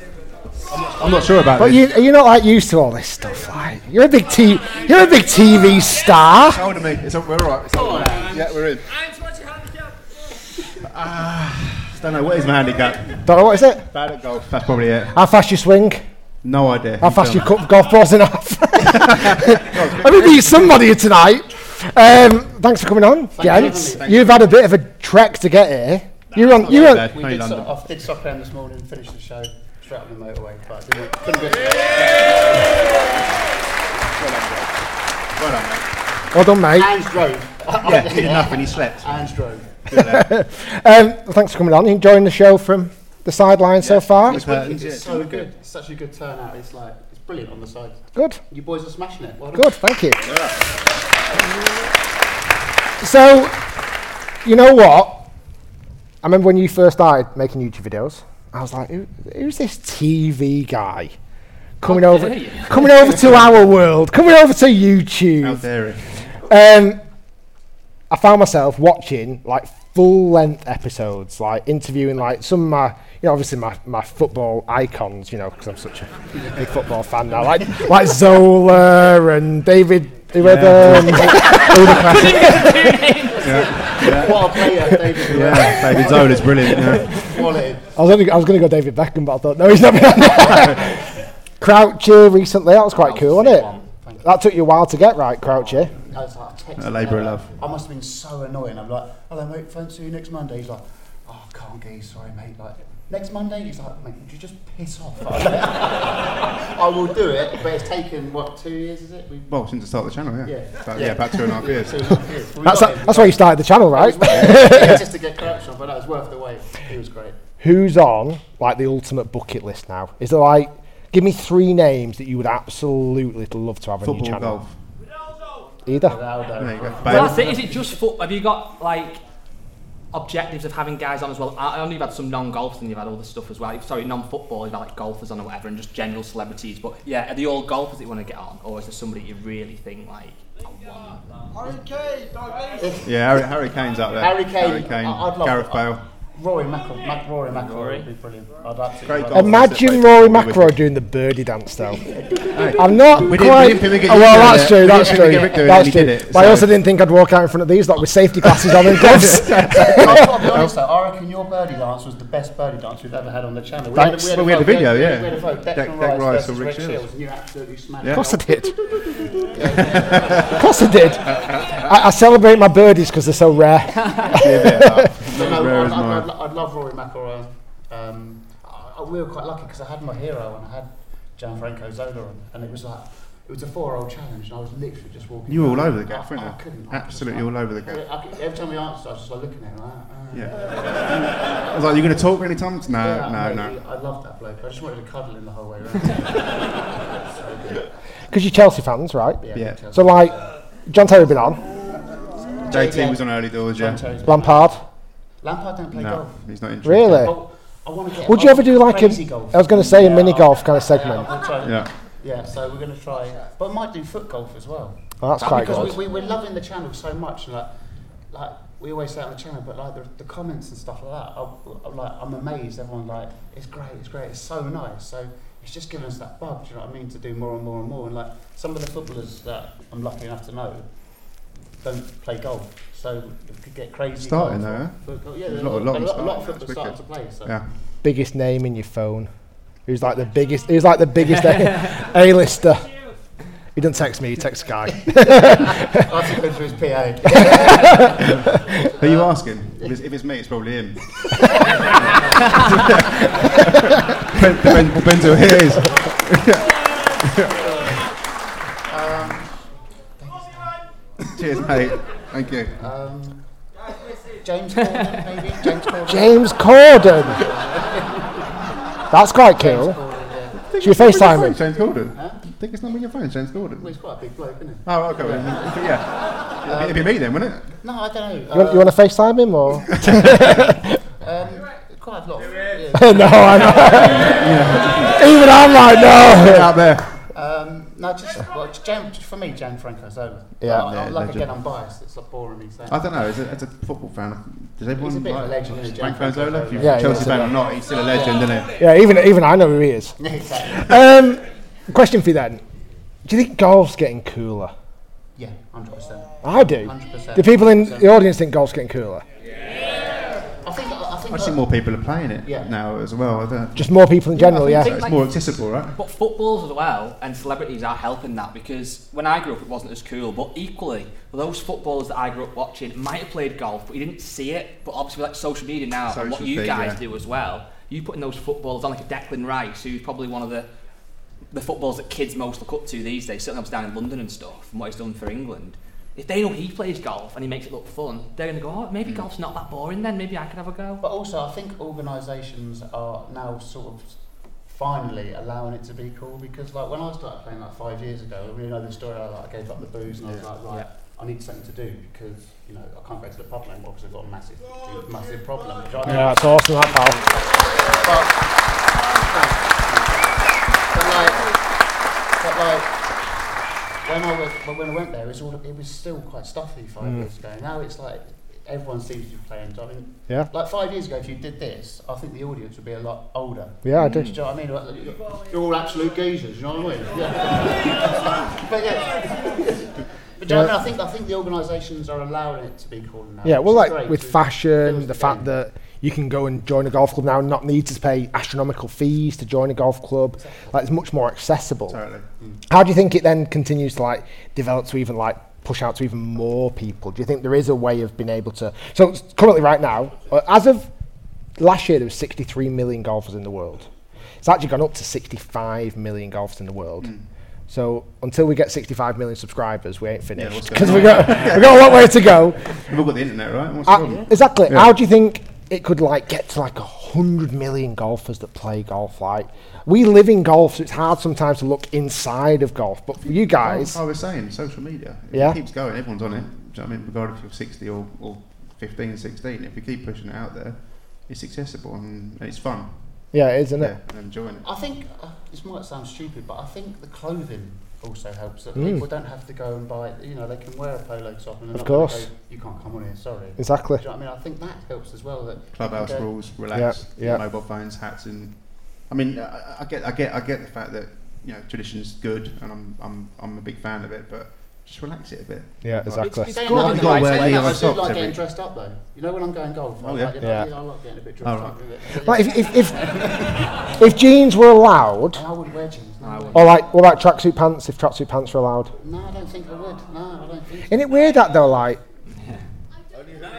Speaker 15: I'm not sure about
Speaker 1: But
Speaker 15: this.
Speaker 1: you, are you not like used to all this stuff? Like you're a big t- you're a big TV star.
Speaker 15: It's older me. It's, we're all right. It's all right. Yeah, we're in. Ah, just don't know. What is my handicap?
Speaker 1: Don't know what is it.
Speaker 15: Bad at golf. That's probably it.
Speaker 1: How fast you swing?
Speaker 15: No idea.
Speaker 1: How fast
Speaker 15: tell
Speaker 1: you cut golf balls in half? I mean, meet somebody tonight. Um, thanks for coming on,
Speaker 7: for
Speaker 1: gents.
Speaker 7: having me.
Speaker 1: You've had a bit of a trek to get here. you're on. You're on.
Speaker 7: We did so, I did stop down this morning and finished the show straight on the motorway, but it didn't, couldn't get to Well done,
Speaker 1: Well done, mate.
Speaker 7: Ange drove.
Speaker 15: Yeah, he did nothing, he slept.
Speaker 7: Ange drove. eh?
Speaker 1: um, well, thanks for coming on. You enjoying the show from the sideline so far?
Speaker 7: It's, wicked, it's so good. It's such a good turnout. It's like it's brilliant on the side.
Speaker 1: Good.
Speaker 7: You boys are smashing it. Well done.
Speaker 1: Good, thank you. So, you know what? I remember when you first started making YouTube videos, I was like, Who, who's this TV guy? coming
Speaker 14: How
Speaker 1: over,
Speaker 14: dare you.
Speaker 1: coming over to our world, coming over to YouTube.
Speaker 14: How dare
Speaker 1: Um, I found myself watching like full length episodes, like interviewing like some of my, you know, obviously my, my football icons, you know, because I'm such a big football fan now, like like Zola and David. Whoever,
Speaker 14: Yeah.
Speaker 1: um, Udacre.
Speaker 14: Yeah. What a player, David Zola.
Speaker 15: Yeah, David Zola is brilliant, yeah.
Speaker 14: Quality.
Speaker 1: I was, only, I was going to go David Beckham, but I thought, no, he's not. Croucher recently, that was quite cool, wasn't it? That took you a while to get right, Croucher.
Speaker 15: I was like, text
Speaker 1: A labour of
Speaker 15: him,
Speaker 1: love.
Speaker 15: I must have been so annoying. I'm like, hello mate, phone see you next Monday. He's like, oh, I can't get you, sorry mate. Like, next Monday? He's like, mate, would you just piss off? I will do it, but it's taken, what, two years, is it? We,
Speaker 4: Well, since the start of the channel, yeah.
Speaker 15: Yeah.
Speaker 4: About, yeah. about two and a half years.
Speaker 15: Two and a half years. Well, we
Speaker 1: That's,
Speaker 15: got him, we
Speaker 1: that's
Speaker 15: got
Speaker 1: why
Speaker 15: him.
Speaker 1: you started the channel,
Speaker 15: It
Speaker 1: right?
Speaker 15: was worth it, yeah, just to get corruption, but that was worth the wait. It was great.
Speaker 1: Who's on like the ultimate bucket list now? Is there like, give me three names that you would absolutely love to have on
Speaker 4: Football,
Speaker 1: your channel?
Speaker 4: golf.
Speaker 1: Either.
Speaker 4: There you go.
Speaker 2: Well, that's it. Is it just foot? Have you got like objectives of having guys on as well? I I know you've had some non-golfers and you've had all this stuff as well. Sorry, non-football. You've had like golfers on or whatever, and just general celebrities. But yeah, are they all golfers that you want to get on, or is there somebody you really think like?
Speaker 4: Yeah, Harry, Harry Kane's up there.
Speaker 15: Harry Kane.
Speaker 4: Harry Kane.
Speaker 15: I- I'd love
Speaker 4: Gareth
Speaker 15: it.
Speaker 4: Bale.
Speaker 15: Rory McIlroy, Mac, Rory McIlroy would be brilliant. I'd absolutely
Speaker 4: Great
Speaker 15: love
Speaker 4: golfer.
Speaker 15: it.
Speaker 1: Imagine Rory McIlroy doing the birdie dance though. I'm not
Speaker 4: We didn't- we
Speaker 1: quite.
Speaker 4: didn't think we could
Speaker 1: oh, well,
Speaker 4: do
Speaker 1: that's
Speaker 4: it.
Speaker 1: true.
Speaker 4: We didn't
Speaker 1: That's
Speaker 4: think we
Speaker 1: true.
Speaker 4: could do it, and
Speaker 1: That's
Speaker 4: he
Speaker 1: true.
Speaker 4: did it,
Speaker 1: but I
Speaker 4: so-
Speaker 1: also didn't think I'd walk out in front of these lot with safety glasses on and gloves.
Speaker 15: I've got to be honest though, I reckon your birdie dance was the best birdie dance we've ever had on the channel.
Speaker 4: Thanks. Well, we had the
Speaker 15: vote,
Speaker 4: video,
Speaker 15: we had-
Speaker 4: yeah.
Speaker 15: We had a vote,
Speaker 4: Deck-
Speaker 15: Declan
Speaker 4: Deck
Speaker 15: Rice
Speaker 4: Rice or
Speaker 15: versus
Speaker 4: Rick
Speaker 15: Rick
Speaker 4: Shields.
Speaker 15: Shields, and you absolutely smashed
Speaker 4: Yeah.
Speaker 15: it.
Speaker 4: Of course I
Speaker 1: did. of course I did. I, I celebrate my birdies because they're so rare.
Speaker 15: No, no, I'd, I'd, lo- I'd love Rory McIlroy. Um, I, I, we were quite lucky because I had my hero and I had Gianfranco Zola on, and it was like it was a four-hour challenge, and I was literally just walking.
Speaker 4: You were all
Speaker 15: around.
Speaker 4: over the gap,
Speaker 15: I,
Speaker 4: weren't
Speaker 15: I
Speaker 4: you?
Speaker 15: couldn't. I was just
Speaker 4: Absolutely all over the gap.
Speaker 15: I, could- every time we answered, I was just like looking at him. Like, ah.
Speaker 4: Yeah. I was like, "You gonna talk any times?" No,
Speaker 15: Yeah,
Speaker 4: no,
Speaker 15: mate,
Speaker 4: no.
Speaker 15: I loved that bloke. I just wanted to cuddle him the whole way around. so good.
Speaker 1: Because you're Chelsea fans, right?
Speaker 15: Yeah, Yeah. Chelsea.
Speaker 1: So like, John Terry been on.
Speaker 4: JT was on early doors, yeah.
Speaker 1: Lampard.
Speaker 15: Lampard don't play
Speaker 4: No,
Speaker 15: golf.
Speaker 4: he's not interested.
Speaker 1: Really?
Speaker 15: Well, I wanna get-
Speaker 1: Would you
Speaker 15: I
Speaker 1: ever do
Speaker 15: want
Speaker 1: like a?
Speaker 15: crazy golf.
Speaker 1: I was going to say a
Speaker 15: Yeah,
Speaker 1: mini
Speaker 15: I'll-
Speaker 1: golf kind of segment.
Speaker 15: Yeah, I'll try that.
Speaker 4: Yeah.
Speaker 15: Yeah, so we're going to try, but I might do foot golf as well.
Speaker 1: Oh, that's quite
Speaker 15: because
Speaker 1: good.
Speaker 15: we, we, we're loving the channel so much, and like, like we always say it on the channel, but like the, the comments and stuff like that, I, I'm like I'm amazed. Everyone like it's great, it's great, it's so nice. So it's just given us that bug, do you know what I mean, to do more and more and more. And like some of the footballers that I'm lucky enough to know don't play golf, so we could get crazy.
Speaker 4: Starting
Speaker 15: golf or-
Speaker 4: there, eh?
Speaker 15: foot golf. Yeah,
Speaker 4: There's
Speaker 15: there's
Speaker 4: a lot of
Speaker 15: a
Speaker 4: lot of
Speaker 15: lot, a lot
Speaker 4: starting,
Speaker 15: of
Speaker 4: that's
Speaker 15: footballers starting to
Speaker 4: wicked.
Speaker 15: play. So.
Speaker 4: Yeah.
Speaker 1: Biggest name in your phone. Who's like the biggest? Who's like the biggest A-lister? He doesn't text me. He texts Guy.
Speaker 15: I have to go through his PA.
Speaker 4: Who are you asking? If it's, if it's me, it's probably him. ben, ben, Benzo, here it is. Cheers, mate. Thank you.
Speaker 15: Um, James Corden, maybe? James Corden.
Speaker 1: James Corden. That's quite cool. Should we FaceTime him?
Speaker 4: James Corden. Think it's not on your phone, James Corden.
Speaker 15: He's quite a big bloke, isn't he? Um,
Speaker 4: Oh, okay. well, Yeah. It'd, be, it'd be me then, wouldn't it?
Speaker 15: No, I don't know.
Speaker 1: You want, you want to FaceTime him or?
Speaker 15: Um, quite a lot. Yeah.
Speaker 1: no, I'm not. Even I'm like, no.
Speaker 4: Get out there.
Speaker 15: Um, no, just well, it's Jan, for me, Jan Franco's over.
Speaker 4: Yeah.
Speaker 15: I,
Speaker 4: Yeah,
Speaker 15: like
Speaker 4: legend.
Speaker 15: again, I'm biased. It's like boring me saying.
Speaker 4: I don't know. As a, as a football fan, does everyone
Speaker 15: He's a bit of a
Speaker 4: like
Speaker 15: legend, isn't he,
Speaker 4: Frank
Speaker 15: James
Speaker 4: Zola?
Speaker 15: Francois?
Speaker 4: If you're
Speaker 1: Yeah,
Speaker 4: a Chelsea
Speaker 1: yeah.
Speaker 4: fan or not, he's still a legend, isn't he?
Speaker 1: Yeah, even even I know who he is.
Speaker 15: Exactly.
Speaker 1: Um, question for you then: Do you think golf's getting cooler?
Speaker 15: Yeah, hundred percent.
Speaker 1: I do.
Speaker 15: 100%.
Speaker 1: Do people in the audience think golf's getting cooler?
Speaker 15: I think. I think.
Speaker 4: I just think more people are playing it
Speaker 15: Yeah.
Speaker 4: now as well. I don't.
Speaker 1: Just more people in general,
Speaker 4: I
Speaker 1: yeah.
Speaker 4: think so. It's more accessible, right?
Speaker 2: But footballs as well and celebrities are helping that because when I grew up it wasn't as cool. But equally, those footballers that I grew up watching might have played golf, but you didn't see it. But obviously, like social media now and what
Speaker 4: Social
Speaker 2: you
Speaker 4: feed,
Speaker 2: guys
Speaker 4: yeah.
Speaker 2: do as well, you putting those footballers on like a Declan Rice, who's probably one of the the footballs that kids most look up to these days. Certainly, obviously down in London and stuff, and what he's done for England. If they know he plays golf and he makes it look fun, they're going to go, oh,
Speaker 4: Mm.
Speaker 2: maybe golf's not that boring then, maybe I can have a go.
Speaker 15: But also, I think organisations are now sort of finally allowing it to be cool because, like, when I started playing like five years ago, I really know the story. I, like, I gave up the booze and I was like, right, I need something to do because you know I can't go to the pub anymore because I've got a massive, massive problem. Which I know.
Speaker 1: Yeah, that's awesome, that pal.
Speaker 15: But like, But like when I went, but when I went there, it was all it was still quite stuffy five
Speaker 1: Mm.
Speaker 15: years ago. Now it's like everyone seems to be playing. I mean,
Speaker 1: Yeah.
Speaker 15: Like five years ago, if you did this, I think the audience would be a lot older. Mm.
Speaker 1: Yeah, I do.
Speaker 15: Do you know what I mean? Like, you're, you're all absolute geezers. You know what I mean? Yeah. but yeah. But do you know what I, mean? I think I think the organisations are allowing it to be called now.
Speaker 1: Yeah, well,
Speaker 15: which is
Speaker 1: like
Speaker 15: great.
Speaker 1: with fashion, the fact that you can go and join a golf club now and not need to pay astronomical fees to join a golf club, like it's much more accessible.
Speaker 4: Totally.
Speaker 1: How do you think it then continues to like develop to even like push out to even more people? Do you think there is a way of being able to? So s- currently, right now, uh, as of last year, there was 63 million golfers in the world. It's actually gone up to 65 million golfers in the world.
Speaker 4: Hmm.
Speaker 1: So until we get 65 million subscribers, we ain't
Speaker 4: Yeah,
Speaker 1: finished
Speaker 4: what's
Speaker 1: because
Speaker 4: going
Speaker 1: we
Speaker 4: on?
Speaker 1: got we got a long way to go.
Speaker 4: We've all got the internet, right? What's
Speaker 1: Uh,
Speaker 4: the problem?
Speaker 1: Exactly.
Speaker 4: Yeah.
Speaker 1: How do you think it could like get to like a hundred million golfers that play golf? Like we live in golf, so it's hard sometimes to look inside of golf. But for you guys,
Speaker 4: I was saying social media. It
Speaker 1: Yeah.
Speaker 4: keeps going. Everyone's on it. Do you know what I mean? Regardless if you're 60 or, or 15, 16, if we keep pushing it out there, it's accessible and and it's fun.
Speaker 1: yeah, it is, isn't it?
Speaker 4: Yeah, I'm enjoying it.
Speaker 15: I think uh, this might sound stupid, but I think the clothing also helps. That
Speaker 1: Mm.
Speaker 15: people don't have to go and buy. You know, they can wear a polo top and they're
Speaker 1: Of
Speaker 15: not gonna
Speaker 1: course.
Speaker 15: Go, you can't come on here. Sorry.
Speaker 1: Exactly.
Speaker 15: Do you know what I mean? I think that helps as well. That
Speaker 4: Clubhouse
Speaker 15: you can go-
Speaker 4: rules, relax,
Speaker 1: Yeah, yeah.
Speaker 4: mobile phones, hats, and I mean, I, I get, I get, I get the fact that you know tradition's good, and I'm, I'm, I'm a big fan of it, but just relax it a bit.
Speaker 1: Yeah, exactly.
Speaker 4: It's,
Speaker 15: Saying
Speaker 4: cool.
Speaker 15: that,
Speaker 4: You've got to wear
Speaker 15: saying that, I
Speaker 4: yellow
Speaker 15: do
Speaker 4: socks
Speaker 15: like
Speaker 4: every-
Speaker 15: getting dressed up though. You know when I'm going golf,
Speaker 4: Oh,
Speaker 15: I
Speaker 4: yeah.
Speaker 15: like,
Speaker 4: Yeah.
Speaker 15: I like getting a bit
Speaker 4: Oh,
Speaker 15: dressed up. with it. So,
Speaker 1: Like
Speaker 15: yeah.
Speaker 1: if if, if if jeans were allowed,
Speaker 15: And I wouldn't wear jeans. No, I wouldn't.
Speaker 1: or like what about tracksuit pants? If tracksuit pants were allowed,
Speaker 15: no, I don't think I would. No, I don't think.
Speaker 1: isn't it weird that though? Like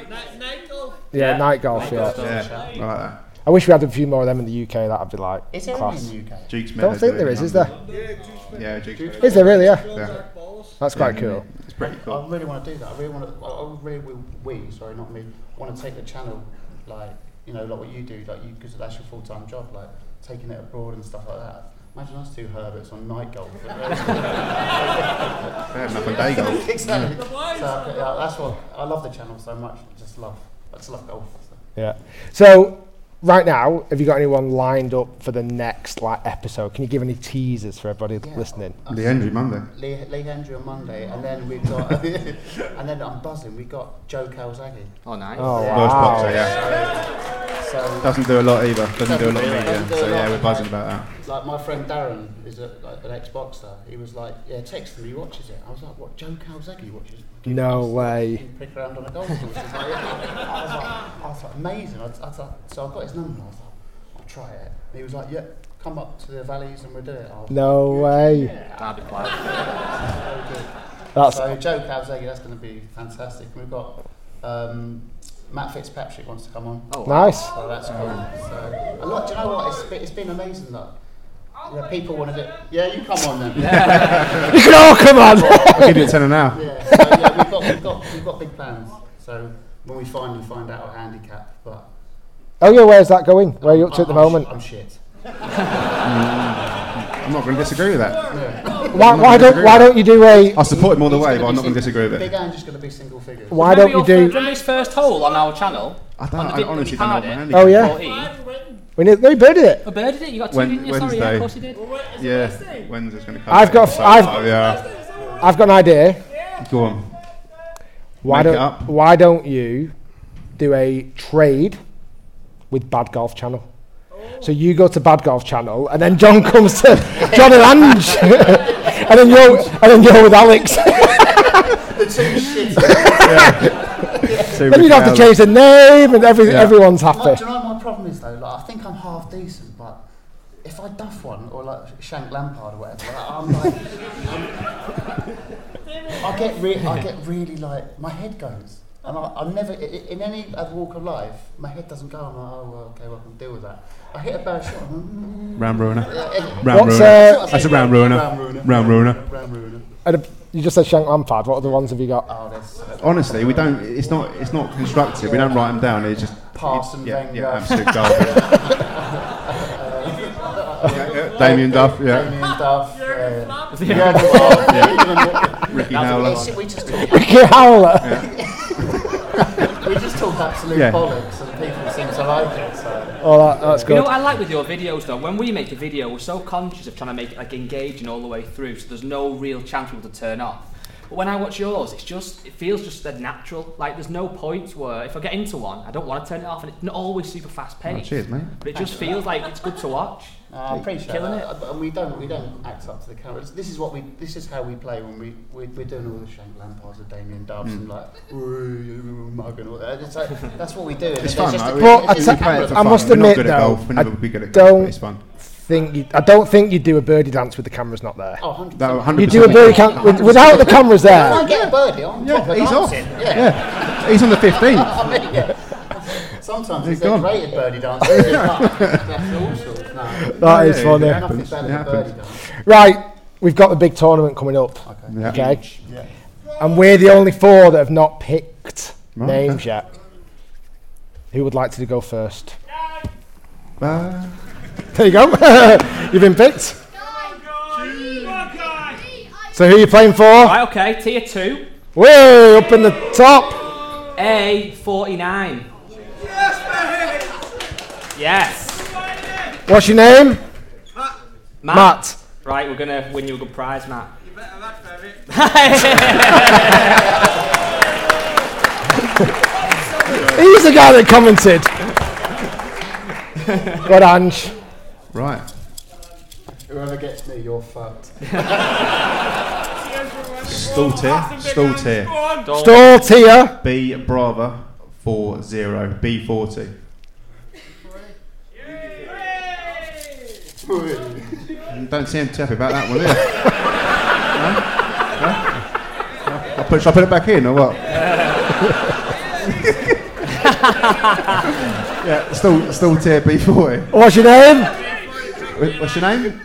Speaker 1: yeah, night golf.
Speaker 15: Night
Speaker 1: Yeah.
Speaker 15: golf, yeah. Yeah, I like that.
Speaker 1: I wish we had a few more of them in the UK. That'd be like
Speaker 15: Is there
Speaker 1: class.
Speaker 15: any in the UK?
Speaker 4: Duke's
Speaker 1: Don't
Speaker 4: Meadows
Speaker 1: think there
Speaker 4: doing
Speaker 1: is, is there?
Speaker 4: it. Yeah, Duke's Meadows.
Speaker 1: Is there really? Yeah.
Speaker 4: Yeah.
Speaker 1: That's quite cool.
Speaker 4: It's pretty cool.
Speaker 15: I really want to do that. I really want to. I I really will. We, sorry, not me. Want to take the channel, like you know, like what you do, like you, because that's your full time job, like taking it abroad and stuff like that. Imagine us two Herberts on night golf. Fair
Speaker 4: enough, on day golf.
Speaker 15: exactly.
Speaker 4: Yeah.
Speaker 15: So, yeah, that's what I love the channel so much. I just love. I just love golf. So.
Speaker 1: Yeah. So right now, have you got anyone lined up for the next like episode? Can you give any teasers for everybody listening?
Speaker 4: The Andrew Monday.
Speaker 15: Lee, Lee Hendry on Monday, and then we've got, and then I'm buzzing. We've got Joe Calzaghe.
Speaker 2: Oh, nice.
Speaker 1: Oh,
Speaker 4: World's boxer,
Speaker 15: yeah. So,
Speaker 4: Doesn't do a lot either. Doesn't do a lot of
Speaker 15: Doesn't do
Speaker 4: media.
Speaker 15: it. Doesn't
Speaker 4: So
Speaker 15: do a
Speaker 4: yeah,
Speaker 15: lot.
Speaker 4: we're buzzing about that.
Speaker 15: Like my friend Darren is a, like an ex-boxer. He was like, yeah, text me, he watches it. I was like, what? Joe Calzaghe watches.
Speaker 1: No way.
Speaker 15: Fucking Prick around on a golf course. He was like, yeah. I was like, I was like, amazing. I, was- I was like, so I got his number. and I was like, I'll try it. And he was like, yeah, come up to the valleys and we'll do it. I was
Speaker 1: No
Speaker 15: like,
Speaker 1: way.
Speaker 15: Yeah.
Speaker 2: That'd be class.
Speaker 15: So good.
Speaker 1: That's-
Speaker 15: so Joe Calzaghe, that's going to be fantastic. We've got. Um, Matt Fitzpatrick wants to come on.
Speaker 1: Oh, wow. Nice.
Speaker 15: So that's cool. So, a lot, do you know what? It's, been- it's been amazing, though. Yeah, people want to do. Yeah, you come on then.
Speaker 1: You can all Oh, come on.
Speaker 4: I'll give you a tenner now.
Speaker 15: Yeah, so, yeah we've, got, we've, got, we've got big plans. So when we finally find out our handicap, but
Speaker 1: Oh yeah, where's that going? Where are you up to at the
Speaker 15: Oh, I'm- I'm sh-
Speaker 1: moment?
Speaker 15: I'm shit.
Speaker 4: I'm not going to disagree with that.
Speaker 15: Yeah.
Speaker 1: Why, why don't Why don't you do a?
Speaker 4: I support him all the way, but I'm not
Speaker 15: He's
Speaker 4: going to disagree with
Speaker 15: Big
Speaker 4: it.
Speaker 15: Ange is going to be single figures.
Speaker 1: Why don't you do?
Speaker 2: Remember his first hole on our channel?
Speaker 4: I
Speaker 2: On the
Speaker 4: don't. I
Speaker 2: bit that
Speaker 4: honestly
Speaker 2: we
Speaker 4: don't know
Speaker 2: had
Speaker 4: what my
Speaker 2: it.
Speaker 4: handicap
Speaker 1: Oh yeah.
Speaker 2: 14.
Speaker 1: We need. No, birded it.
Speaker 2: Oh, bird did it? You got two,
Speaker 4: Wen-
Speaker 2: didn't you? Sorry, yeah, of course you did.
Speaker 4: Yeah, Wednesday's going to come.
Speaker 1: I've got.
Speaker 4: So,
Speaker 1: I've.
Speaker 4: Oh, yeah.
Speaker 1: I've got an idea.
Speaker 4: Go on.
Speaker 1: Why
Speaker 4: Make it
Speaker 1: don't
Speaker 4: up.
Speaker 1: Why don't you do a trade with Bad Golf Channel? So you go to Bad Golf Channel, and then John comes to John and Ange, and then you're and then you're with Alex.
Speaker 15: The two shit.
Speaker 1: then you don't have to change the name, and every,
Speaker 4: Yeah.
Speaker 1: everyone's
Speaker 15: Like,
Speaker 1: happy.
Speaker 15: do you know what my problem is though? Like, I think I'm half decent, but if I duff one or like shank Lampard or whatever, like, I'm like, I'm, I get re- I get really like my head goes, and I, I'm never i- i- in any other walk of life. My head doesn't go. I'm like, oh well, okay, well, I can deal with that. I hit a bad shot. I'm, mm,
Speaker 4: Round ruiner.
Speaker 15: yeah,
Speaker 4: Round
Speaker 1: What's,
Speaker 4: ruiner.
Speaker 1: uh,
Speaker 4: That's a round ruiner. Round ruiner.
Speaker 15: Round ruiner.
Speaker 1: And uh, you just said Shank Lampard. What other ones have you got?
Speaker 4: Oh, Honestly, we don't. It's not. It's not constructive. We don't write them down. It's just
Speaker 15: Pass and
Speaker 4: yeah,
Speaker 15: Wenger.
Speaker 4: yeah, absolute garbage.
Speaker 15: Uh,
Speaker 4: Damien Duff, yeah.
Speaker 15: Damien Duff. Uh,
Speaker 4: Yeah.
Speaker 15: yeah.
Speaker 4: Yeah. Ricky Howler.
Speaker 15: It's- We just talk,
Speaker 1: Ricky Howler.
Speaker 15: we just talk absolute
Speaker 4: Yeah.
Speaker 15: bollocks, and people seem to like it. So.
Speaker 16: All that, that's
Speaker 2: You
Speaker 16: good.
Speaker 2: know what I like with your videos though? When we make a video, we're so conscious of trying to make it like engaging all the way through, so there's no real chance for people to turn off. But when I watch yours, it's just it feels just that natural. Like there's no point where if I get into one, I don't want to turn it off, and it's not always super fast paced.
Speaker 15: cheers, mate.
Speaker 2: But it just feels like it's good to watch.
Speaker 15: Oh, I appreciate
Speaker 2: Killing
Speaker 15: that. Uh, And we don't, we don't act up to the camera. It's- This is what we, this is how we play when we, we we're doing all the Shank Lampards and Damien Doves and like, mug and all that. It's like, that's what we do.
Speaker 16: It's
Speaker 15: There's
Speaker 16: fun,
Speaker 15: just a-
Speaker 16: though.
Speaker 15: there's
Speaker 16: Well,
Speaker 15: just a
Speaker 16: I ta-
Speaker 15: camera.
Speaker 16: It's a
Speaker 1: I
Speaker 16: fun-
Speaker 1: must
Speaker 16: we're not
Speaker 1: admit
Speaker 16: good
Speaker 1: though,
Speaker 16: at golf. We're
Speaker 1: I
Speaker 16: never be good at golf,
Speaker 1: don't
Speaker 16: but it's fun.
Speaker 1: think you, I don't think you do a birdie dance with the cameras not there.
Speaker 15: Oh, 100%.
Speaker 16: No,
Speaker 1: You
Speaker 16: 100%.
Speaker 1: do a birdie can- with, without the cameras
Speaker 15: If I
Speaker 1: there.
Speaker 15: get a birdie, I'm
Speaker 16: Yeah,
Speaker 15: proper
Speaker 16: he's off.
Speaker 15: dancing.
Speaker 16: Yeah.
Speaker 15: Yeah.
Speaker 16: He's on the 15th.
Speaker 15: I mean, yeah. Sometimes
Speaker 16: He's
Speaker 15: it's a
Speaker 16: gone.
Speaker 15: rated birdie dance. That's all sorts. No.
Speaker 1: That is funny.
Speaker 15: Nothing better than a birdie dance.
Speaker 1: Right, we've got the big tournament coming up.
Speaker 16: Yeah.
Speaker 1: Okay.
Speaker 15: Yeah.
Speaker 1: And we're the only four that have not picked
Speaker 16: Right,
Speaker 1: names yet. Who would like to go first?
Speaker 16: Uh,
Speaker 1: There you go. You've been picked. So who are you playing for?
Speaker 2: Right, okay, tier two,
Speaker 1: Way up in the top.
Speaker 2: A forty nine. Yes.
Speaker 1: What's your name?
Speaker 2: Matt.
Speaker 1: Matt.
Speaker 2: Right, we're gonna win you a good prize, Matt.
Speaker 1: He's the guy that commented. Good Ange.
Speaker 16: Right.
Speaker 15: Whoever gets me, you're fucked.
Speaker 7: Stall tier. Stall tier.
Speaker 1: Stall tier.
Speaker 7: B Brava 40. B40.
Speaker 16: Don't seem too happy about that one, do you? no? No? I'll put, shall I put it back in or what? yeah, still, still tier B40.
Speaker 1: What's your name?
Speaker 16: Wh- What's your name?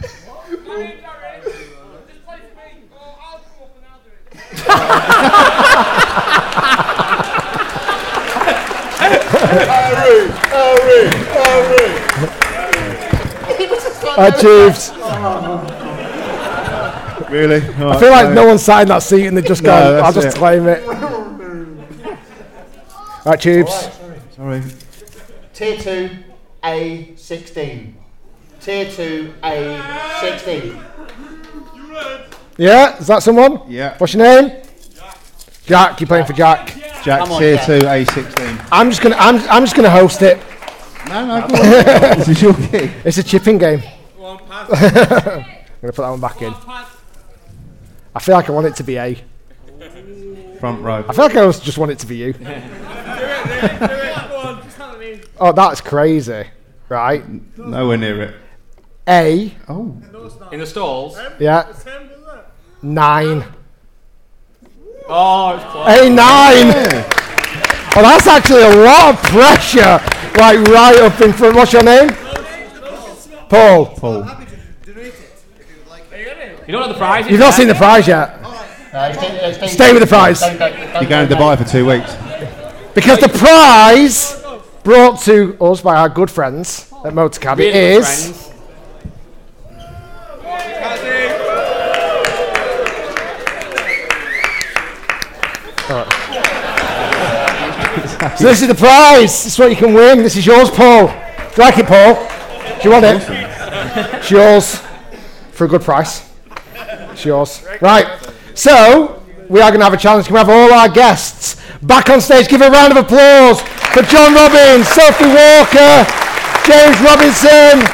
Speaker 14: Harry! Harry! Harry!
Speaker 1: Achieved. Oh,
Speaker 16: Really?
Speaker 1: I feel like no one signed that seat and they just
Speaker 16: No,
Speaker 1: gone, I'll
Speaker 16: that's
Speaker 1: just
Speaker 16: it.
Speaker 1: claim it. Right, Tubes.
Speaker 16: Sorry.
Speaker 15: Tier 2, A16. Tier 2, A16.
Speaker 1: Yeah, is that someone?
Speaker 16: Yeah.
Speaker 1: What's your name? Jack. You're playing for Jack.
Speaker 16: Jack,
Speaker 1: I'm on
Speaker 16: tier
Speaker 1: Jack.
Speaker 16: 2, A16.
Speaker 1: I'm just gonna. I'm. I'm just gonna host it.
Speaker 16: No, no, go on. This is your gig.
Speaker 1: It's a chipping game. I'm gonna put that one back in. I feel like I want it to be A.
Speaker 7: Front row.
Speaker 1: I feel like I also just want it to be you. Oh, that's crazy, right?
Speaker 7: Nowhere near it.
Speaker 1: A.
Speaker 16: Oh.
Speaker 2: In the stalls.
Speaker 1: Yeah. Nine.
Speaker 2: Oh, it's close.
Speaker 1: A nine. Oh, that's actually a lot of pressure. Like right up in front. What's your name? Paul.
Speaker 16: Paul.
Speaker 2: You don't know the prize.
Speaker 1: You've not seen the prize yet. Stay with the prize.
Speaker 16: You're going to Dubai for two weeks.
Speaker 1: Because the prize brought to us by our good friends at Motorcab
Speaker 2: Really good
Speaker 1: is
Speaker 2: friends.
Speaker 1: So this is the prize. This is what you can win. This is yours, Paul. Do you like it, Paul? Do you want it? It's yours for a good price. It's yours. Right. So we are going to have a challenge. Can we have all our guests back on stage? Give a round of applause for John Robbins, Sophie Walker, James Robinson,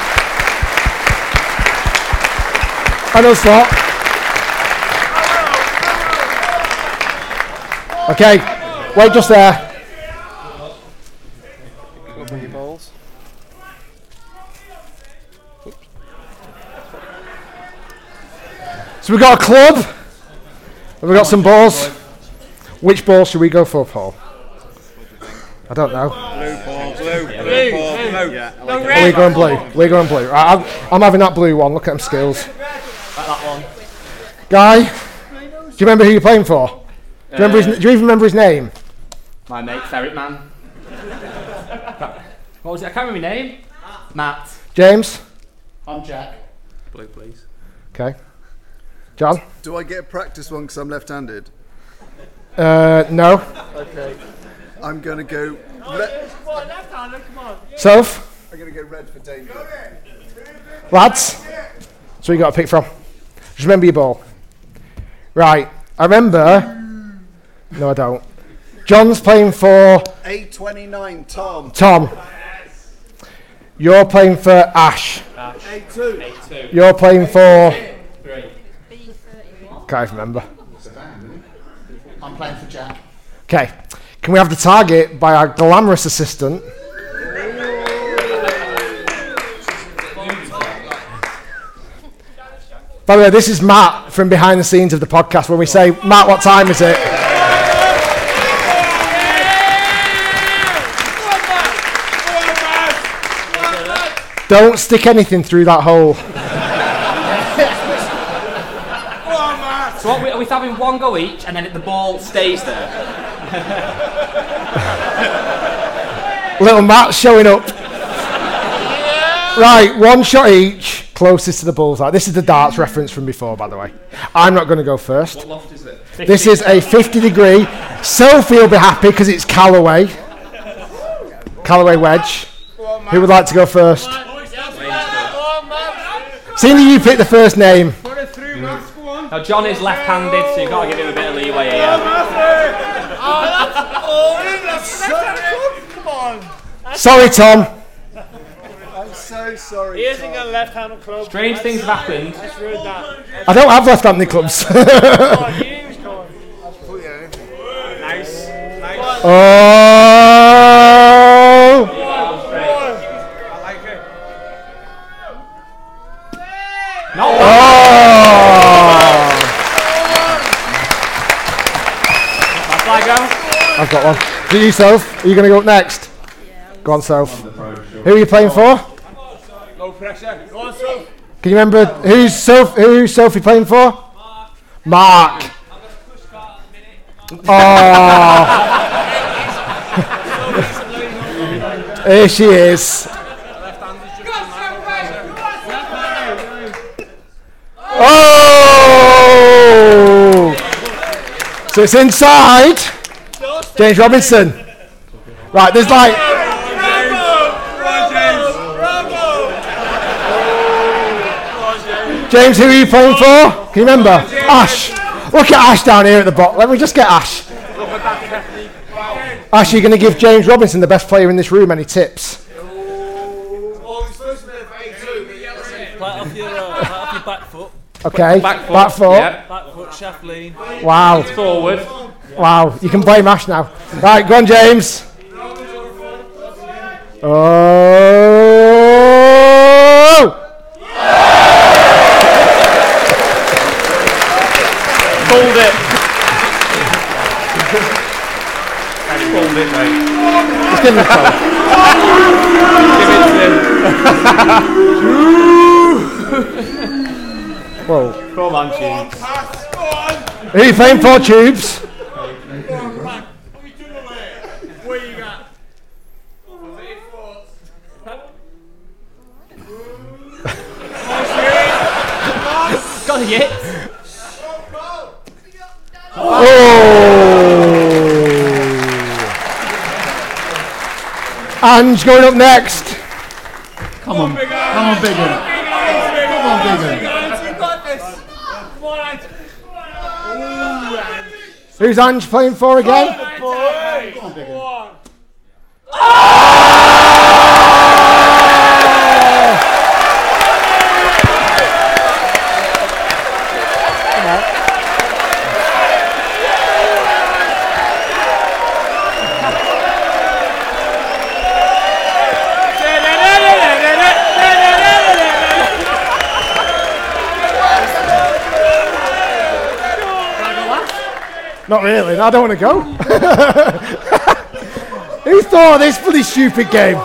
Speaker 1: and us lot. Okay, wait just there. So we've got a club, and we've got some balls. Which ball should we go for, Paul? I don't know. Are we going blue? We're going blue. Right, I'm, I'm having that blue one. Look at them skills.
Speaker 2: that one.
Speaker 1: Guy, do you remember who you're playing for? Do you, remember his,
Speaker 2: Uh,
Speaker 1: n- do you even remember his name?
Speaker 2: My mate, Ferret Man. what was it? I can't remember my name. Matt.
Speaker 1: James?
Speaker 15: I'm Jack.
Speaker 4: Blue, please.
Speaker 1: Okay. John?
Speaker 4: Do I get a practice one because I'm left-handed?
Speaker 1: Uh, no.
Speaker 4: Okay. I'm gonna go. Le-
Speaker 1: Soph?
Speaker 4: I'm going to get red for danger.
Speaker 1: Lads, so you got to pick from. Just remember your ball. Right, I remember. No, I don't. John's playing for
Speaker 4: 829, Tom.
Speaker 1: Tom. You're playing for Ash.
Speaker 4: 82. 82.
Speaker 1: You're playing for.
Speaker 15: Three.
Speaker 1: Can't even remember.
Speaker 15: I'm playing for Jack.
Speaker 1: Okay, can we have the target by our glamorous assistant? By the way, this is Matt from behind the scenes of the podcast. When we say, Matt, what time is it? Don't stick anything through that hole.
Speaker 2: So what, we- are we having one go each and then the ball stays there?
Speaker 1: Little Matt showing up. Right, one shot each, closest to the bullseye. This is the darts reference from before, by the way. I'm not going to go first.
Speaker 14: What loft is it?
Speaker 1: This is a 50 degree. Sophie will be happy because it's Callaway. Callaway Wedge. Who would like to go first? Seeing that you picked the first name,
Speaker 2: Mm-hmm. now John is left-handed, so you've got to give him a bit of leeway here.
Speaker 14: Come on.
Speaker 1: Sorry, Tom.
Speaker 4: I'm so sorry.
Speaker 14: He isn't going to left handed club.
Speaker 2: Strange things have happened.
Speaker 14: That's ruined that.
Speaker 1: I don't have left handed clubs.
Speaker 14: Come on, Hughes, come on.
Speaker 9: Nice.
Speaker 1: oh!
Speaker 2: Oh.
Speaker 1: Oh.
Speaker 2: That's my go.
Speaker 1: I've got one. Do you, Soph? Are you going to go up next? Go on, Soph. Who are you playing for?
Speaker 9: Low pressure. Go on, Sue.
Speaker 1: Can you remember who's Soph, who's Sophie playing for? Mark. Oh. Here she is. Oh! So it's inside. James Robinson. Right, there's like James, who are you playing for? Can you remember? Ash. Look at Ash down here at the bottom. Let me just get Ash. Ash, you're going to give James Robinson, the best player in this room, any tips?
Speaker 14: Flat off your, uh, flat off your back foot.
Speaker 1: Okay.
Speaker 14: Back foot.
Speaker 1: Back foot.
Speaker 14: Yeah. Back foot, shaft lean.
Speaker 1: Wow.
Speaker 14: Forward.
Speaker 1: Wow. You can blame Ash now. Right, go on, James. Oh.
Speaker 14: Fold it.
Speaker 9: Fold it, mate.
Speaker 1: Just give him a throw. Whoa.
Speaker 9: Come on, Chief.
Speaker 1: Who are you playing for, Tubes?
Speaker 14: Where you got?
Speaker 2: Got it.
Speaker 1: Oh. Ange going up next.
Speaker 14: Come on. Come on, big one. Come on, big one. You got this. Come on, Ant. Ooh, Ant.
Speaker 1: Who's Ange playing for again?
Speaker 14: Come on.
Speaker 1: Not really. I don't want to go. Who thought of this bloody stupid game?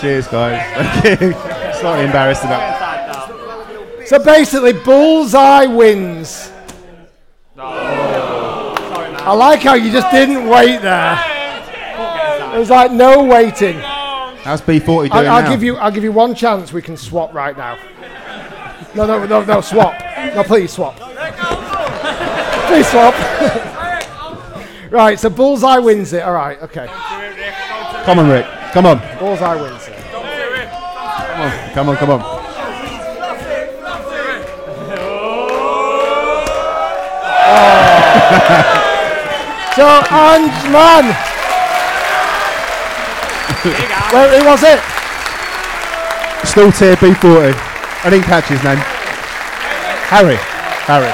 Speaker 8: Cheers, guys. Thank you. Slightly embarrassing that.
Speaker 1: So basically, Bullseye wins. I like how you just didn't wait there. It was like no waiting.
Speaker 8: How's B40 doing
Speaker 1: I'll, I'll
Speaker 8: now?
Speaker 1: give you. I'll give you one chance. We can swap right now. No, no, no, no. Swap. No, please swap. Please swap. right. So bullseye wins it. All right. Okay.
Speaker 8: Come on, Rick.
Speaker 17: Come on.
Speaker 1: Bullseye wins it.
Speaker 17: Come on, come on, come on.
Speaker 1: So Ange Man. Where who was it?
Speaker 17: Still TP40. I didn't catch his name. Harry. Harry.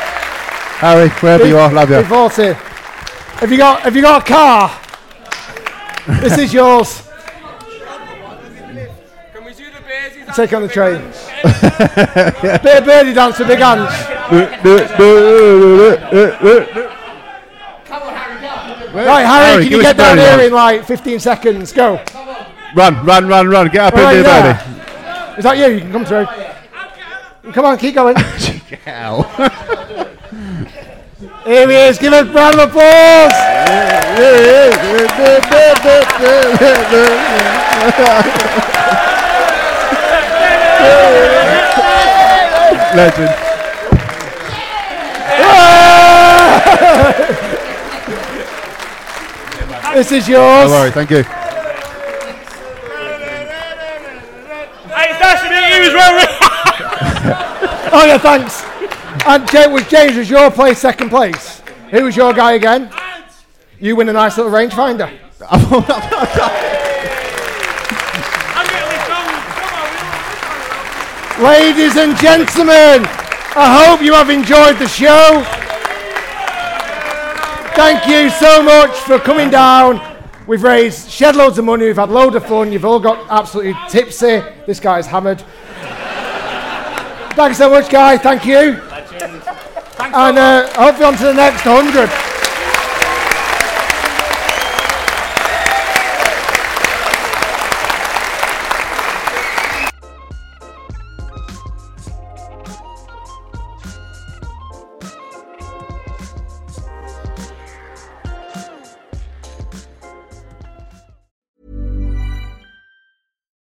Speaker 17: Harry, wherever you are, love you.
Speaker 1: Big 40. Have you got have you got a car? this is yours. Take on the train. Bit of birdie dance with big hands. Right, Harry,
Speaker 17: Harry,
Speaker 1: can
Speaker 17: give
Speaker 1: you
Speaker 17: us
Speaker 1: get
Speaker 17: a
Speaker 1: down
Speaker 17: birdie
Speaker 1: here
Speaker 17: one.
Speaker 1: in like 15 seconds? Go.
Speaker 17: Run, run, run, run. Get up
Speaker 1: All right,
Speaker 17: in
Speaker 1: yeah.
Speaker 17: there,
Speaker 1: Is that you? You can come through. Come on, keep going.
Speaker 17: baby. Ow.
Speaker 1: here he is. Give a round of applause.
Speaker 17: Legend.
Speaker 1: this is yours.
Speaker 17: Don't worry, thank you.
Speaker 14: Hey, it's nice to meet you as well.
Speaker 1: oh yeah, thanks. And James was James was your place second place. Who was your guy again? You win a nice little rangefinder. Ladies and gentlemen, I hope you have enjoyed the show. Thank you so much for coming down. We've raised shed loads of money. We've had loads of fun. You've all got absolutely tipsy. This guy's hammered. Thanks so much, guy. Thank you. and uh, hopefully on to the next 100.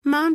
Speaker 18: Mom